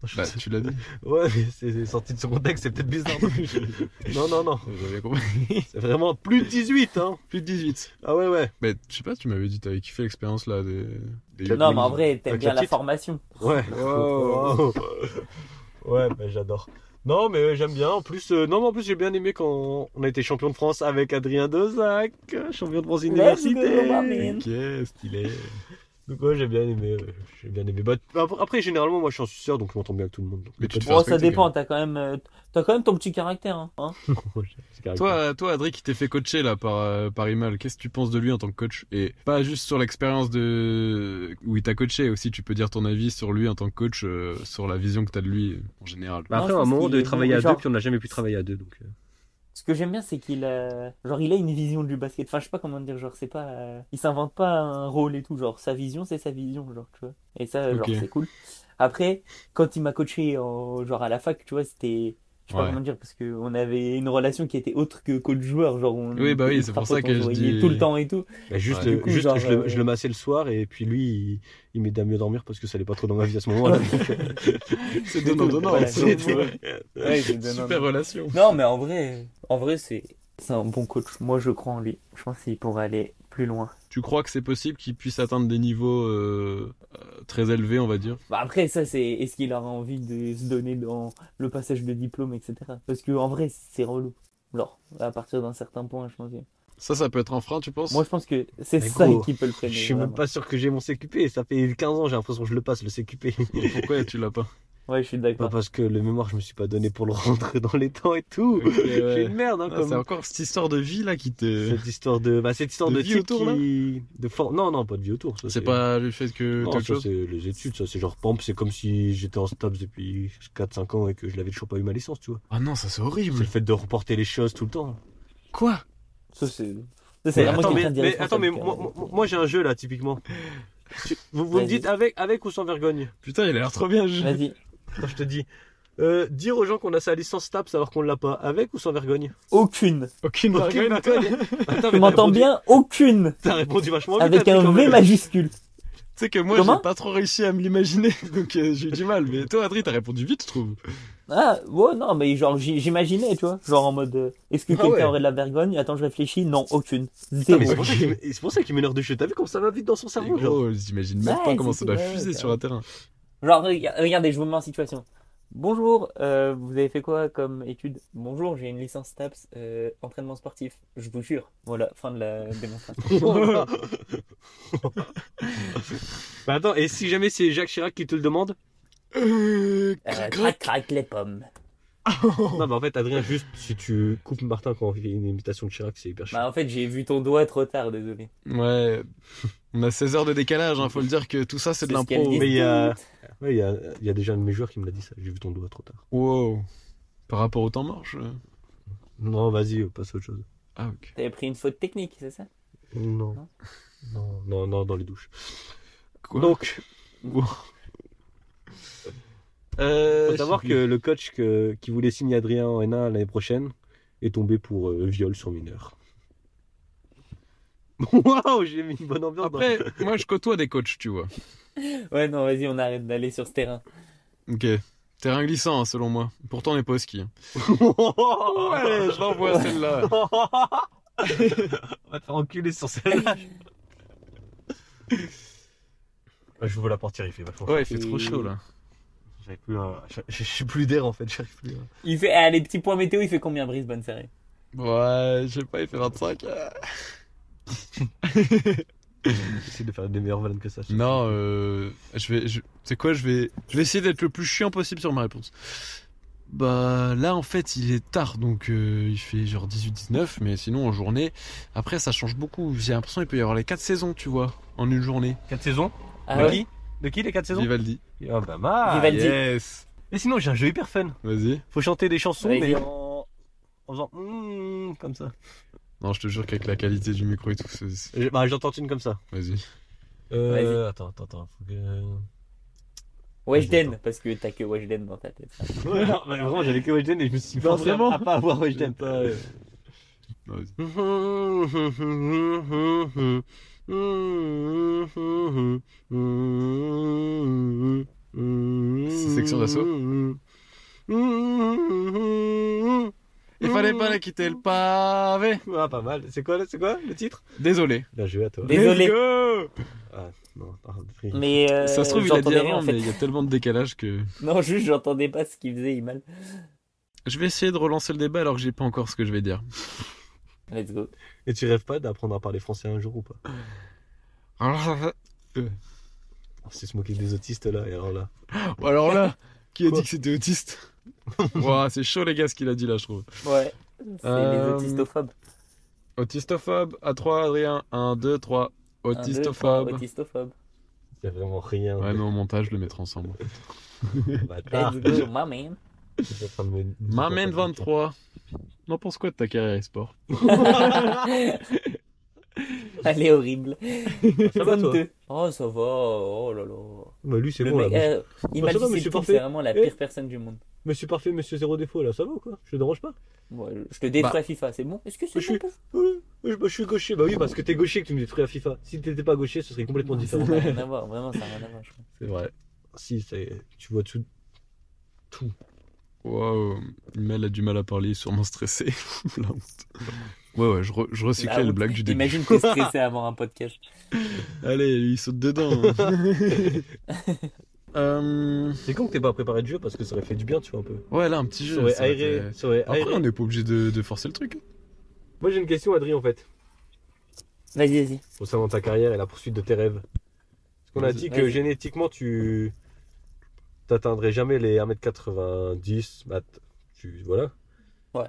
[SPEAKER 3] Je-
[SPEAKER 1] bah, tu l'as dit.
[SPEAKER 3] Ouais, mais c'est c'est sorti de son contexte, c'est peut-être bizarre. non, non, non.
[SPEAKER 1] J'avais compris.
[SPEAKER 3] C'est vraiment plus de 18, hein.
[SPEAKER 1] Plus de 18.
[SPEAKER 3] Ah ouais, ouais.
[SPEAKER 1] Mais je sais pas, tu m'avais dit, t'avais kiffé l'expérience là des... des-
[SPEAKER 2] Non, mais en vrai, t'aimes
[SPEAKER 3] Avec
[SPEAKER 2] bien
[SPEAKER 3] la
[SPEAKER 2] la
[SPEAKER 3] petite.
[SPEAKER 2] formation.
[SPEAKER 3] Ouais.
[SPEAKER 1] Wow.
[SPEAKER 3] ouais, bah, j'adore. Non, mais euh, j'aime bien. En plus, euh, non, mais en plus, j'ai bien aimé quand on a été champion de France avec Adrien Dozac, euh, champion de France
[SPEAKER 2] go, my
[SPEAKER 3] université.
[SPEAKER 2] man.
[SPEAKER 1] Ok, stylé.
[SPEAKER 3] Donc, ouais, j'ai bien aimé. euh, j'ai bien aimé. Bah, après- après, généralement, moi, je suis un suceur, donc je m'entends bien avec tout le monde. donc
[SPEAKER 1] Mais
[SPEAKER 3] pas
[SPEAKER 1] tu
[SPEAKER 3] de
[SPEAKER 1] te
[SPEAKER 2] Bon, ça
[SPEAKER 1] respecter,
[SPEAKER 2] dépend, t'as quand même. euh, T'as quand même ton petit caractère, hein, hein
[SPEAKER 3] projet, c'est carré.
[SPEAKER 1] Toi, toi, Adri, qui t'es fait coacher là par, euh, par Imal, qu'est-ce que tu penses de lui en tant que coach Et pas juste sur l'expérience de où il t'a coaché, aussi tu peux dire ton avis sur lui en tant que coach, euh, sur la vision que t'as de lui euh, en général.
[SPEAKER 3] Bah,
[SPEAKER 2] Non, je
[SPEAKER 3] après, à un
[SPEAKER 2] pense
[SPEAKER 3] moment,
[SPEAKER 2] qu'il
[SPEAKER 3] de
[SPEAKER 2] est
[SPEAKER 3] travailler
[SPEAKER 2] bon,
[SPEAKER 3] à deux,
[SPEAKER 2] genre-
[SPEAKER 3] puis on n'a jamais pu travailler à deux. Donc, euh.
[SPEAKER 2] Ce que j'aime bien, c'est qu'il a... Genre, il a une vision du basket. Enfin, je sais pas comment dire, genre, c'est pas... euh, Il s'invente pas un rôle et tout. Genre, sa vision, c'est sa vision, genre, tu vois. Et ça, genre,
[SPEAKER 1] Ok.
[SPEAKER 2] c'est cool. Après, quand il m'a coaché, en... genre, à la fac, tu vois, c'était... Je sais pas
[SPEAKER 1] Ouais.
[SPEAKER 2] comment dire, parce qu'on avait une relation qui était autre que coach-joueur, genre, on
[SPEAKER 1] Oui, bah oui,
[SPEAKER 2] était
[SPEAKER 1] c'est
[SPEAKER 2] ultra
[SPEAKER 1] pour ça
[SPEAKER 2] potes,
[SPEAKER 1] que
[SPEAKER 2] on
[SPEAKER 1] je
[SPEAKER 2] se voyait
[SPEAKER 1] dis-
[SPEAKER 2] tout le temps et tout.
[SPEAKER 3] Bah, juste,
[SPEAKER 1] Ouais.
[SPEAKER 3] euh,
[SPEAKER 2] Du coup,
[SPEAKER 3] juste
[SPEAKER 2] genre,
[SPEAKER 3] je, le,
[SPEAKER 2] euh,
[SPEAKER 3] je le massais le soir, et puis lui, il, il m'aidait à mieux dormir parce que ça allait pas trop dans ma vie à ce moment-là.
[SPEAKER 1] C'est hein.
[SPEAKER 2] donnant, donnant, Voilà, c'est-
[SPEAKER 1] Super relation.
[SPEAKER 2] Non, mais en vrai, en vrai, c'est... C'est un bon coach. Moi, je crois en lui. Je pense qu'il pourrait aller plus loin.
[SPEAKER 1] Tu crois que c'est possible qu'il puisse atteindre des niveaux euh, euh, très élevés, on va dire
[SPEAKER 2] Bah après, ça, c'est est-ce qu'il aura envie de se donner dans le passage de diplôme, etc. Parce que en vrai, c'est relou. Genre, à partir d'un certain point, je pense que...
[SPEAKER 1] Ça, ça peut être un frein, tu penses
[SPEAKER 2] Moi, je pense que c'est
[SPEAKER 3] Mais
[SPEAKER 2] ça
[SPEAKER 3] gros,
[SPEAKER 2] qui peut le
[SPEAKER 3] Je
[SPEAKER 2] freiner.
[SPEAKER 3] suis
[SPEAKER 2] vraiment.
[SPEAKER 3] même pas sûr que j'ai mon CQP. Ça fait 15 ans, j'ai l'impression que je le passe, le CQP.
[SPEAKER 1] Pourquoi tu l'as pas
[SPEAKER 2] Ouais, je suis
[SPEAKER 3] Pas
[SPEAKER 2] d'accord.
[SPEAKER 3] parce que le mémoire, je me suis pas donné pour le rentrer dans les temps et tout.
[SPEAKER 1] Ok,
[SPEAKER 3] J'ai
[SPEAKER 1] ouais.
[SPEAKER 3] une merde, hein,
[SPEAKER 1] Ah, C'est
[SPEAKER 3] comme
[SPEAKER 1] encore cette histoire de vie là qui te.
[SPEAKER 3] cette histoire de, bah, cette histoire
[SPEAKER 1] De
[SPEAKER 3] de,
[SPEAKER 1] vie
[SPEAKER 3] type
[SPEAKER 1] autour,
[SPEAKER 3] qui, de for- non, non, pas de vie autour. ça,
[SPEAKER 1] C'est pas le fait que
[SPEAKER 3] Non,
[SPEAKER 1] quelque
[SPEAKER 3] ça,
[SPEAKER 1] chose.
[SPEAKER 3] c'est les études, ça, c'est genre pompe, c'est comme si j'étais en STAPS depuis 4-5 ans et que je l'avais toujours pas eu ma licence, tu vois.
[SPEAKER 1] Ah non, ça c'est
[SPEAKER 3] C'est le
[SPEAKER 1] horrible.
[SPEAKER 3] fait de reporter les choses tout le temps.
[SPEAKER 1] Quoi
[SPEAKER 2] Ça, c'est... ça, c'est
[SPEAKER 3] Mais
[SPEAKER 2] vraiment
[SPEAKER 3] attends, mais,
[SPEAKER 2] quelqu'un
[SPEAKER 3] mais
[SPEAKER 2] d'irresponsable
[SPEAKER 3] attends, mais
[SPEAKER 2] qui a-
[SPEAKER 3] moi, moi- moi, j'ai un jeu là, typiquement. Tu- Vous, vous me
[SPEAKER 2] Vas-y.
[SPEAKER 3] dites avec, avec ou sans vergogne
[SPEAKER 1] Putain, il a l'air trop bien. je-
[SPEAKER 2] Vas-y.
[SPEAKER 3] Quand je te dis, Euh, dire aux gens qu'on a sa licence Staps alors qu'on l'a pas, avec ou sans vergogne
[SPEAKER 2] Aucune.
[SPEAKER 1] Aucune
[SPEAKER 3] Aucune
[SPEAKER 1] vergogne.
[SPEAKER 3] vergogne.
[SPEAKER 1] Tu
[SPEAKER 3] Attends, mais
[SPEAKER 2] Tu
[SPEAKER 3] t'as
[SPEAKER 2] m'entends
[SPEAKER 3] répondu-
[SPEAKER 2] bien Aucune.
[SPEAKER 3] T'as répondu vachement vite.
[SPEAKER 2] Avec
[SPEAKER 3] Patrick,
[SPEAKER 2] un
[SPEAKER 3] quand
[SPEAKER 2] V
[SPEAKER 3] même.
[SPEAKER 2] majuscule.
[SPEAKER 1] sais que moi,
[SPEAKER 2] Comment
[SPEAKER 1] j'ai pas trop réussi à me l'imaginer, donc euh, j'ai eu du mal. Mais toi, Adri, t'as répondu vite, je trouve.
[SPEAKER 2] Ah, ouais, non, mais genre, j'y- j'imaginais, tu vois. Genre en mode, euh, est-ce que
[SPEAKER 3] Ah
[SPEAKER 2] quelqu'un
[SPEAKER 3] ouais.
[SPEAKER 2] aurait de la vergogne Attends, je réfléchis. Non, aucune.
[SPEAKER 3] Putain,
[SPEAKER 2] Zéro.
[SPEAKER 3] mais c'est pour ça qu'il- et c'est pour ça qu'il m'énerve de chez. T'as vu comme ça va vite dans son
[SPEAKER 1] Et
[SPEAKER 3] cerveau genre.
[SPEAKER 1] gros, j'imagine même
[SPEAKER 2] Ouais,
[SPEAKER 1] pas comment
[SPEAKER 2] c'est
[SPEAKER 1] ça doit
[SPEAKER 2] tout, ouais,
[SPEAKER 1] fuser
[SPEAKER 2] ouais,
[SPEAKER 1] sur un terrain.
[SPEAKER 2] Genre, rega- regardez, je vous mets en situation. Bonjour, euh, vous avez fait quoi comme étude? Bonjour, j'ai une licence STAPS, euh, entraînement sportif. Je vous jure. Voilà, fin de la démonstration.
[SPEAKER 3] Bah attends, et si jamais c'est Jacques Chirac qui te le demande
[SPEAKER 1] Euh,
[SPEAKER 2] Euh,
[SPEAKER 1] crac,
[SPEAKER 2] crac,
[SPEAKER 1] crac.
[SPEAKER 2] crac, les pommes.
[SPEAKER 3] Non, bah en fait, Adrien, juste si tu coupes Martin quand on fait une imitation de Chirac, c'est hyper chiant.
[SPEAKER 2] Bah, en fait, j'ai vu ton doigt trop tard, désolé.
[SPEAKER 1] Ouais, on a 16 heures de décalage, hein, faut le dire que tout ça c'est de
[SPEAKER 2] C'est ce qu'elle
[SPEAKER 1] l'impro. euh,
[SPEAKER 2] dit.
[SPEAKER 3] Mais il y a,
[SPEAKER 2] Bah.
[SPEAKER 3] ouais, il y, a, il y a déjà un de mes joueurs qui me l'a dit ça. J'ai vu ton doigt trop tard.
[SPEAKER 1] Wow, par rapport au temps mort, je-
[SPEAKER 3] Non, vas-y, euh, passe à autre chose.
[SPEAKER 1] Ah ok.
[SPEAKER 2] T'avais pris une faute technique, c'est ça?
[SPEAKER 3] Non.
[SPEAKER 2] Non.
[SPEAKER 3] Non, non, non, dans les douches.
[SPEAKER 1] Quoi
[SPEAKER 3] Donc,
[SPEAKER 1] Euh,
[SPEAKER 3] faut savoir
[SPEAKER 1] je sais plus.
[SPEAKER 3] que le coach que- qui voulait signer Adrien en N1 l'année prochaine est tombé pour euh, viol sur mineur. Waouh, j'ai mis une bonne ambiance. dans-
[SPEAKER 1] Après, moi je côtoie des coachs, tu vois.
[SPEAKER 2] Ouais, non, vas-y, on arrête d'aller sur ce terrain.
[SPEAKER 1] Ok. Terrain glissant, hein, selon moi. Pourtant, on n'est pas au ski. hein. Ouais, je l'envoie celle-là.
[SPEAKER 3] On va te faire enculer sur celle-là. Ah, je vous la porte, il fait vachement
[SPEAKER 1] Ouais, il fait trop chaud là.
[SPEAKER 3] chaud. J'avais plus un- j'ai- J'ai plus d'air en fait, j'arrive plus. à-
[SPEAKER 2] Il fait, ah, les petits points météo, il fait combien, Brice, bonne série?
[SPEAKER 1] Ouais, je sais pas, il fait 25. euh.
[SPEAKER 3] J'essaie de faire des meilleurs vannes que ça.
[SPEAKER 1] Non, euh, je vais. Je... C'est quoi Je vais. Je vais essayer d'être le plus chiant possible sur ma réponse. Bah là, en fait, il est tard, donc euh, il fait genre 18-19, mais sinon en journée. Après, ça change beaucoup. J'ai l'impression qu'il peut y avoir les 4 saisons, tu vois, en une journée.
[SPEAKER 3] 4 saisons
[SPEAKER 2] Ah
[SPEAKER 3] De
[SPEAKER 1] Bah,
[SPEAKER 2] ouais?
[SPEAKER 3] qui De qui les 4 saisons
[SPEAKER 1] Vivaldi.
[SPEAKER 3] Ah bah mal
[SPEAKER 2] Vivaldi.
[SPEAKER 1] Yes
[SPEAKER 3] Et sinon, j'ai un jeu hyper fun.
[SPEAKER 1] Vas-y.
[SPEAKER 3] Faut chanter des chansons,
[SPEAKER 2] Vas-y.
[SPEAKER 3] mais en, en faisant mm, comme ça.
[SPEAKER 1] Non, je te jure qu'avec la qualité du micro et tout, c'est- c'est-
[SPEAKER 3] Je- Bah, j'entends une comme ça.
[SPEAKER 1] vas-y.
[SPEAKER 3] Euh, attends, attends, attends. Faut que.
[SPEAKER 2] Weshden, parce que t'as que Weshden dans ta tête.
[SPEAKER 3] Ouais, non, mais vraiment, j'avais que Weshden et je me suis
[SPEAKER 1] Non,
[SPEAKER 3] forcé à-
[SPEAKER 1] vraiment
[SPEAKER 3] à pas avoir Weshden.
[SPEAKER 1] Pas, euh, Non, vas-y.
[SPEAKER 3] C'est
[SPEAKER 1] section d'assaut Il fallait pas la quitter le pavé.
[SPEAKER 3] Ah, pas mal. C'est quoi, c'est quoi le titre
[SPEAKER 1] Désolé.
[SPEAKER 3] Bien joué à toi.
[SPEAKER 2] Des- Désolé.
[SPEAKER 1] Let's go
[SPEAKER 3] Ah, non, pardon, pris.
[SPEAKER 2] Mais, euh,
[SPEAKER 1] Ça se trouve, il a dit
[SPEAKER 2] j'entendais rien,
[SPEAKER 1] avant,
[SPEAKER 2] en fait.
[SPEAKER 1] mais il y a tellement de décalage que.
[SPEAKER 2] Non, juste, j'entendais pas ce qu'il faisait, il mal.
[SPEAKER 1] Je vais essayer de relancer le débat alors que j'ai pas encore ce que je vais dire.
[SPEAKER 2] Let's go.
[SPEAKER 3] Et tu rêves pas d'apprendre à parler français un jour ou pas
[SPEAKER 1] Alors
[SPEAKER 3] Oh, C'est se moquer des autistes là, et alors là.
[SPEAKER 1] là, qui a
[SPEAKER 3] Quoi
[SPEAKER 1] dit que c'était autiste Ouah, c'est chaud les gars ce qu'il a dit là, je trouve.
[SPEAKER 2] Ouais. C'est les
[SPEAKER 1] Euh,
[SPEAKER 2] autistophobes.
[SPEAKER 1] Autistophobe, à 3 Adrien, 1, 2, 3.
[SPEAKER 2] Un, deux, trois,
[SPEAKER 1] Autistophobe.
[SPEAKER 2] Autistophobes.
[SPEAKER 3] C'est vraiment rien.
[SPEAKER 1] Ouais, mais au montage, je le mettre ensemble.
[SPEAKER 3] Bâtard.
[SPEAKER 2] Let's go, my man.
[SPEAKER 3] Je suis en train de me-
[SPEAKER 1] Mamen 23. Non, pense quoi de ta carrière e-sport
[SPEAKER 2] Elle est horrible.
[SPEAKER 3] Ça va, toi
[SPEAKER 2] 22. Oh, ça va. Oh là là.
[SPEAKER 3] Bah, lui, c'est
[SPEAKER 2] Le
[SPEAKER 3] bon là.
[SPEAKER 2] mec,
[SPEAKER 3] monsieur-
[SPEAKER 2] euh, il
[SPEAKER 3] Bah,
[SPEAKER 2] m'a
[SPEAKER 3] ça va,
[SPEAKER 2] dit,
[SPEAKER 3] monsieur
[SPEAKER 2] c'est tout,
[SPEAKER 3] parfait.
[SPEAKER 2] c'est vraiment la
[SPEAKER 3] Eh.
[SPEAKER 2] pire personne du monde.
[SPEAKER 3] Monsieur parfait, monsieur zéro défaut là, ça va ou quoi Je te dérange pas
[SPEAKER 2] Ouais, je te détruis à FIFA, c'est bon Est-ce que c'est
[SPEAKER 3] Bah. Je suis-
[SPEAKER 2] bon
[SPEAKER 3] Oui, oui, je, bah, je suis gaucher. Bah oui, parce que t'es gaucher que tu me détruis à FIFA. Si t'étais pas gaucher, ce serait complètement
[SPEAKER 2] Ça
[SPEAKER 3] différent.
[SPEAKER 2] n'a rien à voir, vraiment, ça n'a rien à voir. je crois.
[SPEAKER 1] C'est vrai.
[SPEAKER 3] si, c'est- tu vois tout.
[SPEAKER 1] Waouh, Mel a du mal à parler, il est sûrement stressé. La honte. Ouais, ouais, je, re- je
[SPEAKER 2] La
[SPEAKER 1] recyclais les
[SPEAKER 2] honte.
[SPEAKER 1] blagues du début.
[SPEAKER 2] Imagine que stressé avant un podcast.
[SPEAKER 1] Allez, il saute dedans. hein. Euh,
[SPEAKER 3] C'est con que t'aies pas préparé de jeu parce que ça aurait fait du bien, tu vois, un peu.
[SPEAKER 1] Ouais, là, un petit
[SPEAKER 3] Ça
[SPEAKER 1] jeu.
[SPEAKER 3] aurait
[SPEAKER 1] ça aurait été-
[SPEAKER 3] aéré. Ça aurait
[SPEAKER 1] Après,
[SPEAKER 3] aéré.
[SPEAKER 1] on n'est pas obligé de, de forcer le truc. hein.
[SPEAKER 3] Moi, j'ai une question, Adri, en fait.
[SPEAKER 2] Vas-y, vas-y.
[SPEAKER 3] Concernant ta carrière et la poursuite de tes rêves. Parce qu'on a
[SPEAKER 1] Vas-y.
[SPEAKER 3] dit que
[SPEAKER 2] Vas-y.
[SPEAKER 3] génétiquement, tu. T'atteindrais jamais les 1m90. Bah, t- tu... Voilà.
[SPEAKER 2] Ouais.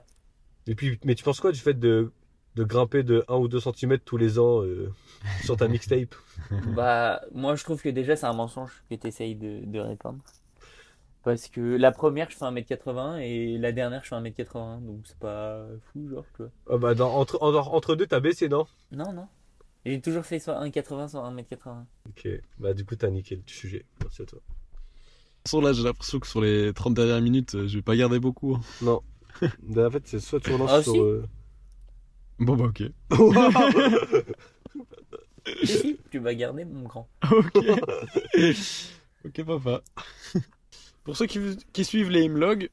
[SPEAKER 3] Et puis, mais tu penses quoi du fait de, de grimper de 1 ou 2 cm tous les ans euh, sur ta mixtape
[SPEAKER 2] Bah, moi je trouve que déjà c'est un mensonge que tu essayes de, de répandre. Parce que la première je fais 1m80 et la dernière je fais 1m81, donc c'est pas fou, genre, tu vois.
[SPEAKER 3] Ah bah dans- entre, en- entre deux, t'as baissé, non
[SPEAKER 2] Non, non. J'ai toujours fait soit 1m80, soit 1m80.
[SPEAKER 3] Ok, bah du coup, t'as niqué le sujet. Merci à toi.
[SPEAKER 1] toute façon, là, j'ai l'impression que sur les 30 dernières minutes, euh, je vais pas garder beaucoup. hein.
[SPEAKER 3] Non. Bah, en fait, c'est soit tu relances
[SPEAKER 2] Ah,
[SPEAKER 3] sur.
[SPEAKER 2] si.
[SPEAKER 3] euh,
[SPEAKER 1] Bon, bah, ok.
[SPEAKER 2] Si, si, tu vas garder mon grand.
[SPEAKER 1] Ok. ok, papa. Pour ceux qui, qui suivent les Imlogs,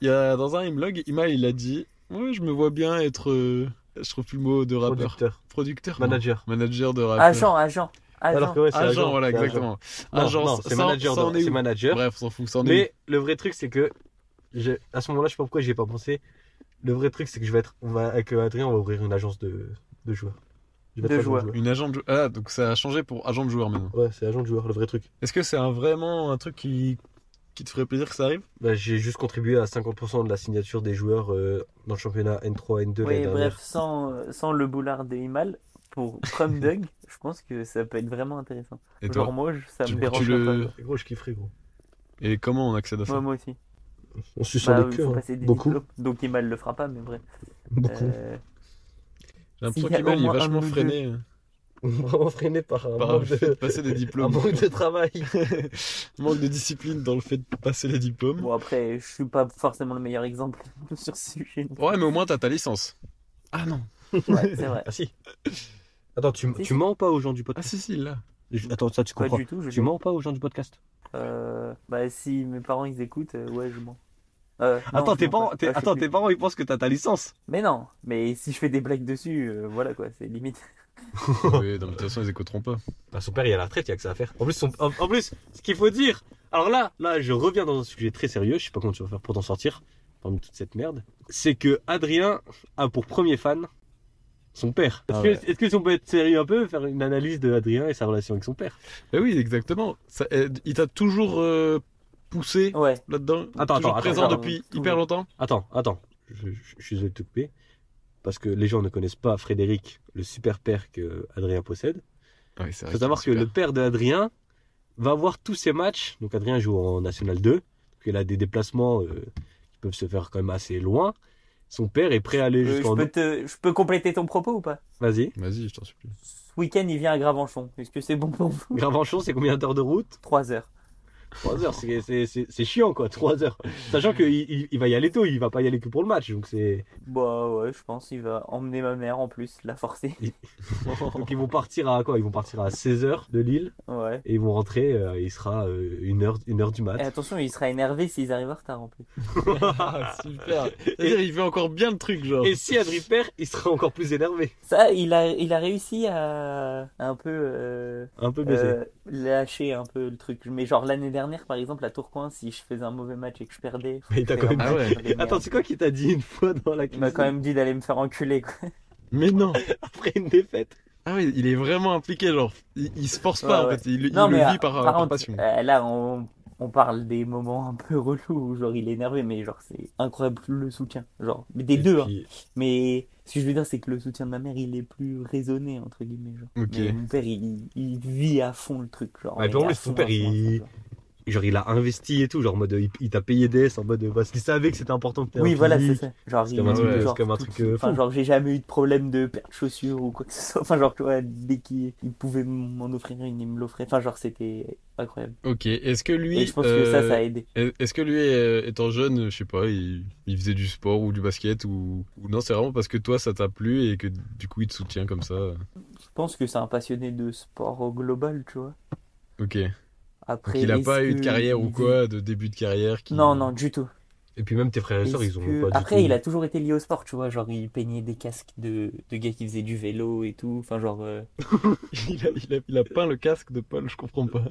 [SPEAKER 1] il y a, dans un Imlog, Imal, il a dit Ouais, je me vois bien être. euh, je trouve plus le mot de rappeur.
[SPEAKER 3] producteur,
[SPEAKER 1] Producteur. non.
[SPEAKER 3] manager.
[SPEAKER 1] Manager de rappeur.
[SPEAKER 2] Agent, agent,
[SPEAKER 3] Alors
[SPEAKER 1] Ah,
[SPEAKER 2] agent.
[SPEAKER 3] que ouais, c'est
[SPEAKER 1] Agent,
[SPEAKER 3] agent,
[SPEAKER 1] voilà,
[SPEAKER 3] c'est agent.
[SPEAKER 1] exactement.
[SPEAKER 3] Non,
[SPEAKER 1] Agent,
[SPEAKER 3] non, c'est
[SPEAKER 1] ça-
[SPEAKER 3] manager.
[SPEAKER 1] ça en
[SPEAKER 3] non,
[SPEAKER 1] est
[SPEAKER 3] c'est
[SPEAKER 1] où
[SPEAKER 3] manager.
[SPEAKER 1] Bref, on s'en fout, ça en est
[SPEAKER 3] Mais le vrai truc, c'est que je- à ce moment-là, je sais pas pourquoi j'y ai pas pensé. Le vrai truc, c'est que je vais être, on va avec euh, Adrien, on va ouvrir une agence de, de joueurs. Je vais
[SPEAKER 2] De
[SPEAKER 3] être agent
[SPEAKER 2] joueurs.
[SPEAKER 1] où. Une agent de jou- Ah, donc ça a changé pour agent de joueur maintenant.
[SPEAKER 3] Ouais, c'est agent de joueurs, le vrai truc.
[SPEAKER 1] Est-ce que c'est un, vraiment un truc qui, qui te ferait plaisir que ça arrive
[SPEAKER 3] Bah, j'ai juste contribué à 50% de la signature des joueurs euh, dans le championnat N3, N2 l'année
[SPEAKER 2] Oui,
[SPEAKER 3] dernière.
[SPEAKER 2] bref, sans, euh, sans le boulard de Himal, pour Chrome Dog, je pense que ça peut être vraiment intéressant.
[SPEAKER 1] Et
[SPEAKER 2] Genre
[SPEAKER 1] toi
[SPEAKER 2] moi, je- ça
[SPEAKER 1] tu,
[SPEAKER 2] me
[SPEAKER 1] tu
[SPEAKER 2] dérange
[SPEAKER 1] le...
[SPEAKER 3] Et Gros, je kifferais, gros.
[SPEAKER 1] Et comment on accède à
[SPEAKER 2] pas.
[SPEAKER 1] ça
[SPEAKER 2] Moi, moi aussi.
[SPEAKER 3] On suit sur
[SPEAKER 2] Bah,
[SPEAKER 3] les
[SPEAKER 2] il
[SPEAKER 3] queues,
[SPEAKER 2] faut
[SPEAKER 3] hein.
[SPEAKER 2] passer des
[SPEAKER 3] beaucoup,
[SPEAKER 2] diplômes. Donc Himal le fera pas, mais bref.
[SPEAKER 3] beaucoup.
[SPEAKER 2] Euh,
[SPEAKER 1] J'ai l'impression
[SPEAKER 2] s'il y a
[SPEAKER 1] qu'Imal
[SPEAKER 2] au
[SPEAKER 1] il est
[SPEAKER 2] moins un
[SPEAKER 1] vachement
[SPEAKER 2] de nous
[SPEAKER 1] freiné euh,
[SPEAKER 3] Vraiment freiné par un
[SPEAKER 1] par le
[SPEAKER 3] manque
[SPEAKER 1] fait de
[SPEAKER 3] de,
[SPEAKER 1] passer des
[SPEAKER 3] un
[SPEAKER 1] diplômes.
[SPEAKER 3] manque de travail.
[SPEAKER 1] Manque de discipline dans le fait de passer les diplômes.
[SPEAKER 2] Bon, après, je suis pas forcément le meilleur exemple sur ce sujet.
[SPEAKER 1] Ouais, mais au moins t'as ta licence. Ah non.
[SPEAKER 2] Ouais, c'est vrai.
[SPEAKER 3] Ah si. Attends, tu,
[SPEAKER 2] Si,
[SPEAKER 3] tu
[SPEAKER 2] si.
[SPEAKER 3] mens pas aux gens du
[SPEAKER 1] Ah
[SPEAKER 3] podcast
[SPEAKER 1] si, si, là.
[SPEAKER 3] Je- Attends, ça tu
[SPEAKER 2] Pas
[SPEAKER 3] comprends.
[SPEAKER 2] du tout, je
[SPEAKER 3] Tu
[SPEAKER 2] mens.
[SPEAKER 3] mens pas aux gens du podcast
[SPEAKER 2] Euh, bah, si mes parents ils écoutent, euh, ouais, je mens. Euh, non,
[SPEAKER 3] Attends,
[SPEAKER 2] je
[SPEAKER 3] tes
[SPEAKER 2] mens
[SPEAKER 3] parents,
[SPEAKER 2] pas.
[SPEAKER 3] tes-
[SPEAKER 2] Ouais, je sais
[SPEAKER 3] attends,
[SPEAKER 2] plus.
[SPEAKER 3] tes parents, ils pensent que t'as ta licence.
[SPEAKER 2] Mais non, mais si je fais des blagues dessus, euh, voilà quoi, c'est limite.
[SPEAKER 1] oui, non, mais de toute façon, ils écouteront pas.
[SPEAKER 3] Bah, son père, il est à la retraite, il y a que ça à faire. En plus, son- en, en plus, ce qu'il faut dire. Alors là, là, je reviens dans un sujet très sérieux. Je sais pas comment tu vas faire pour t'en sortir parmi toute cette merde. C'est que Adrien a pour premier fan son père. Est-ce
[SPEAKER 2] Ah
[SPEAKER 3] que,
[SPEAKER 2] ouais.
[SPEAKER 3] est-ce que si on peut être sérieux un peu, faire une analyse de Adrien et sa relation avec son père
[SPEAKER 1] Bah oui, exactement. Ça, euh, il t'a toujours euh, poussé
[SPEAKER 2] Ouais.
[SPEAKER 1] là-dedans.
[SPEAKER 3] Attends,
[SPEAKER 1] toujours
[SPEAKER 3] attends,
[SPEAKER 1] présent
[SPEAKER 2] attends.
[SPEAKER 1] depuis
[SPEAKER 2] Toujours.
[SPEAKER 1] hyper longtemps.
[SPEAKER 3] Attends, attends. Je, je- je suis désolé de te couper. Parce que les gens ne connaissent pas Frédéric, le super père que Adrien possède.
[SPEAKER 1] Ouais, c'est
[SPEAKER 3] Il
[SPEAKER 1] vrai.
[SPEAKER 3] faut savoir que
[SPEAKER 1] c'est
[SPEAKER 3] le
[SPEAKER 1] Ah, super.
[SPEAKER 3] père de Adrien va voir tous ses matchs. Donc Adrien joue en National 2. Donc il a des déplacements euh, qui peuvent se faire quand même assez loin. Son père est prêt à aller
[SPEAKER 2] Euh, je,
[SPEAKER 3] jusqu'en.
[SPEAKER 2] peux te- je peux compléter ton propos ou pas
[SPEAKER 3] Vas-y.
[SPEAKER 1] Vas-y, je t'en supplie.
[SPEAKER 2] Ce week-end, il vient à Gravenchon. Est-ce que c'est bon pour vous
[SPEAKER 3] Gravenchon, c'est combien d'heures de route
[SPEAKER 2] 3 heures.
[SPEAKER 3] 3 heures. C'est- C'est c'est- c'est chiant, quoi. 3 heures. Sachant qu'il il, il va y aller tôt. Il va pas y aller que pour le match. Donc c'est.
[SPEAKER 2] Bah ouais, je pense il va emmener ma mère en plus, la forcer.
[SPEAKER 3] Donc ils vont partir à quoi Ils vont partir à 16 heures de Lille.
[SPEAKER 2] Ouais.
[SPEAKER 3] Et ils vont rentrer. euh, il sera 1 une, heure, une heure du
[SPEAKER 2] Et
[SPEAKER 3] mat.
[SPEAKER 2] attention, il sera énervé s'ils arrivent en retard en plus.
[SPEAKER 1] Ah, super. C'est-à-dire, il fait encore bien le truc,
[SPEAKER 2] Euh,
[SPEAKER 1] genre.
[SPEAKER 3] Et si Adrien perd, il sera encore plus énervé.
[SPEAKER 2] Ça, il a, il a réussi à un peu euh,
[SPEAKER 3] Un peu baisé.
[SPEAKER 2] euh, lâcher un peu le truc. Mais genre l'année dernière, par exemple, à Tourcoing, si je faisais un mauvais match et que je perdais,
[SPEAKER 3] Mais il t'a
[SPEAKER 2] c'est
[SPEAKER 3] quand même
[SPEAKER 2] vraiment
[SPEAKER 1] Ah ouais.
[SPEAKER 2] une merde.
[SPEAKER 3] Attends, c'est quoi qui t'a dit une fois dans la
[SPEAKER 2] euh, il
[SPEAKER 3] cuisine
[SPEAKER 2] m'a quand même dit d'aller me faire enculer. Quoi.
[SPEAKER 1] Mais non.
[SPEAKER 3] après une défaite
[SPEAKER 1] Ah oui, il est vraiment impliqué, genre. Il, il se force pas,
[SPEAKER 2] Ouais,
[SPEAKER 1] en fait. Il, il
[SPEAKER 2] Non, mais,
[SPEAKER 1] le
[SPEAKER 2] euh,
[SPEAKER 1] vit par,
[SPEAKER 2] par
[SPEAKER 1] par
[SPEAKER 2] contre,
[SPEAKER 1] passion.
[SPEAKER 2] euh, là, on, on parle des moments un peu relous où genre il est énervé, mais genre c'est incroyable le soutien. Genre mais des
[SPEAKER 3] Et
[SPEAKER 2] deux. hein.
[SPEAKER 3] puis,
[SPEAKER 2] Mais ce que je veux dire, c'est que le soutien de ma mère, il est plus raisonné entre guillemets. Genre.
[SPEAKER 1] Ok.
[SPEAKER 2] Mais mon père, il, il vit à fond le truc. Genre,
[SPEAKER 3] Ouais,
[SPEAKER 2] on
[SPEAKER 3] puis en
[SPEAKER 2] est à
[SPEAKER 3] plus, ton
[SPEAKER 2] fond,
[SPEAKER 3] père,
[SPEAKER 2] à fond, à fond,
[SPEAKER 3] il-
[SPEAKER 2] genre.
[SPEAKER 3] genre il a investi et tout genre en mode il, il t'a payé des en mode parce qu'il savait que c'était important que t'aies un
[SPEAKER 2] Oui, voilà, c'est
[SPEAKER 3] physique.
[SPEAKER 2] ça. Genre,
[SPEAKER 3] C'est
[SPEAKER 2] il
[SPEAKER 3] comme un
[SPEAKER 1] truc-
[SPEAKER 2] genre,
[SPEAKER 1] c'est
[SPEAKER 3] comme un
[SPEAKER 2] tout-
[SPEAKER 3] truc, euh,
[SPEAKER 2] enfin,
[SPEAKER 3] fou.
[SPEAKER 2] genre, j'ai jamais eu de problème de perte de chaussures ou quoi que ce soit. Enfin, genre, tu vois, dès qu'il il pouvait m'en offrir une, il me l'offrait. Enfin, genre, c'était incroyable.
[SPEAKER 1] Ok, est-ce que lui.
[SPEAKER 2] Et je pense que ça,
[SPEAKER 1] euh,
[SPEAKER 2] ça a aidé.
[SPEAKER 1] est- Est-ce que lui, euh, étant jeune, je sais pas, il, il faisait du sport ou du basket ou, ou non, c'est vraiment parce que toi ça t'a plu et que du coup il te soutient comme ça.
[SPEAKER 2] Je pense que c'est un passionné de sport au global, tu vois.
[SPEAKER 1] Ok. Donc
[SPEAKER 2] Après,
[SPEAKER 1] il a
[SPEAKER 2] est-ce
[SPEAKER 1] pas eu de
[SPEAKER 2] que
[SPEAKER 1] carrière
[SPEAKER 2] il
[SPEAKER 1] ou
[SPEAKER 2] vit-
[SPEAKER 1] quoi, de début de carrière qui...
[SPEAKER 2] Non, non, du tout.
[SPEAKER 3] et puis même tes frères et sœurs
[SPEAKER 2] Est-ce
[SPEAKER 3] ils ont
[SPEAKER 2] que-
[SPEAKER 3] pas du
[SPEAKER 2] Après,
[SPEAKER 3] tout-
[SPEAKER 2] il a toujours été lié au sport, tu vois. Genre, il peignait des casques de, de gars qui faisaient du vélo et tout. Enfin, genre. euh,
[SPEAKER 1] il, a, il a- il a peint le casque de Paul, je comprends pas.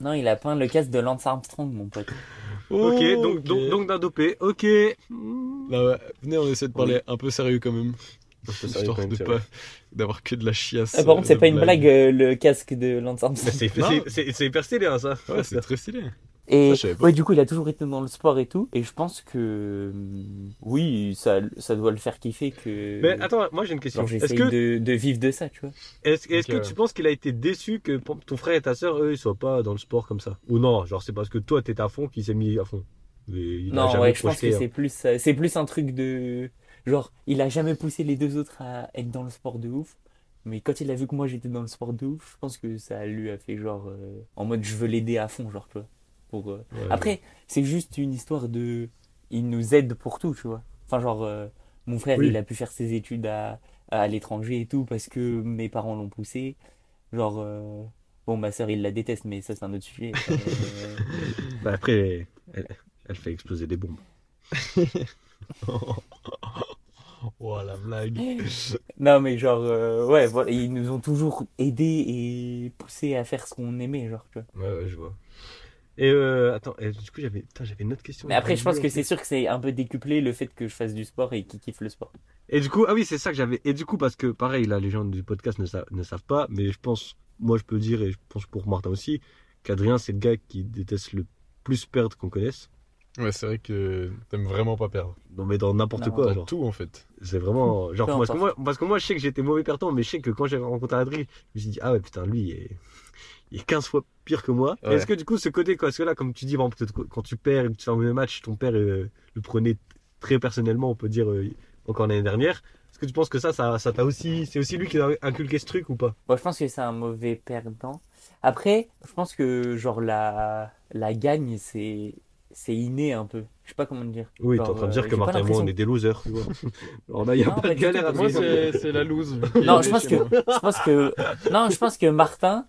[SPEAKER 2] Non, il a peint le casque de Lance Armstrong, mon pote.
[SPEAKER 3] ok
[SPEAKER 1] Oh,
[SPEAKER 3] donc
[SPEAKER 1] ok.
[SPEAKER 3] donc donc d'un dopé ok Bah,
[SPEAKER 1] Là, ouais, venez, on essaie de parler un peu sérieux quand même. Histoire de pas d'avoir que de la chiasse.
[SPEAKER 2] Ah, par contre, c'est
[SPEAKER 1] euh,
[SPEAKER 2] pas une blague, euh, le casque de Lance Armstrong.
[SPEAKER 3] c'est
[SPEAKER 1] Non.
[SPEAKER 3] c'est- c'est- c'est hyper stylé hein, ça
[SPEAKER 1] Ouais, c'est très stylé.
[SPEAKER 2] Et
[SPEAKER 1] Ça, je savais pas.
[SPEAKER 2] ouais, du coup, il a toujours été dans le sport et tout. Et je pense que hum, oui, ça, ça doit le faire kiffer que.
[SPEAKER 3] mais attends moi j'ai une question
[SPEAKER 2] genre,
[SPEAKER 3] est-ce
[SPEAKER 2] j'essaye
[SPEAKER 3] que
[SPEAKER 2] de, euh, de vivre de ça, tu vois.
[SPEAKER 3] est-ce est-ce
[SPEAKER 1] Ok,
[SPEAKER 3] que
[SPEAKER 1] ouais.
[SPEAKER 3] tu penses qu'il a été déçu que pour- ton frère et ta sœur eux ils soient pas dans le sport comme ça ou non genre c'est parce que toi t'étais à fond qu'il s'est mis à fond Mais il a
[SPEAKER 2] Non,
[SPEAKER 3] jamais
[SPEAKER 2] ouais, je pense
[SPEAKER 3] projeté,
[SPEAKER 2] que
[SPEAKER 3] hein.
[SPEAKER 2] c'est plus, ça- c'est plus un truc de. Genre, il a jamais poussé les deux autres à être dans le sport de ouf. Mais quand il a vu que moi j'étais dans le sport de ouf, je pense que ça lui a fait genre. euh, en mode, je veux l'aider à fond, genre, tu vois. Pour, euh,
[SPEAKER 3] Ouais.
[SPEAKER 2] Après, c'est juste une histoire de. Il nous aide pour tout, tu vois. Enfin, genre, euh, mon frère,
[SPEAKER 3] Oui.
[SPEAKER 2] il a pu faire ses études à, à l'étranger et tout parce que mes parents l'ont poussé. Genre, euh, bon, ma soeur, il la déteste, mais ça, c'est un autre sujet. Euh,
[SPEAKER 3] Bah, après, elle, elle fait exploser des bombes.
[SPEAKER 1] Oh la blague.
[SPEAKER 2] non, mais genre, euh, ouais, voilà, ils nous ont toujours aidés et poussés à faire ce qu'on aimait, genre, tu vois.
[SPEAKER 3] Ouais, ouais, je vois. Et euh, attends, et du coup, j'avais putain, j'avais une autre question.
[SPEAKER 2] Mais après, je pense que
[SPEAKER 3] J'avais
[SPEAKER 2] c'est sûr que c'est un peu décuplé le fait que je fasse du sport et qu'ils kiffent le sport.
[SPEAKER 3] Et du coup, ah oui, c'est ça que j'avais. Et du coup, parce que pareil, là, les gens du podcast ne, sa- ne savent pas, mais je pense, moi, je peux dire, et je pense pour Martin aussi, qu'Adrien, c'est le gars qui déteste le plus perdre qu'on connaisse.
[SPEAKER 1] Ouais, c'est vrai que t'aimes vraiment pas perdre.
[SPEAKER 3] Non, mais dans n'importe
[SPEAKER 2] Non.
[SPEAKER 3] quoi,
[SPEAKER 1] Dans
[SPEAKER 3] genre.
[SPEAKER 1] tout en fait.
[SPEAKER 3] C'est vraiment. Genre,
[SPEAKER 2] Peu
[SPEAKER 3] parce que, moi,
[SPEAKER 2] importe.
[SPEAKER 3] parce que moi, je sais que j'étais mauvais perdant, mais je sais que quand j'ai rencontré Adrien, je me suis dit, ah ouais, putain, lui, il est, il est 15 fois pire que moi.
[SPEAKER 1] Ouais.
[SPEAKER 3] Est-ce que du coup, ce côté, quoi, parce que là, comme tu dis, par exemple, peut-être quand tu perds et que tu fais un mauvais match, ton père euh, le prenait très personnellement, on peut dire, euh, encore l'année dernière. Est-ce que tu penses que ça, ça, ça t'a aussi. C'est aussi lui qui t'a inculqué ce truc ou pas
[SPEAKER 2] Moi, je pense que c'est un mauvais perdant. Après, je pense que genre la, la gagne, c'est c'est inné un peu. Je sais pas comment dire.
[SPEAKER 3] Oui, t'es
[SPEAKER 2] Genre,
[SPEAKER 3] en train de
[SPEAKER 2] euh,
[SPEAKER 3] dire que
[SPEAKER 2] j'ai pas
[SPEAKER 3] Martin et moi, on
[SPEAKER 2] l'impression-
[SPEAKER 3] est des losers. tu vois. Alors là, il n'y a
[SPEAKER 2] Non,
[SPEAKER 3] pas
[SPEAKER 2] pas
[SPEAKER 3] de
[SPEAKER 2] du tout,
[SPEAKER 3] galère à
[SPEAKER 2] parce
[SPEAKER 1] Moi,
[SPEAKER 2] que-
[SPEAKER 3] trouver.
[SPEAKER 1] c'est c'est la loose.
[SPEAKER 2] Non, je pense que je pense que non, je pense que Martin,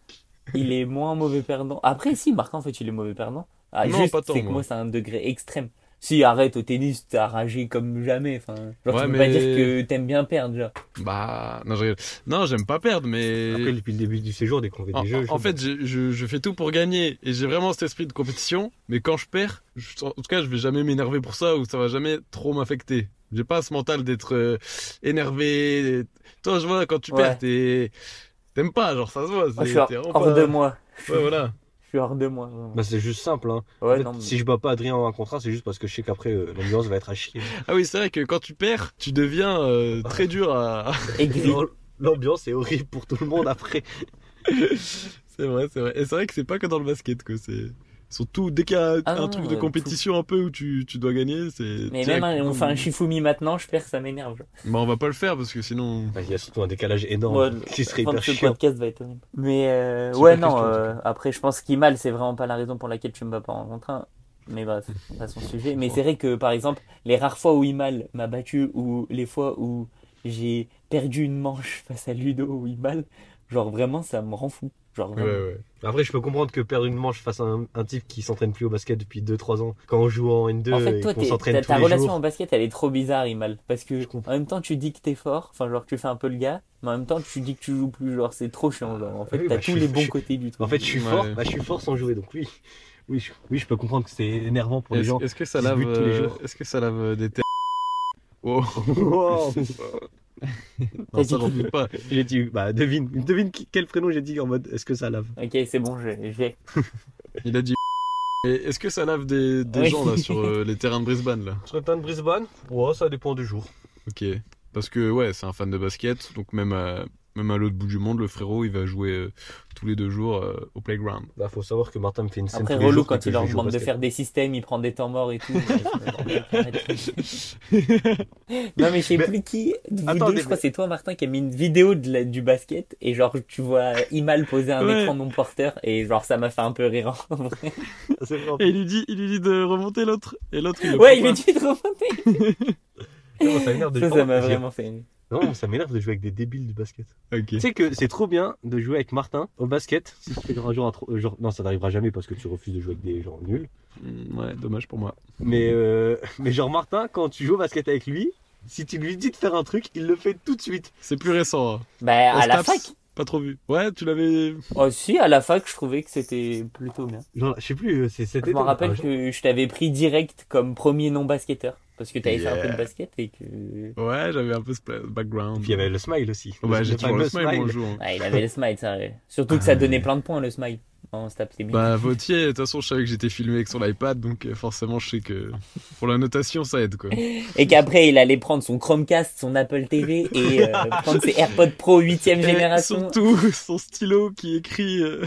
[SPEAKER 2] il est moins mauvais perdant. Après, si Martin, en fait, il est mauvais perdant. Ah,
[SPEAKER 1] Non,
[SPEAKER 2] juste,
[SPEAKER 1] pas tant,
[SPEAKER 2] c'est que
[SPEAKER 1] moi.
[SPEAKER 2] moi, c'est un degré extrême. Si arrête au tennis, t'as ragé comme jamais. Enfin, genre,
[SPEAKER 1] Ouais,
[SPEAKER 2] tu peux
[SPEAKER 1] mais-
[SPEAKER 2] pas dire que t'aimes bien perdre, genre.
[SPEAKER 1] Bah, non, je rigole. Non, j'aime pas perdre, mais.
[SPEAKER 3] Après, depuis le début du séjour, dès qu'on fait
[SPEAKER 1] En,
[SPEAKER 3] des jeux.
[SPEAKER 1] en- en fait, je, je- je fais tout pour gagner et j'ai vraiment cet esprit de compétition. Mais quand je perds, je- en tout cas, je vais jamais m'énerver pour ça ou ça va jamais trop m'affecter. J'ai pas ce mental d'être euh, énervé. Toi, je vois, quand tu
[SPEAKER 2] Ouais.
[SPEAKER 1] perds, t'es- t'aimes pas, genre ça se voit.
[SPEAKER 2] Moi, je
[SPEAKER 1] c'est-
[SPEAKER 2] suis hors,
[SPEAKER 1] t'es vraiment
[SPEAKER 2] hors
[SPEAKER 1] pas-
[SPEAKER 2] de moi.
[SPEAKER 1] Ouais, voilà.
[SPEAKER 2] Je suis hors de moi. vraiment.
[SPEAKER 3] Bah, c'est juste simple, hein. En
[SPEAKER 2] Ouais,
[SPEAKER 3] fait,
[SPEAKER 2] non, mais-
[SPEAKER 3] Si je bats pas Adrien en un contrat, c'est juste parce que je sais qu'après euh, l'ambiance va être à chier.
[SPEAKER 1] Ah oui, c'est vrai que quand tu perds, tu deviens euh, très dur à.
[SPEAKER 2] Aigri.
[SPEAKER 3] L'ambiance est horrible pour tout le monde après.
[SPEAKER 1] c'est vrai, c'est vrai. Et c'est vrai que c'est pas que dans le basket, quoi. C'est surtout dès qu'il y a
[SPEAKER 2] Ah
[SPEAKER 1] un
[SPEAKER 2] non,
[SPEAKER 1] truc de
[SPEAKER 2] euh, tout.
[SPEAKER 1] compétition un peu où tu, tu dois gagner, c'est.
[SPEAKER 2] Mais
[SPEAKER 1] direct.
[SPEAKER 2] même un- on fait un Shifumi maintenant, je perds, ça m'énerve. genre.
[SPEAKER 1] Bah, on va pas le faire parce que sinon.
[SPEAKER 3] Bah, Il y a surtout un décalage
[SPEAKER 2] Ouais,
[SPEAKER 3] énorme
[SPEAKER 2] le-
[SPEAKER 3] qui serait
[SPEAKER 2] Fin de
[SPEAKER 3] hyper
[SPEAKER 2] ce
[SPEAKER 3] chiant.
[SPEAKER 2] podcast va être horrible. Mais euh,
[SPEAKER 1] Super
[SPEAKER 2] ouais, non,
[SPEAKER 1] question, en tout
[SPEAKER 2] euh, après, je pense qu'il mal, c'est vraiment pas la raison pour laquelle tu me bats pas en contre un. Mais bref, pas son sujet. Mais c'est vrai que par exemple, les rares fois où Imal m'a battu ou les fois où j'ai perdu une manche face à Ludo ou Imal, genre vraiment ça me rend fou. Genre
[SPEAKER 1] Ouais,
[SPEAKER 2] vraiment.
[SPEAKER 1] ouais.
[SPEAKER 3] Après, je peux comprendre que perdre une manche face à un, un type qui s'entraîne plus au basket depuis 2-3 ans, quand on joue en N2
[SPEAKER 2] En fait,
[SPEAKER 3] et
[SPEAKER 2] toi,
[SPEAKER 3] qu'on
[SPEAKER 2] t'es-
[SPEAKER 3] s'entraîne
[SPEAKER 2] ta,
[SPEAKER 3] tous
[SPEAKER 2] ta
[SPEAKER 3] les
[SPEAKER 2] relation
[SPEAKER 3] jours.
[SPEAKER 2] au basket, elle est trop bizarre, Imal. Parce que,
[SPEAKER 3] Je comprends.
[SPEAKER 2] en même temps, tu dis que t'es fort, enfin, genre, tu fais un peu le gars, mais en même temps, tu dis que tu joues plus, genre, c'est trop chiant, genre. En fait,
[SPEAKER 3] Oui,
[SPEAKER 2] t'as
[SPEAKER 3] bah, je
[SPEAKER 2] tous
[SPEAKER 3] suis-
[SPEAKER 2] les
[SPEAKER 3] je
[SPEAKER 2] bons
[SPEAKER 3] suis-
[SPEAKER 2] côtés du truc.
[SPEAKER 3] En fait, je suis
[SPEAKER 1] Ouais.
[SPEAKER 3] fort. Bah, je suis fort sans jouer, donc oui. Oui, je, oui, je peux comprendre que c'est énervant pour les
[SPEAKER 1] Est-ce-
[SPEAKER 3] gens.
[SPEAKER 1] Est-ce que ça
[SPEAKER 3] qui se
[SPEAKER 1] lave
[SPEAKER 3] butent tous les
[SPEAKER 1] euh,
[SPEAKER 3] jours.
[SPEAKER 1] Est-ce que ça lave euh, des terres Oh,
[SPEAKER 3] Wow.
[SPEAKER 2] T'as
[SPEAKER 3] Non,
[SPEAKER 2] dit
[SPEAKER 3] ça, j'en
[SPEAKER 2] qui
[SPEAKER 3] doute pas. J'ai dit, bah, devine, devine qui- quel prénom j'ai dit en mode est-ce que ça lave
[SPEAKER 2] Ok, c'est bon, j'ai. j'ai-
[SPEAKER 1] il a dit. Et Est-ce que ça lave des, des
[SPEAKER 2] Oui.
[SPEAKER 1] gens là sur euh, les terrains de Brisbane là
[SPEAKER 3] Sur le terrain de Brisbane Ouais, ça dépend du jour.
[SPEAKER 1] Ok. Parce que ouais, c'est un fan de basket, donc même à, même à l'autre bout du monde, le frérot, il va jouer euh, tous les deux jours euh, au playground.
[SPEAKER 3] Bah, faut savoir que Martin me fait une scène
[SPEAKER 2] Après,
[SPEAKER 3] tous les
[SPEAKER 2] relou,
[SPEAKER 3] jours
[SPEAKER 2] quand
[SPEAKER 3] dès que
[SPEAKER 2] il
[SPEAKER 3] je
[SPEAKER 2] leur
[SPEAKER 3] joue au
[SPEAKER 2] demande de
[SPEAKER 3] basket.
[SPEAKER 2] faire des systèmes, il prend des temps morts et tout. non, mais je sais
[SPEAKER 3] Mais-
[SPEAKER 2] plus qui, de vous
[SPEAKER 3] Attendez,
[SPEAKER 2] deux, je crois
[SPEAKER 3] mais-
[SPEAKER 2] que c'est toi, Martin, qui a mis une vidéo de la- du basket, et genre, tu vois Imal poser un
[SPEAKER 1] Ouais.
[SPEAKER 2] écran non porteur, et genre, ça m'a fait un peu rire en vrai.
[SPEAKER 3] C'est vrai.
[SPEAKER 1] Et il lui dit, il lui dit de remonter l'autre. Et l'autre, il le
[SPEAKER 2] Ouais,
[SPEAKER 1] prend
[SPEAKER 2] il lui
[SPEAKER 1] pas.
[SPEAKER 2] dit de remonter.
[SPEAKER 3] Non, ça m'énerve de
[SPEAKER 2] Ça,
[SPEAKER 3] jouer.
[SPEAKER 2] ça m'a
[SPEAKER 3] j'ai-
[SPEAKER 2] vraiment fait. rire.
[SPEAKER 3] Non, ça m'énerve de jouer avec des débiles du basket.
[SPEAKER 1] Ok.
[SPEAKER 3] Tu sais que c'est trop bien de jouer avec Martin au basket. Si tu fais un jour un tro- euh, genre, non, ça n'arrivera jamais parce que tu refuses de jouer avec des gens nuls.
[SPEAKER 1] Mm, Ouais, dommage pour moi.
[SPEAKER 3] Mais, euh, mais genre Martin, quand tu joues au basket avec lui, si tu lui dis de faire un truc, il le fait tout de suite.
[SPEAKER 1] C'est plus récent. hein.
[SPEAKER 2] Bah,
[SPEAKER 1] Au
[SPEAKER 2] à la fac.
[SPEAKER 1] Staps, Pas trop vu. Ouais, tu l'avais.
[SPEAKER 2] Oh, si, à la fac, je trouvais que c'était plutôt bien.
[SPEAKER 3] Genre, je sais plus, euh, c'est cet
[SPEAKER 2] Je
[SPEAKER 3] été.
[SPEAKER 2] me rappelle
[SPEAKER 3] Ah, je-
[SPEAKER 2] que je t'avais pris direct comme premier non-basketteur. Parce que t'avais fait un peu
[SPEAKER 1] Yeah.
[SPEAKER 2] de basket et que.
[SPEAKER 1] Ouais, j'avais un peu ce pla- background.
[SPEAKER 3] Puis il y avait le smile aussi.
[SPEAKER 1] Ouais, j'ai
[SPEAKER 3] Le
[SPEAKER 1] toujours le
[SPEAKER 3] fameux
[SPEAKER 1] smile, mon jour. hein.
[SPEAKER 2] Ah, il avait le smile, ça. ouais. Surtout
[SPEAKER 3] Ah,
[SPEAKER 2] que ça donnait plein de points, le smile. Non, se tape, c'est bien.
[SPEAKER 1] Bah Vautier, de toute façon je savais que j'étais filmé avec son iPad, donc euh, forcément je sais que pour la notation ça aide quoi.
[SPEAKER 2] Et qu'après, il allait prendre son Chromecast, son Apple TV et euh, prendre ses AirPods Pro 8ème génération.
[SPEAKER 1] surtout son stylo qui écrit. euh,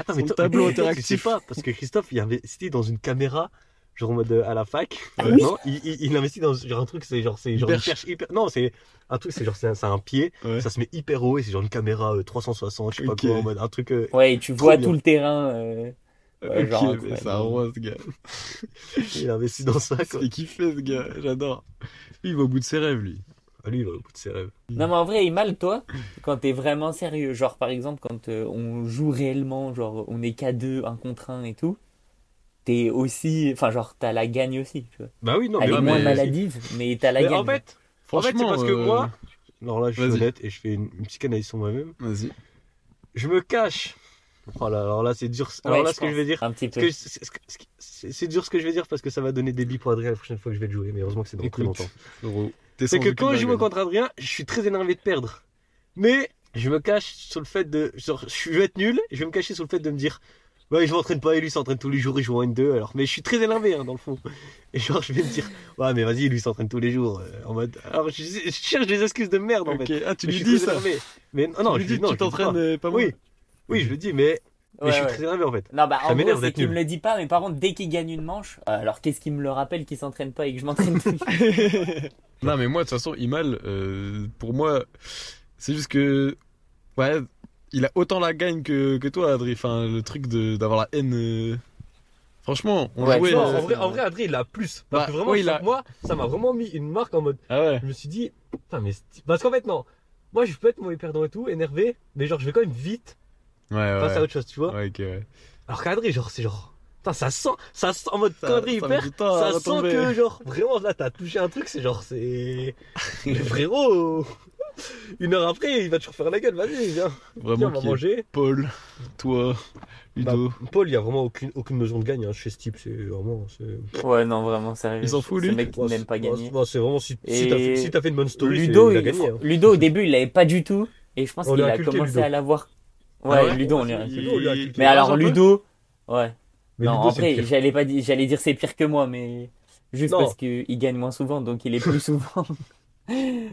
[SPEAKER 3] Attends,
[SPEAKER 1] Son
[SPEAKER 3] Ah, toi-
[SPEAKER 1] tableau
[SPEAKER 3] toi, tu sais
[SPEAKER 1] interactif.
[SPEAKER 3] pas, parce que Christophe, il investit dans une caméra, genre en mode euh, à la fac.
[SPEAKER 2] Ah oui
[SPEAKER 3] Non, il, il- il investit dans genre un truc, c'est genre, c'est genre une
[SPEAKER 1] Perche.
[SPEAKER 3] perche hyper. Non, c'est un truc, c'est genre, c'est un, c'est un pied,
[SPEAKER 1] Ouais.
[SPEAKER 3] ça se met hyper haut et c'est genre une caméra euh, 360, je sais
[SPEAKER 1] Ok.
[SPEAKER 3] pas quoi, en mode un truc. euh,
[SPEAKER 2] Ouais, et tu
[SPEAKER 3] Trop
[SPEAKER 2] vois
[SPEAKER 3] bien.
[SPEAKER 2] tout le terrain. euh, Ouais, genre
[SPEAKER 1] ok, mais
[SPEAKER 2] incroyable.
[SPEAKER 1] c'est un roi ce gars.
[SPEAKER 3] Il investit dans ça, quoi.
[SPEAKER 1] C'est kiffé ce gars, j'adore. Lui, il va au bout de ses rêves, lui.
[SPEAKER 3] Ah, lui, il va au bout de ses rêves.
[SPEAKER 2] Non mais en vrai, mal toi, quand t'es vraiment sérieux, genre par exemple quand euh, on joue réellement, genre on est qu'à deux, un contre un et tout, t'es aussi, enfin genre t'as la gagne aussi, tu vois.
[SPEAKER 3] Bah oui, non,
[SPEAKER 2] Elle
[SPEAKER 1] ouais,
[SPEAKER 2] est
[SPEAKER 3] mais,
[SPEAKER 2] moins
[SPEAKER 1] mais-
[SPEAKER 2] maladive, mais t'as la
[SPEAKER 3] Mais
[SPEAKER 2] gagne.
[SPEAKER 3] en fait, en fait, c'est
[SPEAKER 1] Franchement,
[SPEAKER 3] parce que
[SPEAKER 1] euh,
[SPEAKER 3] moi, alors là, je suis
[SPEAKER 1] vas-y.
[SPEAKER 3] honnête et je fais une, une psychanalyse sur moi-même.
[SPEAKER 1] Vas-y.
[SPEAKER 3] Je me cache. Oh là, alors là, c'est dur. Alors
[SPEAKER 2] Ouais,
[SPEAKER 3] là,
[SPEAKER 2] je
[SPEAKER 3] ce que je
[SPEAKER 2] pense,
[SPEAKER 3] vais dire,
[SPEAKER 2] un petit
[SPEAKER 3] ce
[SPEAKER 2] peu.
[SPEAKER 3] que- c'est- c'est- c'est c'est dur ce que je vais dire parce que ça va donner des billes pour Adrien la prochaine fois que je vais le jouer. Mais heureusement que c'est dans très
[SPEAKER 1] Écoute,
[SPEAKER 3] longtemps.
[SPEAKER 1] gros, t'es
[SPEAKER 3] C'est
[SPEAKER 1] sans
[SPEAKER 3] que
[SPEAKER 1] aucune
[SPEAKER 3] quand je joue
[SPEAKER 1] règle.
[SPEAKER 3] contre Adrien, je suis très énervé de perdre. Mais je me cache sur le fait de. Genre, je vais être nul, et je vais me cacher sur le fait de me dire. Ouais, je m'entraîne pas et lui s'entraîne tous les jours, il joue en N2. Alors, mais je suis très énervé hein, dans le fond. Et genre, je vais me dire. Ouais, mais vas-y, lui s'entraîne tous les jours. euh, en mode. Alors, je, je cherche des excuses de merde en
[SPEAKER 1] Ok,
[SPEAKER 3] fait.
[SPEAKER 1] ah, tu
[SPEAKER 3] Mais
[SPEAKER 1] lui
[SPEAKER 3] je suis
[SPEAKER 1] dis
[SPEAKER 3] très
[SPEAKER 1] ça.
[SPEAKER 3] énervé. Mais non, non,
[SPEAKER 1] tu
[SPEAKER 3] je
[SPEAKER 1] lui
[SPEAKER 3] dis
[SPEAKER 1] dis
[SPEAKER 3] non,
[SPEAKER 1] que
[SPEAKER 3] je
[SPEAKER 1] tu
[SPEAKER 3] le dis pas.
[SPEAKER 1] t'entraînes, euh, pas moi.
[SPEAKER 3] Oui, oui, je le dis, mais, mais
[SPEAKER 2] Ouais,
[SPEAKER 3] je suis
[SPEAKER 2] ouais.
[SPEAKER 3] très énervé en fait.
[SPEAKER 2] Non bah
[SPEAKER 3] Ça
[SPEAKER 2] en
[SPEAKER 3] m'énerve
[SPEAKER 2] gros, c'est
[SPEAKER 3] d'être
[SPEAKER 2] qu'il
[SPEAKER 3] nul.
[SPEAKER 2] me le dit pas, mais par contre dès qu'il gagne une manche, euh, alors qu'est-ce qui me le rappelle qu'il s'entraîne pas et que je m'entraîne plus
[SPEAKER 1] non, mais moi, de toute façon, Imal, euh, pour moi, c'est juste que. Ouais, il a autant la gagne que, que toi, Adri. Enfin, le truc de- d'avoir la haine. euh, Franchement, on
[SPEAKER 2] Ouais,
[SPEAKER 1] jouait.
[SPEAKER 3] Non,
[SPEAKER 1] euh,
[SPEAKER 3] en, vrai, en vrai, Adrien, il a plus. Parce
[SPEAKER 1] Bah,
[SPEAKER 3] que vraiment,
[SPEAKER 1] oui, il a-
[SPEAKER 3] moi, ça m'a vraiment mis une marque en mode.
[SPEAKER 1] Ah ouais.
[SPEAKER 3] je me suis dit, putain, mais. c'est- Parce qu'en fait, non. Moi, je peux être mauvais perdant et tout, énervé, mais genre, je vais quand même vite
[SPEAKER 1] Ouais, ouais.
[SPEAKER 3] passer à autre chose, tu vois.
[SPEAKER 1] Ouais, ok, ouais.
[SPEAKER 3] Alors qu'Adré, genre, c'est genre. Putain, ça sent, ça sent en mode
[SPEAKER 1] Ça-
[SPEAKER 3] quand Adrien, il
[SPEAKER 1] ça met
[SPEAKER 3] perd,
[SPEAKER 1] du temps à
[SPEAKER 3] ça sent
[SPEAKER 1] retomber.
[SPEAKER 3] que, genre, vraiment, là, t'as touché un truc, c'est genre, c'est. Le frérot Une heure après, il va toujours faire la gueule, vas-y, viens, viens,
[SPEAKER 1] Vraiment,
[SPEAKER 3] on va
[SPEAKER 1] qui est
[SPEAKER 3] manger.
[SPEAKER 1] Paul, toi, Ludo.
[SPEAKER 3] Bah, Paul, il y a vraiment aucune, aucune notion de gagne hein, chez ce type, c'est vraiment. c'est-
[SPEAKER 2] Ouais non vraiment sérieux.
[SPEAKER 1] Il s'en fout,
[SPEAKER 2] Ce
[SPEAKER 1] lui.
[SPEAKER 2] mec
[SPEAKER 3] Ouais,
[SPEAKER 2] n'aime pas
[SPEAKER 3] c'est-
[SPEAKER 2] gagner.
[SPEAKER 3] ouais, Bah, C'est vraiment si, si
[SPEAKER 2] Et-
[SPEAKER 3] t'as fait, si t'as fait une bonne story, c'est-
[SPEAKER 2] Ludo,
[SPEAKER 3] il a
[SPEAKER 2] il-
[SPEAKER 3] gagné. hein.
[SPEAKER 2] Ludo au début il l'avait pas du tout et je pense
[SPEAKER 3] On
[SPEAKER 2] qu'il
[SPEAKER 3] lui a
[SPEAKER 2] a
[SPEAKER 3] inculqué,
[SPEAKER 2] commencé
[SPEAKER 3] Ludo.
[SPEAKER 2] à l'avoir. Ouais,
[SPEAKER 1] Ah
[SPEAKER 2] Ludo on lui
[SPEAKER 1] Il-
[SPEAKER 2] a inculqué.
[SPEAKER 3] Ludo, on lui a inculqué.
[SPEAKER 2] Mais
[SPEAKER 1] Il
[SPEAKER 2] alors
[SPEAKER 1] rage un peu
[SPEAKER 2] Ludo, ouais.
[SPEAKER 3] Mais
[SPEAKER 2] non,
[SPEAKER 3] Ludo, c'est le
[SPEAKER 2] après,
[SPEAKER 3] pire.
[SPEAKER 2] j'allais pas di- j'allais dire c'est pire que moi, mais juste
[SPEAKER 3] Non.
[SPEAKER 2] parce qu'il gagne moins souvent, donc il est plus souvent.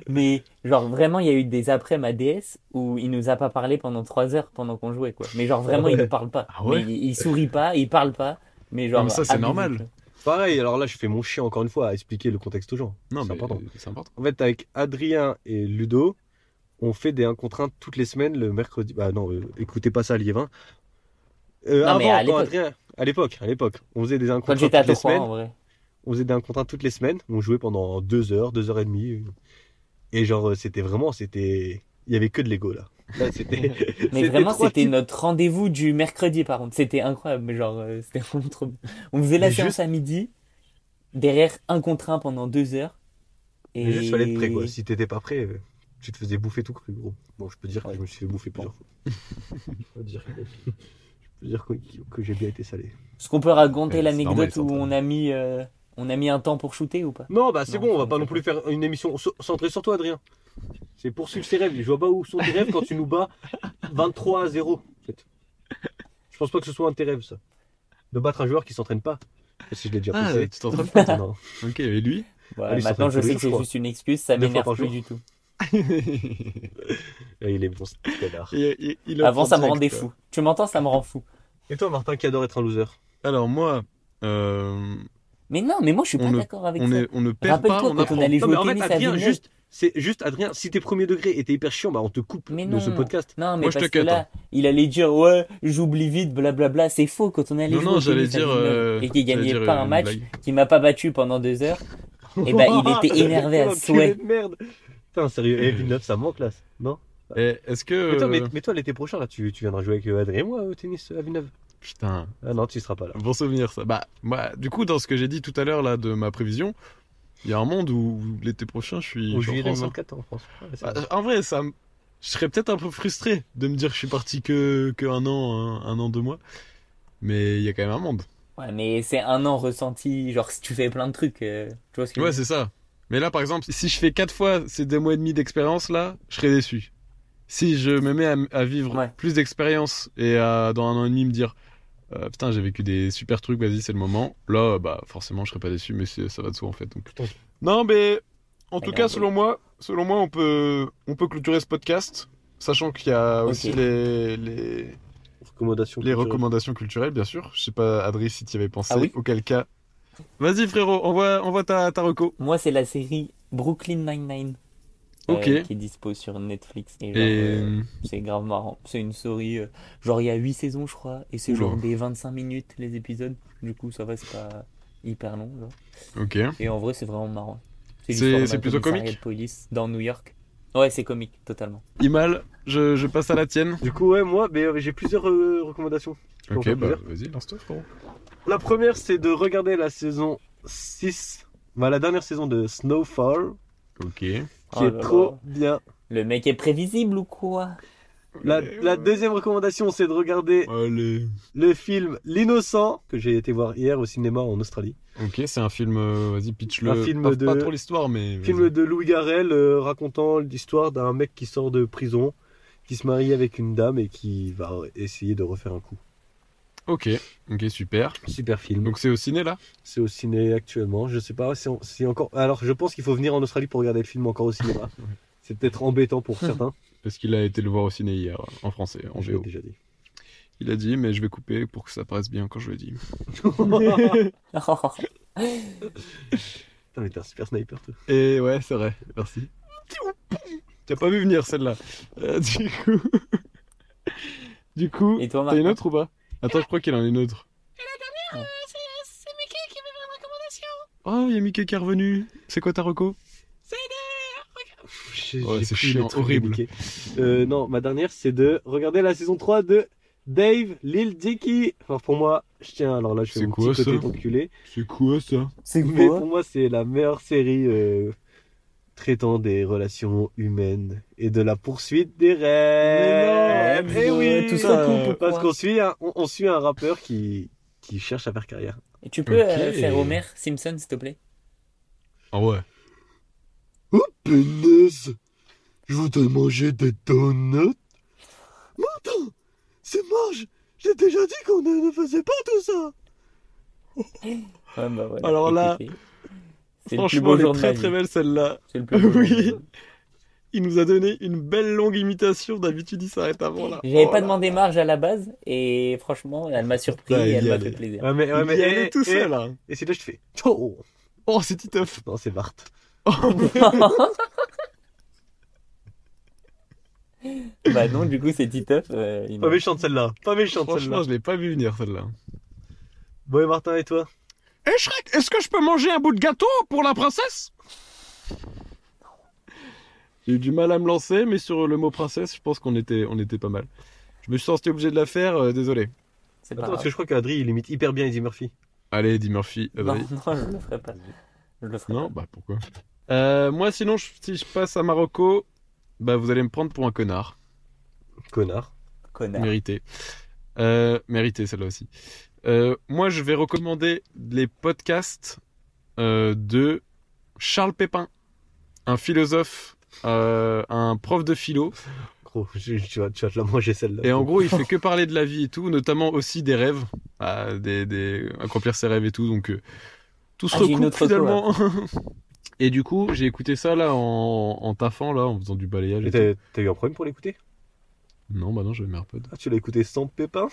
[SPEAKER 2] mais genre vraiment, il y a eu des après ma DS où il nous a pas parlé pendant trois heures pendant qu'on jouait, quoi. Mais genre vraiment, il
[SPEAKER 3] ouais.
[SPEAKER 2] nous parle pas.
[SPEAKER 1] Ah ouais
[SPEAKER 2] Mais il, il sourit pas, il parle pas. Mais genre.
[SPEAKER 1] mais ça, c'est
[SPEAKER 2] abusé,
[SPEAKER 1] normal.
[SPEAKER 2] quoi.
[SPEAKER 3] Pareil, alors là, je fais mon chien encore une fois à expliquer le contexte aux gens.
[SPEAKER 1] Non,
[SPEAKER 3] C'est
[SPEAKER 1] mais
[SPEAKER 3] important.
[SPEAKER 1] c'est important.
[SPEAKER 3] En fait, avec Adrien et Ludo, on fait des 1 contre 1 toutes les semaines le mercredi. Bah non, euh, écoutez pas ça, Liévin. Euh,
[SPEAKER 2] Non,
[SPEAKER 3] avant,
[SPEAKER 2] mais à
[SPEAKER 3] quand
[SPEAKER 2] l'époque.
[SPEAKER 3] Adrien. À l'époque, à l'époque, on faisait des 1
[SPEAKER 2] Quand
[SPEAKER 3] contre 1
[SPEAKER 2] j'étais à
[SPEAKER 3] toutes les
[SPEAKER 2] Tourcoing,
[SPEAKER 3] semaines.
[SPEAKER 2] en vrai.
[SPEAKER 3] On faisait des 1 contre 1 toutes les semaines. On jouait pendant 2 heures, 2 heures et demie. euh. Et genre, euh, c'était vraiment. c'était Il y avait que de l'ego là. Là, c'était.
[SPEAKER 2] Mais
[SPEAKER 3] c'était
[SPEAKER 2] vraiment,
[SPEAKER 3] trois
[SPEAKER 2] c'était
[SPEAKER 3] types.
[SPEAKER 2] notre rendez-vous du mercredi, par contre. C'était incroyable. Mais genre, euh, c'était vraiment trop bien. On faisait la
[SPEAKER 3] Mais
[SPEAKER 2] séance à midi, derrière un contre un pendant deux heures. Et
[SPEAKER 3] Mais juste, fallait être prêt quoi. Si t'étais pas prêt, euh, tu te faisais bouffer tout cru, gros. Bon, je peux dire que je me suis fait bouffer plusieurs fois. je peux dire, que- je peux dire que, que j'ai bien été salé.
[SPEAKER 2] Est-ce qu'on peut raconter
[SPEAKER 1] Ouais, c'est normal,
[SPEAKER 2] l'anecdote
[SPEAKER 1] c'est
[SPEAKER 2] où on
[SPEAKER 1] entendu.
[SPEAKER 2] a mis euh, on a mis un temps pour shooter ou pas
[SPEAKER 3] Non, bah c'est
[SPEAKER 2] Non,
[SPEAKER 3] bon, on va
[SPEAKER 2] ça
[SPEAKER 3] pas
[SPEAKER 2] me
[SPEAKER 3] non plus faire une émission so- centrée sur toi, Adrien. C'est poursuivre ses rêves. Je vois pas où sont tes rêves quand tu nous bats 23 à 0. en fait. Je pense pas que ce soit un de tes rêves, ça. De battre un joueur qui s'entraîne pas. Si je l'ai déjà
[SPEAKER 1] Ah,
[SPEAKER 3] passé.
[SPEAKER 1] tu t'entraînes
[SPEAKER 3] Non.
[SPEAKER 1] Ok, et lui
[SPEAKER 2] Ouais,
[SPEAKER 3] Allez, ça
[SPEAKER 2] Bah, Maintenant,
[SPEAKER 3] fait
[SPEAKER 2] je
[SPEAKER 3] tous
[SPEAKER 2] sais
[SPEAKER 3] les
[SPEAKER 2] que c'est
[SPEAKER 3] jours,
[SPEAKER 2] juste une excuse, ça
[SPEAKER 3] Deux fois
[SPEAKER 2] m'énerve
[SPEAKER 3] par
[SPEAKER 2] plus
[SPEAKER 3] jour.
[SPEAKER 2] du tout.
[SPEAKER 3] Ah, Il est bon, ce petit connard.
[SPEAKER 1] Il- il- il en
[SPEAKER 2] Avant,
[SPEAKER 1] prend
[SPEAKER 2] ça me
[SPEAKER 1] direct,
[SPEAKER 2] rendait
[SPEAKER 1] quoi.
[SPEAKER 2] fou. Tu m'entends, ça me rend fou.
[SPEAKER 3] Et toi, Martin, qui adore être un loser
[SPEAKER 1] Alors, moi, euh,
[SPEAKER 2] Mais non, mais moi, je suis pas
[SPEAKER 1] On ne-
[SPEAKER 2] d'accord avec
[SPEAKER 1] on,
[SPEAKER 2] ça.
[SPEAKER 1] est- on ne perd
[SPEAKER 2] Rappelle-toi
[SPEAKER 1] pas, on
[SPEAKER 2] quand on
[SPEAKER 1] apprend.
[SPEAKER 2] allait
[SPEAKER 3] Non,
[SPEAKER 2] jouer
[SPEAKER 3] mais
[SPEAKER 2] au
[SPEAKER 3] en fait,
[SPEAKER 2] tennis à
[SPEAKER 3] Adrien,
[SPEAKER 2] Villeneuve.
[SPEAKER 3] juste, c'est juste, Adrien, si tes premiers degrés et t'es hyper chiant, bah on te coupe
[SPEAKER 2] Mais
[SPEAKER 3] de ce
[SPEAKER 2] non.
[SPEAKER 3] podcast.
[SPEAKER 2] Non, mais
[SPEAKER 1] Moi, je te
[SPEAKER 2] parce que
[SPEAKER 1] cut,
[SPEAKER 2] là,
[SPEAKER 1] hein.
[SPEAKER 2] il allait dire ouais, j'oublie vite, blablabla. C'est faux quand on allait
[SPEAKER 1] Non,
[SPEAKER 2] jouer
[SPEAKER 1] non,
[SPEAKER 2] au
[SPEAKER 1] j'allais
[SPEAKER 2] tennis à
[SPEAKER 1] dire.
[SPEAKER 2] Villeneuve
[SPEAKER 1] euh,
[SPEAKER 2] et qu'il
[SPEAKER 1] j'allais
[SPEAKER 2] gagnait
[SPEAKER 1] dire
[SPEAKER 2] pas
[SPEAKER 1] une
[SPEAKER 2] un match,
[SPEAKER 1] blague.
[SPEAKER 2] qui m'a pas battu pendant deux heures. Eh ben, il était énervé à
[SPEAKER 3] Quel
[SPEAKER 2] souhait.
[SPEAKER 3] enculé de merde. Putain, sérieux, eh, Villeneuve, ça manque là, non
[SPEAKER 1] Eh, Est-ce que.
[SPEAKER 3] mais, toi, mais-
[SPEAKER 1] euh,
[SPEAKER 3] mais toi, l'été prochain, là, tu, tu viendras jouer avec euh, Adrien et moi au tennis euh, à Villeneuve
[SPEAKER 1] Putain,
[SPEAKER 3] Ah non, tu y seras pas là.
[SPEAKER 1] bon souvenir ça. Bah, moi, du coup, dans ce que j'ai dit tout à l'heure là de ma prévision, il y a un monde où l'été prochain, je suis,
[SPEAKER 3] Au
[SPEAKER 1] je suis
[SPEAKER 3] juillet
[SPEAKER 1] en France. hein.
[SPEAKER 3] 2024 en France. Ouais, c'est
[SPEAKER 1] Bah,
[SPEAKER 3] vrai.
[SPEAKER 1] en vrai, ça, me- je serais peut-être un peu frustré de me dire que je suis parti que, que un an, hein, un, un an, deux mois. Mais il y a quand même un monde.
[SPEAKER 2] Ouais, mais c'est un an ressenti. Genre, si tu fais plein de trucs, euh, tu vois ce que je
[SPEAKER 1] Ouais,
[SPEAKER 2] veux dire
[SPEAKER 1] c'est ça. Mais là, par exemple, si je fais quatre fois ces deux mois et demi d'expérience, là, je serais déçu. Si je me mets à, à vivre
[SPEAKER 2] Ouais.
[SPEAKER 1] plus d'expérience et à, dans un an et demi me dire euh, putain, j'ai vécu des super trucs, vas-y, c'est le moment, là, bah, forcément, je serais pas déçu, mais c'est- ça va de soi en fait. donc.
[SPEAKER 3] Putain.
[SPEAKER 1] Non, mais en
[SPEAKER 2] Mais
[SPEAKER 1] tout
[SPEAKER 2] non,
[SPEAKER 1] cas,
[SPEAKER 2] mais-
[SPEAKER 1] selon moi, selon moi on, peut, on peut clôturer ce podcast, sachant qu'il y a
[SPEAKER 2] Ok.
[SPEAKER 1] aussi les, les,
[SPEAKER 3] Recommandations.
[SPEAKER 1] les
[SPEAKER 3] culturelles.
[SPEAKER 1] recommandations culturelles, bien sûr. Je sais pas, Adri, si tu avais pensé,
[SPEAKER 2] Ah oui
[SPEAKER 1] auquel cas. Vas-y, frérot, envoie, envoie ta, ta reco.
[SPEAKER 2] Moi, c'est la série Brooklyn Nine-Nine.
[SPEAKER 1] Ok.
[SPEAKER 2] euh, qui est dispo sur Netflix. Et genre,
[SPEAKER 1] Et
[SPEAKER 2] euh, c'est grave marrant. C'est une série, euh, genre il y a 8 saisons, je crois, et c'est
[SPEAKER 1] Oula.
[SPEAKER 2] genre des 25 minutes les épisodes. Du coup, ça va, c'est pas hyper long. genre.
[SPEAKER 1] ok.
[SPEAKER 2] Et en vrai, c'est vraiment marrant.
[SPEAKER 1] C'est-
[SPEAKER 2] l'histoire d'un
[SPEAKER 1] c'est plutôt
[SPEAKER 2] commissariat
[SPEAKER 1] comique
[SPEAKER 2] de police dans New York. Ouais, c'est comique, totalement.
[SPEAKER 1] Imal, je, je passe à la tienne.
[SPEAKER 3] Du coup, ouais, moi, mais, euh, j'ai plusieurs euh, recommandations. peux en
[SPEAKER 1] Ok,
[SPEAKER 3] faire
[SPEAKER 1] bah vas-y, lance-toi, frérot.
[SPEAKER 3] La première, c'est de regarder la saison 6, bah, la dernière saison de Snowfall,
[SPEAKER 1] Ok.
[SPEAKER 3] qui
[SPEAKER 1] Ah
[SPEAKER 2] Oh
[SPEAKER 3] est
[SPEAKER 2] là
[SPEAKER 3] trop
[SPEAKER 2] là.
[SPEAKER 3] bien.
[SPEAKER 2] Le mec est prévisible ou quoi?
[SPEAKER 3] La,
[SPEAKER 1] Ouais,
[SPEAKER 3] la
[SPEAKER 1] ouais.
[SPEAKER 3] deuxième recommandation, c'est de regarder
[SPEAKER 1] Allez.
[SPEAKER 3] le film L'Innocent, que j'ai été voir hier au cinéma en Australie.
[SPEAKER 1] Ok, c'est un film. euh, vas-y, pitch-le.
[SPEAKER 3] Un film
[SPEAKER 1] pas,
[SPEAKER 3] de-
[SPEAKER 1] pas trop l'histoire, mais. vas-y.
[SPEAKER 3] Film de Louis Garrel euh, racontant l'histoire d'un mec qui sort de prison, qui se marie avec une dame et qui va essayer de refaire un coup.
[SPEAKER 1] Ok, ok, super.
[SPEAKER 3] Super film.
[SPEAKER 1] Donc c'est au ciné là
[SPEAKER 3] C'est au ciné actuellement. Je sais pas si, on- si encore. Alors, je pense qu'il faut venir en Australie pour regarder le film encore au cinéma. C'est peut-être embêtant pour certains.
[SPEAKER 1] Parce qu'il a été le voir au ciné hier, en français, en
[SPEAKER 3] Je l'ai
[SPEAKER 1] VO.
[SPEAKER 3] déjà dit.
[SPEAKER 1] Il a dit, mais je vais couper pour que ça paraisse bien quand je le dis.
[SPEAKER 2] Oh,
[SPEAKER 3] Putain, mais t'es un super sniper, toi.
[SPEAKER 1] Et ouais, c'est vrai, merci. T'as pas vu venir celle-là. Euh, du coup. du coup,
[SPEAKER 2] Et toi,
[SPEAKER 1] t'as une
[SPEAKER 2] Marco
[SPEAKER 1] autre ou pas Attends, je crois qu'il en a une autre. Ah.
[SPEAKER 5] euh, C'est Mickey qui me fait une recommandation.
[SPEAKER 1] Oh, il y a Mickey qui est revenu. C'est quoi ta reco
[SPEAKER 3] J'ai-
[SPEAKER 1] Ouais,
[SPEAKER 3] j'ai
[SPEAKER 1] Oh, c'est
[SPEAKER 3] plus les
[SPEAKER 1] chiant,
[SPEAKER 3] trucs
[SPEAKER 1] horrible.
[SPEAKER 3] compliqués. Euh, non, ma dernière, c'est de regarder la saison 3 de Dave Lil Dicky. Alors, pour moi, je tiens, alors là, je
[SPEAKER 1] C'est
[SPEAKER 3] fais mon
[SPEAKER 1] quoi,
[SPEAKER 3] petit côté
[SPEAKER 1] ça
[SPEAKER 3] enculé.
[SPEAKER 1] C'est quoi ça
[SPEAKER 2] C'est
[SPEAKER 3] Mais
[SPEAKER 2] quoi?
[SPEAKER 3] pour moi, c'est la meilleure série euh, traitant des relations humaines et de la poursuite des rêves.
[SPEAKER 2] Mais
[SPEAKER 3] Eh
[SPEAKER 2] non,
[SPEAKER 3] oui,
[SPEAKER 2] tout ça,
[SPEAKER 3] euh,
[SPEAKER 2] tout, pourquoi
[SPEAKER 3] parce qu'on suit, un, on, on suit un rappeur qui, qui cherche à faire carrière.
[SPEAKER 2] Et tu peux euh,
[SPEAKER 1] Ok.
[SPEAKER 2] faire Homer Simpson, s'il te plaît?
[SPEAKER 1] Ah ouais.
[SPEAKER 3] Oh, punaise Je voudrais manger des donuts. Mais attends, c'est moche J'ai déjà dit qu'on ne faisait pas tout ça
[SPEAKER 2] Ouais, bah voilà,
[SPEAKER 1] Alors là,
[SPEAKER 2] écoutez. c'est le plus
[SPEAKER 1] Franchement,
[SPEAKER 2] beau
[SPEAKER 1] elle est
[SPEAKER 2] jour de ma
[SPEAKER 1] très
[SPEAKER 2] vie.
[SPEAKER 1] très belle celle-là.
[SPEAKER 2] C'est le plus beau jour de ma
[SPEAKER 1] Oui.
[SPEAKER 2] vie.
[SPEAKER 1] Il nous a donné une belle longue imitation. D'habitude, il s'arrête avant là.
[SPEAKER 2] J'avais
[SPEAKER 1] Oh
[SPEAKER 2] pas
[SPEAKER 1] là.
[SPEAKER 2] demandé marge à la base et franchement, elle m'a surpris
[SPEAKER 1] Putain,
[SPEAKER 2] et
[SPEAKER 1] il
[SPEAKER 2] elle
[SPEAKER 1] y
[SPEAKER 2] m'a
[SPEAKER 1] allait.
[SPEAKER 2] fait plaisir.
[SPEAKER 3] Ouais, mais,
[SPEAKER 1] Il
[SPEAKER 3] ouais,
[SPEAKER 1] y
[SPEAKER 3] mais-
[SPEAKER 1] allait
[SPEAKER 3] eh,
[SPEAKER 1] tout
[SPEAKER 3] eh,
[SPEAKER 1] seul. hein.
[SPEAKER 3] Et c'est là que je fais. Oh
[SPEAKER 1] Oh, c'est Titeuf.
[SPEAKER 3] Non, c'est Bart.
[SPEAKER 2] Bah non, du coup, c'est Titeuf. euh, il
[SPEAKER 3] Pas
[SPEAKER 2] m'a-
[SPEAKER 3] méchante celle-là. Pas méchante
[SPEAKER 1] Franchement,
[SPEAKER 3] celle-là.
[SPEAKER 1] je l'ai pas vu venir celle-là.
[SPEAKER 3] Bon, et Martin, et toi
[SPEAKER 1] Eh Shrek, est-ce que je peux manger un bout de gâteau pour la princesse J'ai eu du mal à me lancer, mais sur le mot princesse, je pense qu'on était, on était pas mal. Je me suis senti obligé de la faire, euh, désolé.
[SPEAKER 2] C'est pas
[SPEAKER 3] Attends, parce
[SPEAKER 2] grave.
[SPEAKER 3] que je crois qu'Adri, il imite hyper bien Eddie Murphy.
[SPEAKER 1] Allez, dit Murphy. euh,
[SPEAKER 2] Non,
[SPEAKER 1] vas-y.
[SPEAKER 2] non, je le ferai pas. Je le ferai
[SPEAKER 1] Non,
[SPEAKER 2] pas.
[SPEAKER 1] bah pourquoi Euh, Moi, sinon, je- si je passe à Marocco, bah vous allez me prendre pour un connard.
[SPEAKER 3] Connard.
[SPEAKER 2] Connard.
[SPEAKER 1] Mérité. Euh, mérité, celle-là aussi. Euh, moi, je vais recommander les podcasts euh, de Charles Pépin, un philosophe, euh, un prof de philo.
[SPEAKER 3] Gros, je- tu, vas, tu vas te la manger celle-là.
[SPEAKER 1] Et en gros, il fait que parler de la vie et tout, notamment aussi des rêves, ah, des, des- accomplir ses rêves et tout. Donc, euh, tout se
[SPEAKER 2] Ah, j'ai une
[SPEAKER 1] recoupe
[SPEAKER 2] autre photo,
[SPEAKER 1] finalement.
[SPEAKER 2] là.
[SPEAKER 1] et du coup, j'ai écouté ça là en, en taffant, là, en faisant du balayage.
[SPEAKER 3] Mais
[SPEAKER 1] et
[SPEAKER 3] T'as t'as eu un problème pour l'écouter
[SPEAKER 1] tout. Non, bah non, j'avais mes AirPods.
[SPEAKER 3] Ah, tu l'as écouté sans pépin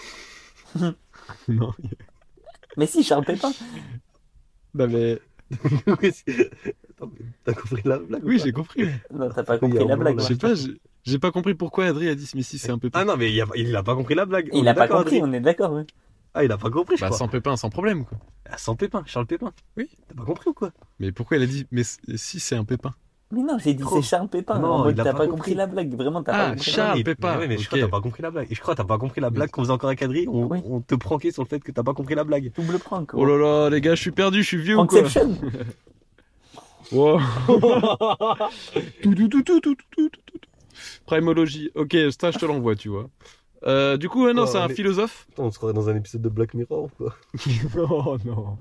[SPEAKER 1] non.
[SPEAKER 2] Mais si, Charles Pépin.
[SPEAKER 1] Non, mais...
[SPEAKER 3] Oui, c'est- Attends, mais T'as compris la blague ou
[SPEAKER 1] Oui,
[SPEAKER 3] pas
[SPEAKER 1] j'ai compris.
[SPEAKER 2] Non, t'as pas
[SPEAKER 3] Oui, il
[SPEAKER 2] compris
[SPEAKER 3] y a un
[SPEAKER 2] la
[SPEAKER 3] moment,
[SPEAKER 2] blague.
[SPEAKER 3] là.
[SPEAKER 1] Je
[SPEAKER 2] ouais.
[SPEAKER 1] sais pas, j'ai- j'ai pas compris pourquoi Adri a dit, mais si, c'est un pépin.
[SPEAKER 3] Ah non, mais il, a, il a pas compris la blague. On
[SPEAKER 2] Il
[SPEAKER 3] est
[SPEAKER 2] a pas
[SPEAKER 3] d'accord,
[SPEAKER 2] compris,
[SPEAKER 3] Adrien
[SPEAKER 2] on est d'accord. hein. ouais.
[SPEAKER 3] Ah, il a pas compris, je
[SPEAKER 1] bah,
[SPEAKER 3] crois.
[SPEAKER 1] sans pépin, sans problème, quoi.
[SPEAKER 3] Ah, Sans... Pépin, Charles Pépin.
[SPEAKER 1] Oui.
[SPEAKER 3] T'as pas compris ou quoi
[SPEAKER 1] Mais pourquoi elle a dit, mais c- si, c'est un pépin
[SPEAKER 2] Mais non, j'ai dit
[SPEAKER 3] Trop.
[SPEAKER 2] c'est Charles Pépin.
[SPEAKER 3] Non,
[SPEAKER 2] en mode,
[SPEAKER 3] il a
[SPEAKER 2] t'as
[SPEAKER 3] pas
[SPEAKER 2] pas
[SPEAKER 3] compris.
[SPEAKER 2] compris la blague. Vraiment, t'as
[SPEAKER 1] Ah,
[SPEAKER 2] pas compris. la
[SPEAKER 1] Charles
[SPEAKER 2] blague.
[SPEAKER 3] Ah, mais-
[SPEAKER 1] Pépin,
[SPEAKER 3] Mais, ouais, mais je
[SPEAKER 1] ok.
[SPEAKER 3] crois que t'as pas compris la blague. Et je crois que t'as pas compris la blague qu'on faisait encore avec Adri. On,
[SPEAKER 2] Oui.
[SPEAKER 3] on te pranquait sur le fait que t'as pas compris la blague.
[SPEAKER 2] Double prank.
[SPEAKER 1] Oh là là, les gars, je suis perdu, je suis vieux ou quoi
[SPEAKER 2] Conception.
[SPEAKER 1] Wow. Tout, tout, tout, tout, tout, tout, tout, tout. Primologie. Ok, ça, je te l'envoie, tu vois. Euh, du coup, ouais, non,
[SPEAKER 3] Ouais,
[SPEAKER 1] c'est un
[SPEAKER 3] mais-
[SPEAKER 1] philosophe.
[SPEAKER 3] Attends, on se croirait dans un épisode de Black Mirror ou quoi
[SPEAKER 1] non, Oh, non.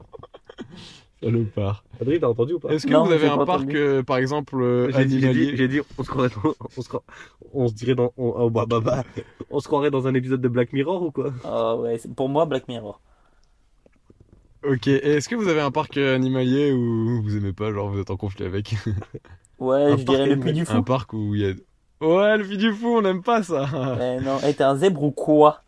[SPEAKER 1] Salopard.
[SPEAKER 3] Adri, t'as entendu ou pas
[SPEAKER 1] Est-ce que
[SPEAKER 2] Non,
[SPEAKER 1] vous avez
[SPEAKER 2] j'ai
[SPEAKER 1] un
[SPEAKER 2] pas
[SPEAKER 1] parc,
[SPEAKER 2] entendu.
[SPEAKER 1] euh, par exemple, euh,
[SPEAKER 3] J'ai dit, j'ai dit-
[SPEAKER 1] animalier
[SPEAKER 3] j'ai dit, on se croirait dans, on se, croirait- on se dirait dans, on, oh, bah, bah, bah. on se croirait dans un épisode de Black Mirror ou quoi
[SPEAKER 2] Oh ouais, c'est- pour moi, Black Mirror.
[SPEAKER 1] Ok, et est-ce que vous avez un parc euh, animalier où vous aimez pas, genre vous êtes en conflit avec
[SPEAKER 2] Ouais,
[SPEAKER 3] Un
[SPEAKER 2] je dirais
[SPEAKER 3] parc
[SPEAKER 2] le Puy du
[SPEAKER 1] Un
[SPEAKER 2] Fou.
[SPEAKER 1] parc où il y a... Ouais, le fils du fou, on n'aime pas ça
[SPEAKER 2] Eh non, eh, t'es un zèbre ou quoi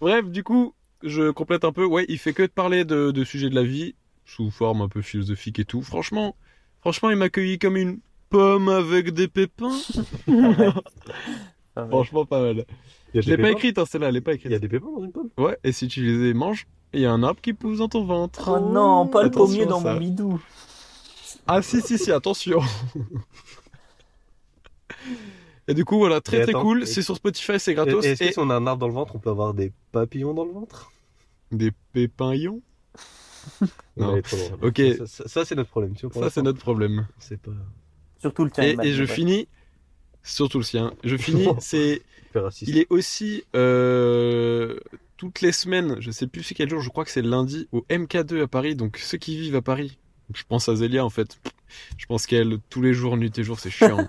[SPEAKER 1] Bref, du coup, je complète un peu. Ouais, il fait que de parler de, de sujets de la vie sous forme un peu philosophique et tout. Franchement, franchement, il m'a accueilli comme une pomme avec des pépins.
[SPEAKER 2] Enfin,
[SPEAKER 1] franchement, pas mal.
[SPEAKER 3] Il y
[SPEAKER 1] Je
[SPEAKER 3] a des
[SPEAKER 1] l'ai pas
[SPEAKER 3] pépins
[SPEAKER 1] écrite, hein, celle-là, elle est pas
[SPEAKER 3] Il y a
[SPEAKER 1] écrite.
[SPEAKER 3] des pépins dans une pomme
[SPEAKER 1] Ouais, et si tu les manges, il y a un arbre qui pousse dans ton ventre.
[SPEAKER 2] Oh non, pas le
[SPEAKER 1] Attention
[SPEAKER 2] pommier
[SPEAKER 1] à
[SPEAKER 2] dans
[SPEAKER 1] ça.
[SPEAKER 2] mon bidou.
[SPEAKER 1] Ah si si si attention. Et du coup voilà très
[SPEAKER 3] Et
[SPEAKER 1] très
[SPEAKER 3] attends,
[SPEAKER 1] cool,
[SPEAKER 3] et-
[SPEAKER 1] c'est sur Spotify, c'est
[SPEAKER 3] Et-
[SPEAKER 1] gratos
[SPEAKER 3] Est-ce que
[SPEAKER 1] et
[SPEAKER 3] si on a un arbre dans le ventre, on peut avoir des papillons dans le ventre
[SPEAKER 1] des pépins ions. Non.
[SPEAKER 3] Ouais, trop loin.
[SPEAKER 1] Ok.
[SPEAKER 3] Ça, ça- ça, c'est notre problème. Tu vois, pour
[SPEAKER 1] Ça c'est
[SPEAKER 3] l'instant,
[SPEAKER 1] notre problème.
[SPEAKER 3] C'est pas
[SPEAKER 2] Surtout le tien.
[SPEAKER 1] Et,
[SPEAKER 2] Emmanuel,
[SPEAKER 1] et je
[SPEAKER 2] ouais.
[SPEAKER 1] finis surtout le sien. Je finis c'est
[SPEAKER 3] hyper raciste.
[SPEAKER 1] il est aussi euh, toutes les semaines, je sais plus c'est quel jour, je crois que c'est le lundi au MK2 à Paris. Donc ceux qui vivent à Paris, je pense à Zélia en fait. Je pense qu'elle tous les jours nuit et jour c'est chiant.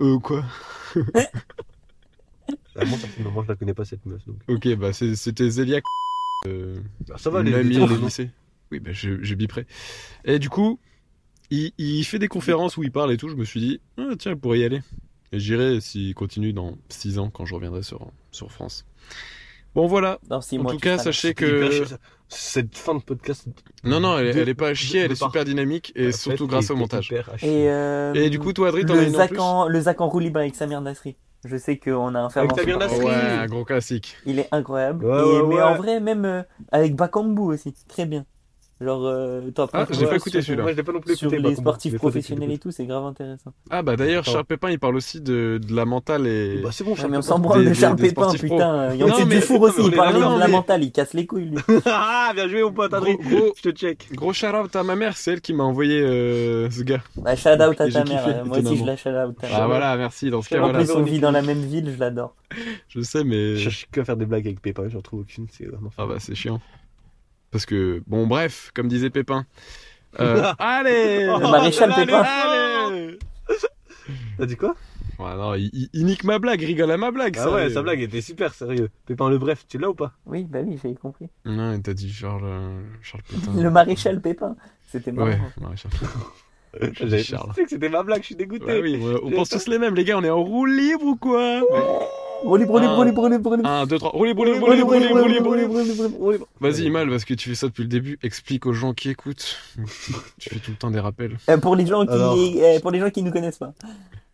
[SPEAKER 1] euh quoi
[SPEAKER 3] Ah, moi, personnellement, je la connais pas cette meuf. Donc...
[SPEAKER 1] Ok bah c'est- c'était Zélia. Euh,
[SPEAKER 3] Ah, ça va,
[SPEAKER 1] Une
[SPEAKER 3] les,
[SPEAKER 1] amie,
[SPEAKER 3] les,
[SPEAKER 1] elle est
[SPEAKER 3] les noms.
[SPEAKER 1] lycée. Oui, ben je, je biperai. Et du coup, il, il fait des conférences où il parle et tout. Je me suis dit, Ah, tiens, je pourrais y aller. Et j'irai s'il continue dans 6 ans quand je reviendrai sur, sur France. Bon, voilà.
[SPEAKER 2] Dans six
[SPEAKER 1] En
[SPEAKER 2] mois,
[SPEAKER 1] tout
[SPEAKER 2] tu
[SPEAKER 1] cas,
[SPEAKER 2] seras
[SPEAKER 1] sachez
[SPEAKER 3] C'est hyper
[SPEAKER 1] que.
[SPEAKER 3] chiant, ça. Cette fin de podcast.
[SPEAKER 1] Non, non, elle,
[SPEAKER 3] de-
[SPEAKER 1] elle est pas à chier,
[SPEAKER 3] de-
[SPEAKER 1] elle
[SPEAKER 3] de
[SPEAKER 1] est
[SPEAKER 3] par-
[SPEAKER 1] super dynamique et
[SPEAKER 3] en fait,
[SPEAKER 1] surtout
[SPEAKER 3] qui
[SPEAKER 1] grâce au
[SPEAKER 3] était
[SPEAKER 1] montage.
[SPEAKER 3] hyper à
[SPEAKER 2] là.
[SPEAKER 3] chier.
[SPEAKER 2] Et, euh,
[SPEAKER 1] Et du coup, toi, Adri, t'en as
[SPEAKER 2] le
[SPEAKER 1] une en
[SPEAKER 2] Zac
[SPEAKER 1] plus
[SPEAKER 2] en, le Zac en roue libre avec Samir Nasri. Je sais qu'on a un fervent
[SPEAKER 3] Avec Samir
[SPEAKER 2] soutien.
[SPEAKER 3] Nasri.
[SPEAKER 1] Ouais, un gros classique.
[SPEAKER 2] Il est incroyable.
[SPEAKER 3] Ouais,
[SPEAKER 2] Et-
[SPEAKER 3] ouais,
[SPEAKER 2] mais
[SPEAKER 3] ouais.
[SPEAKER 2] en vrai, même euh, avec Bakambu aussi, très bien. Genre, euh, t'en
[SPEAKER 1] Ah,
[SPEAKER 2] apprends
[SPEAKER 1] j'ai pas
[SPEAKER 2] sur- euh,
[SPEAKER 1] écouté celui-là.
[SPEAKER 3] Moi, je l'ai pas non plus
[SPEAKER 2] Sur
[SPEAKER 3] écouté,
[SPEAKER 2] les
[SPEAKER 3] par contre.
[SPEAKER 2] sportifs
[SPEAKER 3] Mais faut que tu
[SPEAKER 2] professionnels et
[SPEAKER 3] l'écoutes.
[SPEAKER 2] tout, c'est grave intéressant.
[SPEAKER 1] Ah, bah d'ailleurs,
[SPEAKER 3] Attends.
[SPEAKER 1] Charles Pépin, il parle aussi de, de la mentale et.
[SPEAKER 3] Bah, c'est bon,
[SPEAKER 2] Ouais,
[SPEAKER 3] Charles
[SPEAKER 2] mais on
[SPEAKER 3] Pépin.
[SPEAKER 2] s'en branle
[SPEAKER 1] des-
[SPEAKER 2] de
[SPEAKER 1] des-
[SPEAKER 2] Charles
[SPEAKER 1] des
[SPEAKER 2] Pépin,
[SPEAKER 1] sportifs pro.
[SPEAKER 2] putain.
[SPEAKER 1] Non,
[SPEAKER 2] Yann
[SPEAKER 1] mais-
[SPEAKER 2] Dufour
[SPEAKER 3] non,
[SPEAKER 2] aussi,
[SPEAKER 3] mais on
[SPEAKER 2] il
[SPEAKER 3] est
[SPEAKER 2] parle
[SPEAKER 1] d'accord,
[SPEAKER 2] de la
[SPEAKER 1] mais-
[SPEAKER 2] mentale, il casse les couilles, lui.
[SPEAKER 3] Ah, bien joué, mon pote, Adrien.
[SPEAKER 1] Gros, gros,
[SPEAKER 3] Je te check.
[SPEAKER 1] gros shout-out à ma mère, c'est elle qui m'a envoyé euh, ce gars.
[SPEAKER 2] Bah, shout out à
[SPEAKER 1] J'ai
[SPEAKER 2] ta
[SPEAKER 1] kiffé,
[SPEAKER 2] mère, moi aussi je
[SPEAKER 1] étonnamment.
[SPEAKER 2] la shout out. à
[SPEAKER 1] Ah
[SPEAKER 2] ma mère.
[SPEAKER 1] voilà, merci. Dans ce cas,
[SPEAKER 3] En
[SPEAKER 2] En
[SPEAKER 1] voilà.
[SPEAKER 2] plus, on
[SPEAKER 3] Voilà.
[SPEAKER 2] vit dans la même ville, je l'adore.
[SPEAKER 1] Je sais, mais.
[SPEAKER 3] Je cherche que à faire des blagues avec Pépin, j'en trouve aucune. C'est vraiment.
[SPEAKER 1] Ah bah c'est chiant. Parce que, bon bref, comme disait Pépin. Euh, allez
[SPEAKER 3] Le
[SPEAKER 2] maréchal
[SPEAKER 1] Allez,
[SPEAKER 2] Pépin.
[SPEAKER 1] allez
[SPEAKER 3] Oh, T'as dit quoi
[SPEAKER 1] Ouais, non, il, il- il nique ma blague, il rigole à ma blague.
[SPEAKER 3] Ah
[SPEAKER 1] ça,
[SPEAKER 3] ouais,
[SPEAKER 1] lui.
[SPEAKER 3] sa blague était super sérieux. Pépin le bref, tu l'as ou pas
[SPEAKER 2] Oui, bah oui, j'ai compris.
[SPEAKER 1] Non, il t'a dit Charles, euh, Charles Pépin.
[SPEAKER 2] Le maréchal Pépin, c'était marrant.
[SPEAKER 1] Ouais, maréchal Pépin. J'ai
[SPEAKER 3] J'avais
[SPEAKER 1] dit Charles.
[SPEAKER 3] je sais que c'était ma blague, je suis dégoûté.
[SPEAKER 1] Bah oui, on, on pense tous les mêmes, les gars, on est en roue libre ou quoi
[SPEAKER 3] Oh.
[SPEAKER 2] Roulez, roulez, roulez, roulez, roulez.
[SPEAKER 1] 1, 2, 3, roulez, roulez, roulez,
[SPEAKER 2] Roulez,
[SPEAKER 1] roulez, roulez,
[SPEAKER 2] roulez, roulez, roulez,
[SPEAKER 1] roulez.
[SPEAKER 2] roulez, roulez, roulez.
[SPEAKER 1] Vas-y, Mal, parce que tu fais ça depuis le début, explique aux gens qui écoutent. tu fais tout le temps des rappels.
[SPEAKER 2] Euh, Pour les gens qui,
[SPEAKER 3] Alors-
[SPEAKER 2] euh, pour les gens qui nous connaissent pas.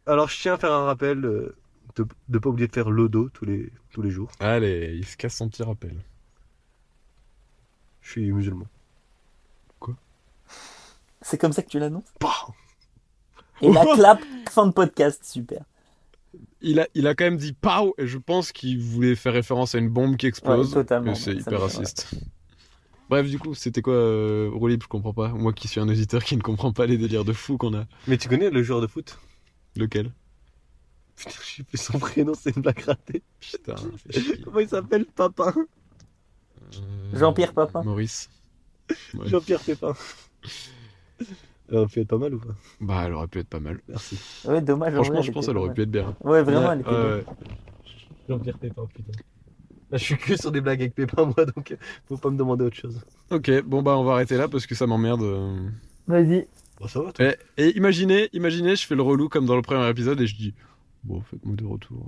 [SPEAKER 3] Alors je tiens à faire un rappel euh, de ne pas oublier de faire le dos tous les, tous les jours.
[SPEAKER 1] Allez, il se casse son petit rappel.
[SPEAKER 3] Je suis musulman.
[SPEAKER 2] C'est comme ça que tu l'annonces.
[SPEAKER 3] Bah
[SPEAKER 2] Et la clap, fin de podcast, super.
[SPEAKER 1] Il a, il a quand même dit pow et je pense qu'il voulait faire référence à une bombe qui
[SPEAKER 2] Ouais,
[SPEAKER 1] explose.
[SPEAKER 2] totalement.
[SPEAKER 1] et c'est
[SPEAKER 2] ouais, ça
[SPEAKER 1] hyper
[SPEAKER 2] me-
[SPEAKER 1] raciste. Bref, du coup, c'était quoi euh, roue libre, Je comprends pas. Moi qui suis un auditeur qui ne comprend pas les délires de fou qu'on a.
[SPEAKER 3] Mais tu connais le joueur de foot
[SPEAKER 1] Lequel
[SPEAKER 3] Putain, je suis plus son prénom, c'est une blague ratée.
[SPEAKER 1] Putain. fais chier.
[SPEAKER 3] Comment il s'appelle Papin
[SPEAKER 1] Euh,
[SPEAKER 2] Jean-Pierre Papin.
[SPEAKER 1] Maurice. Ouais.
[SPEAKER 3] Jean-Pierre Pépin. Alors, tu être pas mal ou pas
[SPEAKER 1] Bah, elle aurait pu être pas mal.
[SPEAKER 3] Merci.
[SPEAKER 2] Ouais, Ouais, dommage. en
[SPEAKER 1] Franchement,
[SPEAKER 2] vrai,
[SPEAKER 1] je
[SPEAKER 2] elle
[SPEAKER 1] pense
[SPEAKER 2] était
[SPEAKER 1] qu'elle aurait
[SPEAKER 2] pas
[SPEAKER 1] pu Euh, être bien.
[SPEAKER 2] mal. Ouais, vraiment, elle était
[SPEAKER 1] Ouais,
[SPEAKER 2] bonne.
[SPEAKER 1] ouais.
[SPEAKER 3] Jean-Pierre Pépin, putain. Là, je suis que sur des blagues avec Pépin, moi, donc euh, faut pas me demander autre chose.
[SPEAKER 1] Ok, bon bah on va arrêter là parce que ça m'emmerde. euh.
[SPEAKER 2] Vas-y.
[SPEAKER 3] Bon, Bah, ça va, toi
[SPEAKER 1] Et, et imaginez, imaginez, je fais le relou comme dans le premier épisode et je dis bon, faites-moi de retour.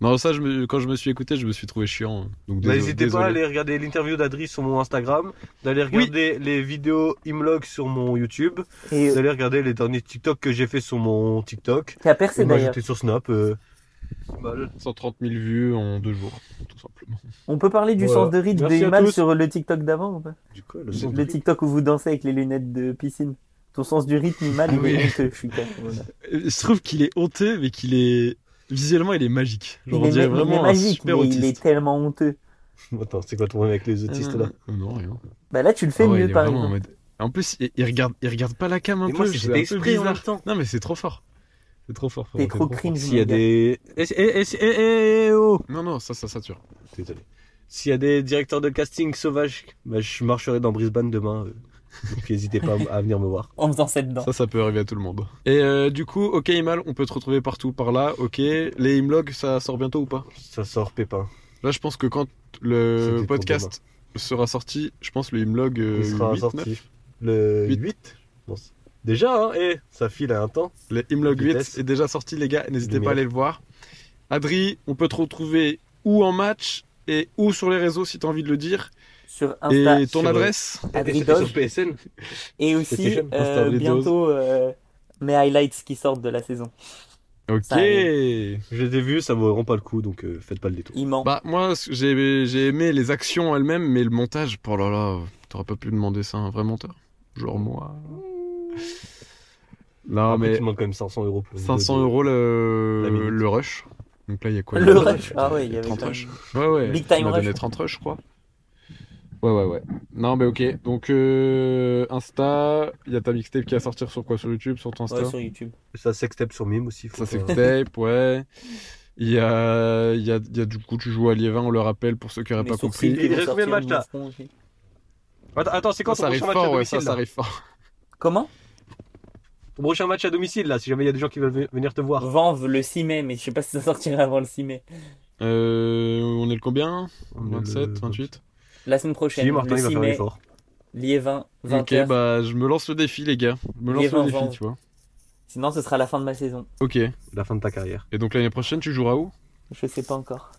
[SPEAKER 1] Non, ça, je me- quand je me suis écouté, je me suis trouvé chiant. Donc
[SPEAKER 3] Bah,
[SPEAKER 1] désolé-
[SPEAKER 3] N'hésitez pas à
[SPEAKER 1] désolé.
[SPEAKER 3] aller regarder l'interview d'Adri sur mon Instagram, d'aller regarder les vidéos Imlog sur mon YouTube,
[SPEAKER 2] Et euh,
[SPEAKER 3] d'aller regarder les derniers TikTok que j'ai fait sur mon TikTok.
[SPEAKER 2] qui a
[SPEAKER 3] Et
[SPEAKER 2] percé
[SPEAKER 3] moi
[SPEAKER 2] d'ailleurs.
[SPEAKER 3] j'étais sur Snap. euh, bah, le-
[SPEAKER 1] 130 000 vues en deux jours, tout simplement.
[SPEAKER 2] On peut parler du
[SPEAKER 3] Voilà.
[SPEAKER 2] sens de ride de
[SPEAKER 3] Merci à
[SPEAKER 2] Iman
[SPEAKER 3] tous.
[SPEAKER 2] sur le TikTok d'avant ou pas
[SPEAKER 3] Du coup, le
[SPEAKER 2] Le TikTok où vous dansez avec les lunettes de piscine. Ton sens du rythme, Iman, il
[SPEAKER 1] Oui.
[SPEAKER 2] est honteux. Je suis calme. voilà.
[SPEAKER 1] Il se trouve qu'il est honteux, mais qu'il est visuellement il est magique. Genre,
[SPEAKER 2] Il
[SPEAKER 1] on
[SPEAKER 2] est,
[SPEAKER 1] dirait
[SPEAKER 2] ma- il est
[SPEAKER 1] vraiment un
[SPEAKER 2] magique,
[SPEAKER 1] super
[SPEAKER 2] mais il est
[SPEAKER 1] autiste.
[SPEAKER 2] tellement honteux.
[SPEAKER 3] Attends, c'est quoi ton problème avec les autistes là
[SPEAKER 1] Euh, Non, rien.
[SPEAKER 2] Bah là, tu le fais
[SPEAKER 1] Ah ouais, il
[SPEAKER 2] mieux
[SPEAKER 1] est
[SPEAKER 2] par
[SPEAKER 1] vraiment en
[SPEAKER 2] exemple.
[SPEAKER 1] mode- En plus, il, il regarde, il regarde pas la cam un
[SPEAKER 3] Mais
[SPEAKER 1] peu.
[SPEAKER 3] moi, hein.
[SPEAKER 1] c'est
[SPEAKER 3] c'était
[SPEAKER 1] un peu
[SPEAKER 3] exprès en
[SPEAKER 1] bizarre.
[SPEAKER 3] même temps.
[SPEAKER 1] Non, mais c'est trop fort. C'est trop fort.
[SPEAKER 2] T'es
[SPEAKER 1] frérot,
[SPEAKER 2] trop
[SPEAKER 1] fort.
[SPEAKER 2] cringe.
[SPEAKER 3] S'il y a
[SPEAKER 2] mon gars.
[SPEAKER 3] des. Eh, eh, eh, eh, eh, eh, oh
[SPEAKER 1] Non, non, ça, ça sature.
[SPEAKER 3] Désolé. S'il y a des directeurs de casting sauvages, bah, je marcherai dans Brisbane demain. euh, donc n'hésitez pas à venir me voir.
[SPEAKER 2] En faisant cette danse.
[SPEAKER 1] Ça, ça peut arriver à tout le monde. Et euh, du coup, ok, Imal, on peut te retrouver partout par là. Ok, les Imlogs, ça sort bientôt ou pas
[SPEAKER 3] Ça sort Pépin.
[SPEAKER 1] Là, je pense que quand
[SPEAKER 3] C'était
[SPEAKER 1] le
[SPEAKER 3] pour
[SPEAKER 1] podcast sera sorti, je pense le Imlog euh,
[SPEAKER 3] Il sera
[SPEAKER 1] 8,
[SPEAKER 3] sorti
[SPEAKER 1] 9.
[SPEAKER 3] le
[SPEAKER 1] Huit.
[SPEAKER 3] 8, je pense. Déjà, hein, eh, ça file à un temps.
[SPEAKER 1] Le Imlog 8
[SPEAKER 3] Vitesse.
[SPEAKER 1] est déjà sorti, les gars. N'hésitez
[SPEAKER 3] Lumière.
[SPEAKER 1] pas à aller le voir. Adri, on peut te retrouver ou en match et ou sur les réseaux si tu as envie de le dire.
[SPEAKER 2] sur Insta.
[SPEAKER 1] Et ton
[SPEAKER 3] sur-
[SPEAKER 1] adresse
[SPEAKER 2] Adri
[SPEAKER 3] C'était
[SPEAKER 2] Dodge.
[SPEAKER 3] sur PSN.
[SPEAKER 2] Et aussi,
[SPEAKER 3] C'était jeune,
[SPEAKER 2] euh,
[SPEAKER 3] Insta, les
[SPEAKER 2] bientôt, euh, mes highlights qui sortent de la saison.
[SPEAKER 1] Ok.
[SPEAKER 2] Ça arrive.
[SPEAKER 3] Je les ai vus, ça vaut vraiment pas le coup, donc euh, faites pas le détour.
[SPEAKER 2] Il ment.
[SPEAKER 1] Bah, moi, ce que j'ai j'ai aimé les actions elles-mêmes, mais le montage, oh là là, t'aurais pas pu demander ça à un vrai monteur. Genre moi. Non,
[SPEAKER 3] Après,
[SPEAKER 1] mais
[SPEAKER 3] tu demandes quand même 500 euros pour une
[SPEAKER 1] 500
[SPEAKER 3] vidéo de-
[SPEAKER 1] euros
[SPEAKER 3] La
[SPEAKER 1] le,
[SPEAKER 3] minute.
[SPEAKER 1] le rush. Donc là, il y a quoi
[SPEAKER 2] le
[SPEAKER 1] il y a-
[SPEAKER 2] rush. Ah ouais, il y avait
[SPEAKER 1] 30
[SPEAKER 2] quand même-
[SPEAKER 1] rushs. Ouais, ouais.
[SPEAKER 2] Big time
[SPEAKER 1] on a
[SPEAKER 2] rush.
[SPEAKER 1] donné 30 rushs, je crois. Ouais, ouais, ouais. Non, mais ok. Donc, euh, Insta, il y a ta mixtape qui va sortir sur quoi Sur YouTube, sur ton Insta
[SPEAKER 2] Ouais, sur YouTube.
[SPEAKER 3] Ça, sextape sur Mime aussi. faut
[SPEAKER 1] Ça, c'est
[SPEAKER 3] pas-
[SPEAKER 1] le tape, ouais. Il y a, il y, a, il y a du coup, tu joues à Liévin, on le rappelle pour ceux qui n'auraient
[SPEAKER 2] Mes
[SPEAKER 1] pas
[SPEAKER 2] sourcils
[SPEAKER 1] compris.
[SPEAKER 2] qui
[SPEAKER 3] Il
[SPEAKER 2] vont
[SPEAKER 3] reste combien de
[SPEAKER 2] sortir,
[SPEAKER 3] matchs, là
[SPEAKER 2] ils me feront aussi.
[SPEAKER 3] Attends, attends, c'est quand
[SPEAKER 1] ça
[SPEAKER 3] ton
[SPEAKER 1] arrive
[SPEAKER 3] prochain match
[SPEAKER 1] fort,
[SPEAKER 3] à
[SPEAKER 1] ouais,
[SPEAKER 3] domicile
[SPEAKER 1] ça, ça
[SPEAKER 3] là
[SPEAKER 1] arrive fort.
[SPEAKER 2] Comment
[SPEAKER 3] Ton prochain match à domicile là, si jamais il y a des gens qui veulent ve- venir te voir.
[SPEAKER 2] Vanve le 6 mai, mais je sais pas si ça sortira avant le 6 mai.
[SPEAKER 1] Euh, on est le combien
[SPEAKER 2] Oh,
[SPEAKER 3] Euh,
[SPEAKER 1] 27, 28
[SPEAKER 2] La semaine
[SPEAKER 3] Si,
[SPEAKER 2] prochaine,
[SPEAKER 3] Martin,
[SPEAKER 2] le
[SPEAKER 3] il va
[SPEAKER 2] 6
[SPEAKER 3] faire
[SPEAKER 2] mai,
[SPEAKER 3] l'effort.
[SPEAKER 2] Liévin, 20
[SPEAKER 1] Ok, bah je me lance le défi, les gars. Je me lance
[SPEAKER 2] Liévin,
[SPEAKER 1] le défi,
[SPEAKER 2] Vanves.
[SPEAKER 1] tu vois.
[SPEAKER 2] Sinon, ce sera la fin de ma saison.
[SPEAKER 1] Ok. Et
[SPEAKER 3] La fin de ta carrière.
[SPEAKER 1] donc l'année prochaine, tu joueras où
[SPEAKER 2] Je sais pas encore.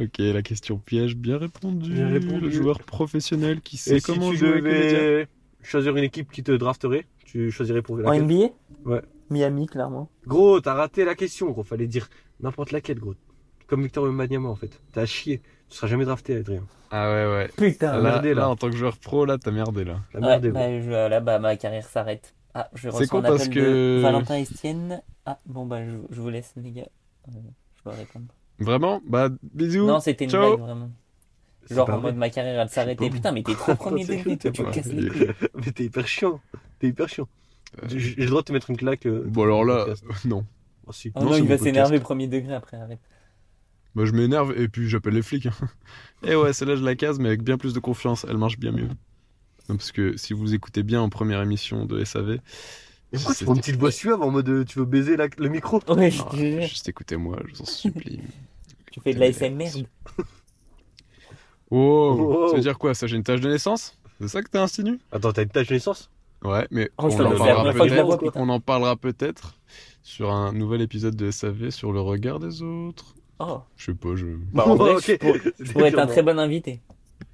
[SPEAKER 1] Ok, la question piège, bien répondu.
[SPEAKER 3] Bien répondu.
[SPEAKER 1] Le joueur professionnel qui sait
[SPEAKER 3] Et si
[SPEAKER 1] comment
[SPEAKER 3] tu
[SPEAKER 1] jouer avec les médias.
[SPEAKER 3] devais choisir une équipe qui te drafterait, tu choisirais pour
[SPEAKER 2] En
[SPEAKER 3] laquelle
[SPEAKER 2] NBA
[SPEAKER 3] Ouais.
[SPEAKER 2] Miami, clairement.
[SPEAKER 3] Gros, t'as raté la question, gros. Fallait dire n'importe laquelle, gros. Comme Victor Wembanyama, en fait. T'as chié. Tu seras jamais drafté, Adrien.
[SPEAKER 1] Ah ouais, ouais.
[SPEAKER 2] Putain.
[SPEAKER 1] Là,
[SPEAKER 3] merdé, là.
[SPEAKER 1] là, en tant que joueur pro, là, t'as merdé, là.
[SPEAKER 3] La
[SPEAKER 2] Ouais,
[SPEAKER 3] Euh, merde est
[SPEAKER 2] bah, je- là, bah, ma carrière s'arrête. Ah, je reçois
[SPEAKER 1] con
[SPEAKER 2] un appel
[SPEAKER 1] parce
[SPEAKER 2] de
[SPEAKER 1] que-
[SPEAKER 2] Valentin Estienne. Ah, bon, bah, je, je vous laisse, les gars. Euh, je dois répondre.
[SPEAKER 1] Vraiment Bah, bisous.
[SPEAKER 2] Non, c'était une
[SPEAKER 1] Ciao.
[SPEAKER 2] blague, vraiment.
[SPEAKER 3] C'est
[SPEAKER 2] Genre,
[SPEAKER 3] pas
[SPEAKER 2] en
[SPEAKER 3] vrai.
[SPEAKER 2] mode ma carrière, elle s'arrêtait.
[SPEAKER 1] pas
[SPEAKER 2] Putain, mais t'es trop premier dès
[SPEAKER 3] Attends, c'est
[SPEAKER 2] le
[SPEAKER 3] que
[SPEAKER 2] début,
[SPEAKER 3] t'es
[SPEAKER 2] tu me
[SPEAKER 1] pas
[SPEAKER 2] casses
[SPEAKER 1] vrai.
[SPEAKER 2] les couilles.
[SPEAKER 3] Mais t'es hyper chiant. T'es hyper chiant.
[SPEAKER 2] Euh,
[SPEAKER 3] J'ai j'ai le droit de te mettre une claque. euh,
[SPEAKER 1] Bon, alors là,
[SPEAKER 3] podcast.
[SPEAKER 1] non.
[SPEAKER 3] Oh, si.
[SPEAKER 2] Oh
[SPEAKER 1] Non,
[SPEAKER 2] non,
[SPEAKER 1] c'est
[SPEAKER 2] il
[SPEAKER 1] mon
[SPEAKER 2] va
[SPEAKER 1] podcast.
[SPEAKER 2] s'énerver premier degré après, arrête.
[SPEAKER 1] Bah, je m'énerve et puis j'appelle les flics. hein. Et ouais, celle-là, je la case, mais avec bien plus de confiance, elle marche bien mieux. Non, parce que si vous écoutez bien en première émission de SAV,
[SPEAKER 3] Mais pourquoi tu prends une petite voix suave en mode euh, tu veux baiser la- le micro
[SPEAKER 2] Ouais, je
[SPEAKER 1] Ah,
[SPEAKER 2] te jure.
[SPEAKER 1] juste écoutez-moi, je vous en supplie.
[SPEAKER 2] Tu fais de la SM merde.
[SPEAKER 1] Oh,
[SPEAKER 3] Wow.
[SPEAKER 1] ça veut dire quoi Ça, j'ai une tâche de naissance C'est ça que t'as insinué
[SPEAKER 3] Attends, t'as une tâche de naissance
[SPEAKER 1] Ouais, mais
[SPEAKER 2] Oh, je
[SPEAKER 1] on,
[SPEAKER 2] t'en
[SPEAKER 1] en
[SPEAKER 2] ai fait la
[SPEAKER 1] parlera
[SPEAKER 2] première fois que je la vois,
[SPEAKER 1] peut-être-
[SPEAKER 2] putain.
[SPEAKER 1] on en parlera peut-être sur un nouvel épisode de SAV sur le regard des autres.
[SPEAKER 2] Oh.
[SPEAKER 1] Je sais pas, je.
[SPEAKER 2] Bah, en vrai,
[SPEAKER 3] Ok.
[SPEAKER 2] je pourrais- je pourrais être un très bon invité.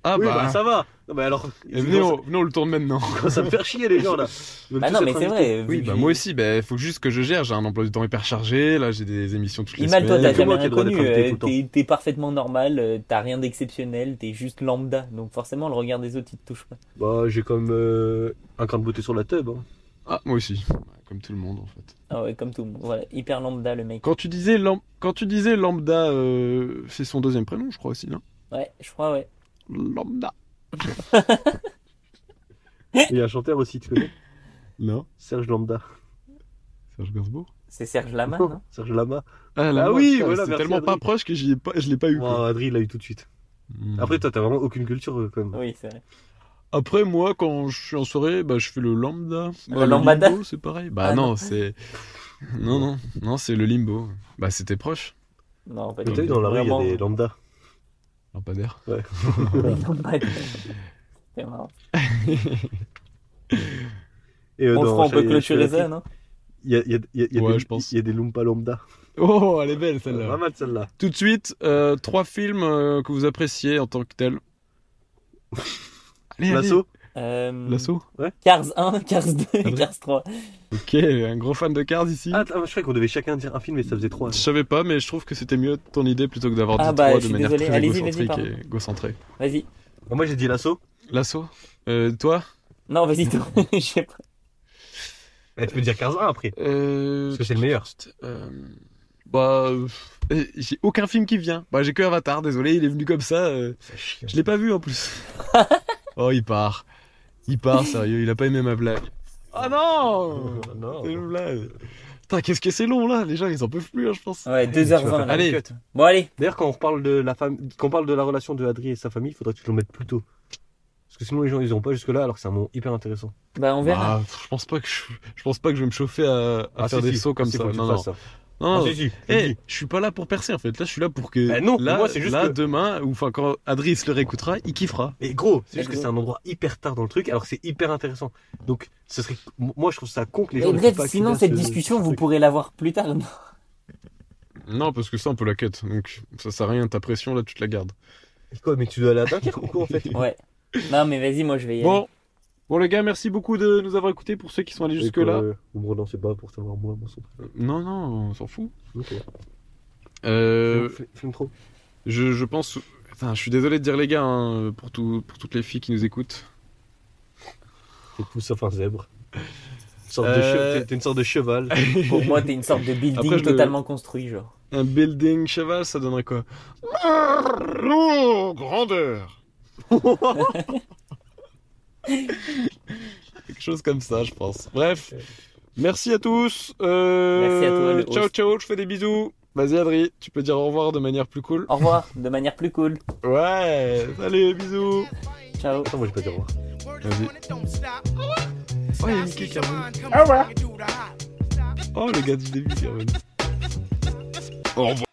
[SPEAKER 1] Ah
[SPEAKER 3] oui,
[SPEAKER 1] bah,
[SPEAKER 3] bah, ça va. Non, mais alors,
[SPEAKER 1] et venez, on, venez, on le tourne maintenant.
[SPEAKER 3] ça, ça me fait chier les gens là. Ils veulent
[SPEAKER 2] Bah
[SPEAKER 3] tous
[SPEAKER 2] non,
[SPEAKER 3] être
[SPEAKER 2] mais c'est
[SPEAKER 3] invités.
[SPEAKER 2] vrai.
[SPEAKER 1] Oui,
[SPEAKER 2] vu
[SPEAKER 1] bah
[SPEAKER 2] que-
[SPEAKER 1] moi aussi, bah faut juste que je gère, j'ai un emploi du temps hyper chargé, là j'ai des émissions toutes les
[SPEAKER 2] Imal, toi,
[SPEAKER 1] semaines.
[SPEAKER 2] t'as
[SPEAKER 3] que
[SPEAKER 2] jamais
[SPEAKER 3] moi qui ai
[SPEAKER 2] rien
[SPEAKER 3] le droit d'être
[SPEAKER 2] connu.
[SPEAKER 3] invité
[SPEAKER 2] euh,
[SPEAKER 3] tout le temps.
[SPEAKER 2] T'es t'es parfaitement normal, euh, t'as rien d'exceptionnel, t'es juste lambda. Donc forcément, le regard des autres, il te touche pas.
[SPEAKER 3] Bah, j'ai comme euh, un cran de beauté sur la teub. hein.
[SPEAKER 1] Ah, moi aussi. Ouais, Comme tout le monde en fait.
[SPEAKER 2] Ah ouais, comme tout. le monde. Voilà, hyper lambda le mec.
[SPEAKER 1] Quand tu disais, lam- Quand tu disais Lambda, euh, c'est son deuxième prénom, je crois aussi, non
[SPEAKER 2] Ouais, je crois, ouais.
[SPEAKER 1] Lambda.
[SPEAKER 3] Et Il y a un chanteur aussi, tu connais
[SPEAKER 1] Non
[SPEAKER 3] Serge Lambda.
[SPEAKER 1] Serge Gainsbourg
[SPEAKER 2] C'est Serge Lama, non
[SPEAKER 3] Serge Lama.
[SPEAKER 1] Ah, la
[SPEAKER 3] Ah
[SPEAKER 1] mort,
[SPEAKER 3] oui,
[SPEAKER 1] putain,
[SPEAKER 3] voilà,
[SPEAKER 1] C'est
[SPEAKER 3] merci,
[SPEAKER 1] tellement pas
[SPEAKER 3] Adrien.
[SPEAKER 1] proche que j'y ai pas... je l'ai pas eu.
[SPEAKER 3] Wow,
[SPEAKER 1] quoi.
[SPEAKER 3] Adri, il l'a eu tout de suite.
[SPEAKER 1] Hmm.
[SPEAKER 3] Après, toi, t'as vraiment aucune culture euh, quand même.
[SPEAKER 2] Oui, c'est vrai.
[SPEAKER 1] Après, moi, quand je suis en soirée, bah, je fais le lambda.
[SPEAKER 2] Le
[SPEAKER 1] Bah, le
[SPEAKER 2] lambada
[SPEAKER 1] limbo, c'est pareil. Bah
[SPEAKER 2] Ah,
[SPEAKER 1] non,
[SPEAKER 2] non.
[SPEAKER 1] c'est. Non, non, non, c'est le limbo. Bah c'était proche,
[SPEAKER 2] Non, pas du
[SPEAKER 3] Mais t'as
[SPEAKER 2] tout.
[SPEAKER 3] vu, dans la rue, il y a
[SPEAKER 2] Vraiment.
[SPEAKER 3] des lambda.
[SPEAKER 1] lampadaire.
[SPEAKER 2] Lambda. C'est marrant.
[SPEAKER 3] Et, euh,
[SPEAKER 2] On le
[SPEAKER 3] dans
[SPEAKER 2] fera, on peut
[SPEAKER 3] Charlie-
[SPEAKER 2] clôturer hein.
[SPEAKER 3] Charlie-
[SPEAKER 2] ça, non
[SPEAKER 3] Il y a, il y a- il y a- il y a
[SPEAKER 1] Ouais,
[SPEAKER 3] des-
[SPEAKER 1] je pense.
[SPEAKER 3] il y a des Lumpa Lambda.
[SPEAKER 1] Oh, elle est belle
[SPEAKER 3] C'est
[SPEAKER 1] celle-là.
[SPEAKER 3] Pas mal celle-là.
[SPEAKER 1] Tout de suite, euh, trois films euh, que vous appréciez en tant que tel. Allez, allez.
[SPEAKER 3] L'assaut
[SPEAKER 2] Euh,
[SPEAKER 1] L'assaut
[SPEAKER 2] Cars 1, Cars 2, Cars 3.
[SPEAKER 1] Ok, un gros fan de Cars ici.
[SPEAKER 3] Ah, t- ah, je croyais qu'on devait chacun dire un film et ça faisait trois.
[SPEAKER 1] je savais pas, mais je trouve que c'était mieux ton idée plutôt que d'avoir dit
[SPEAKER 2] Ah bah,
[SPEAKER 1] trois
[SPEAKER 2] je
[SPEAKER 1] de
[SPEAKER 2] suis
[SPEAKER 1] manière
[SPEAKER 2] désolé.
[SPEAKER 1] très
[SPEAKER 2] Allez-y,
[SPEAKER 1] égocentrique
[SPEAKER 2] vas-y,
[SPEAKER 1] et égocentrée.
[SPEAKER 2] Vas-y.
[SPEAKER 3] Ah, Moi j'ai dit l'assaut.
[SPEAKER 1] L'assaut Euh, Toi
[SPEAKER 2] Non, vas-y, toi. Je sais pas.
[SPEAKER 3] Eh, tu peux dire 15 1 après.
[SPEAKER 1] euh...
[SPEAKER 3] Parce que c'est le meilleur.
[SPEAKER 1] euh, Bah, euh, j'ai aucun film qui vient. Bah, j'ai que Avatar, désolé, il est venu comme ça. euh, Je l'ai pas vu en plus. oh, il part. Il part, sérieux, il a pas aimé ma blague. Ah Oh non
[SPEAKER 3] Non.
[SPEAKER 1] C'est une blague. Putain, qu'est-ce que c'est long là Les gens ils en peuvent plus, hein, je pense.
[SPEAKER 2] Ouais,
[SPEAKER 3] Tu vas
[SPEAKER 2] 2h20.
[SPEAKER 3] faire
[SPEAKER 2] là.
[SPEAKER 1] Allez.
[SPEAKER 3] une cut.
[SPEAKER 2] Bon, allez.
[SPEAKER 3] D'ailleurs, quand on parle de la femme, quand on parle de la relation de Adri et sa famille, il faudrait que tu le mettes plus tôt. Parce que sinon les gens ils iront pas jusque là alors que c'est un moment hyper intéressant.
[SPEAKER 2] Bah, on verra.
[SPEAKER 1] Ah, je pense pas que je, je pense pas que je vais me chauffer à, à faire
[SPEAKER 3] Ah, si,
[SPEAKER 1] des
[SPEAKER 3] si.
[SPEAKER 1] sauts comme
[SPEAKER 3] Si,
[SPEAKER 1] ça.
[SPEAKER 3] faut que tu
[SPEAKER 1] Non, non.
[SPEAKER 3] fasses ça.
[SPEAKER 1] non, non.
[SPEAKER 3] Ah, si, si, je
[SPEAKER 1] Eh,
[SPEAKER 3] le dis.
[SPEAKER 1] je suis pas là pour percer en fait. Là, je suis là pour que
[SPEAKER 3] Bah non,
[SPEAKER 1] là,
[SPEAKER 3] moi, c'est juste
[SPEAKER 1] là
[SPEAKER 3] que-
[SPEAKER 1] demain ou enfin quand Adris le réécoutera, il kiffera.
[SPEAKER 3] Mais gros,
[SPEAKER 1] eh,
[SPEAKER 3] c'est juste
[SPEAKER 2] Mais
[SPEAKER 3] que
[SPEAKER 2] gros.
[SPEAKER 3] c'est un endroit hyper tard dans le truc, alors que c'est hyper intéressant. Donc, ce serait. Moi, je trouve ça con que les gens.
[SPEAKER 2] Mais
[SPEAKER 3] ne
[SPEAKER 2] bref,
[SPEAKER 3] puissent pas
[SPEAKER 2] sinon,
[SPEAKER 3] accéder à
[SPEAKER 2] cette
[SPEAKER 3] ce-
[SPEAKER 2] discussion,
[SPEAKER 3] ce
[SPEAKER 2] vous
[SPEAKER 3] truc.
[SPEAKER 2] pourrez l'avoir plus tard.
[SPEAKER 1] Non, parce que ça on peut la cut. Donc ça sert à rien ta pression là, tu te la gardes.
[SPEAKER 3] Quoi, mais tu dois aller à Dunkerque ou quoi en fait
[SPEAKER 2] Ouais. Non, mais vas-y, moi je vais y aller.
[SPEAKER 1] Bon. Bon les gars, merci beaucoup de nous avoir écoutés pour ceux qui sont allés jusque là.
[SPEAKER 3] Euh, Vous me relancez pas pour savoir moi, mon son.
[SPEAKER 1] Non non, on s'en fout.
[SPEAKER 3] Ok.
[SPEAKER 1] Euh,
[SPEAKER 3] Fais- fais une trop.
[SPEAKER 1] je, je pense. Enfin, je suis désolé de dire les gars hein, pour tout, pour toutes les filles qui nous écoutent.
[SPEAKER 3] T'es tout sauf un zèbre. Une sorte de
[SPEAKER 1] Euh.
[SPEAKER 3] che- T'es t'es une sorte de cheval.
[SPEAKER 2] Pour moi, t'es une sorte de building
[SPEAKER 1] Après, je le-
[SPEAKER 2] totalement construit, genre.
[SPEAKER 1] Un building cheval, ça donnerait quoi Oh, Grandeur. Quelque chose comme ça, je pense. Bref, merci à tous. Euh,
[SPEAKER 2] Merci à toi, le
[SPEAKER 1] ciao
[SPEAKER 2] host.
[SPEAKER 1] ciao, je fais des bisous. Vas-y Adri, tu peux dire au revoir de manière plus cool.
[SPEAKER 2] Au revoir, de manière plus cool.
[SPEAKER 1] Ouais, allez bisous.
[SPEAKER 2] Ciao.
[SPEAKER 3] Attends, moi j'ai pas dit au revoir.
[SPEAKER 1] Oh, il y a Mickey qui revient.
[SPEAKER 5] Au revoir.
[SPEAKER 1] Oh, le gars du début qui revient. Au revoir.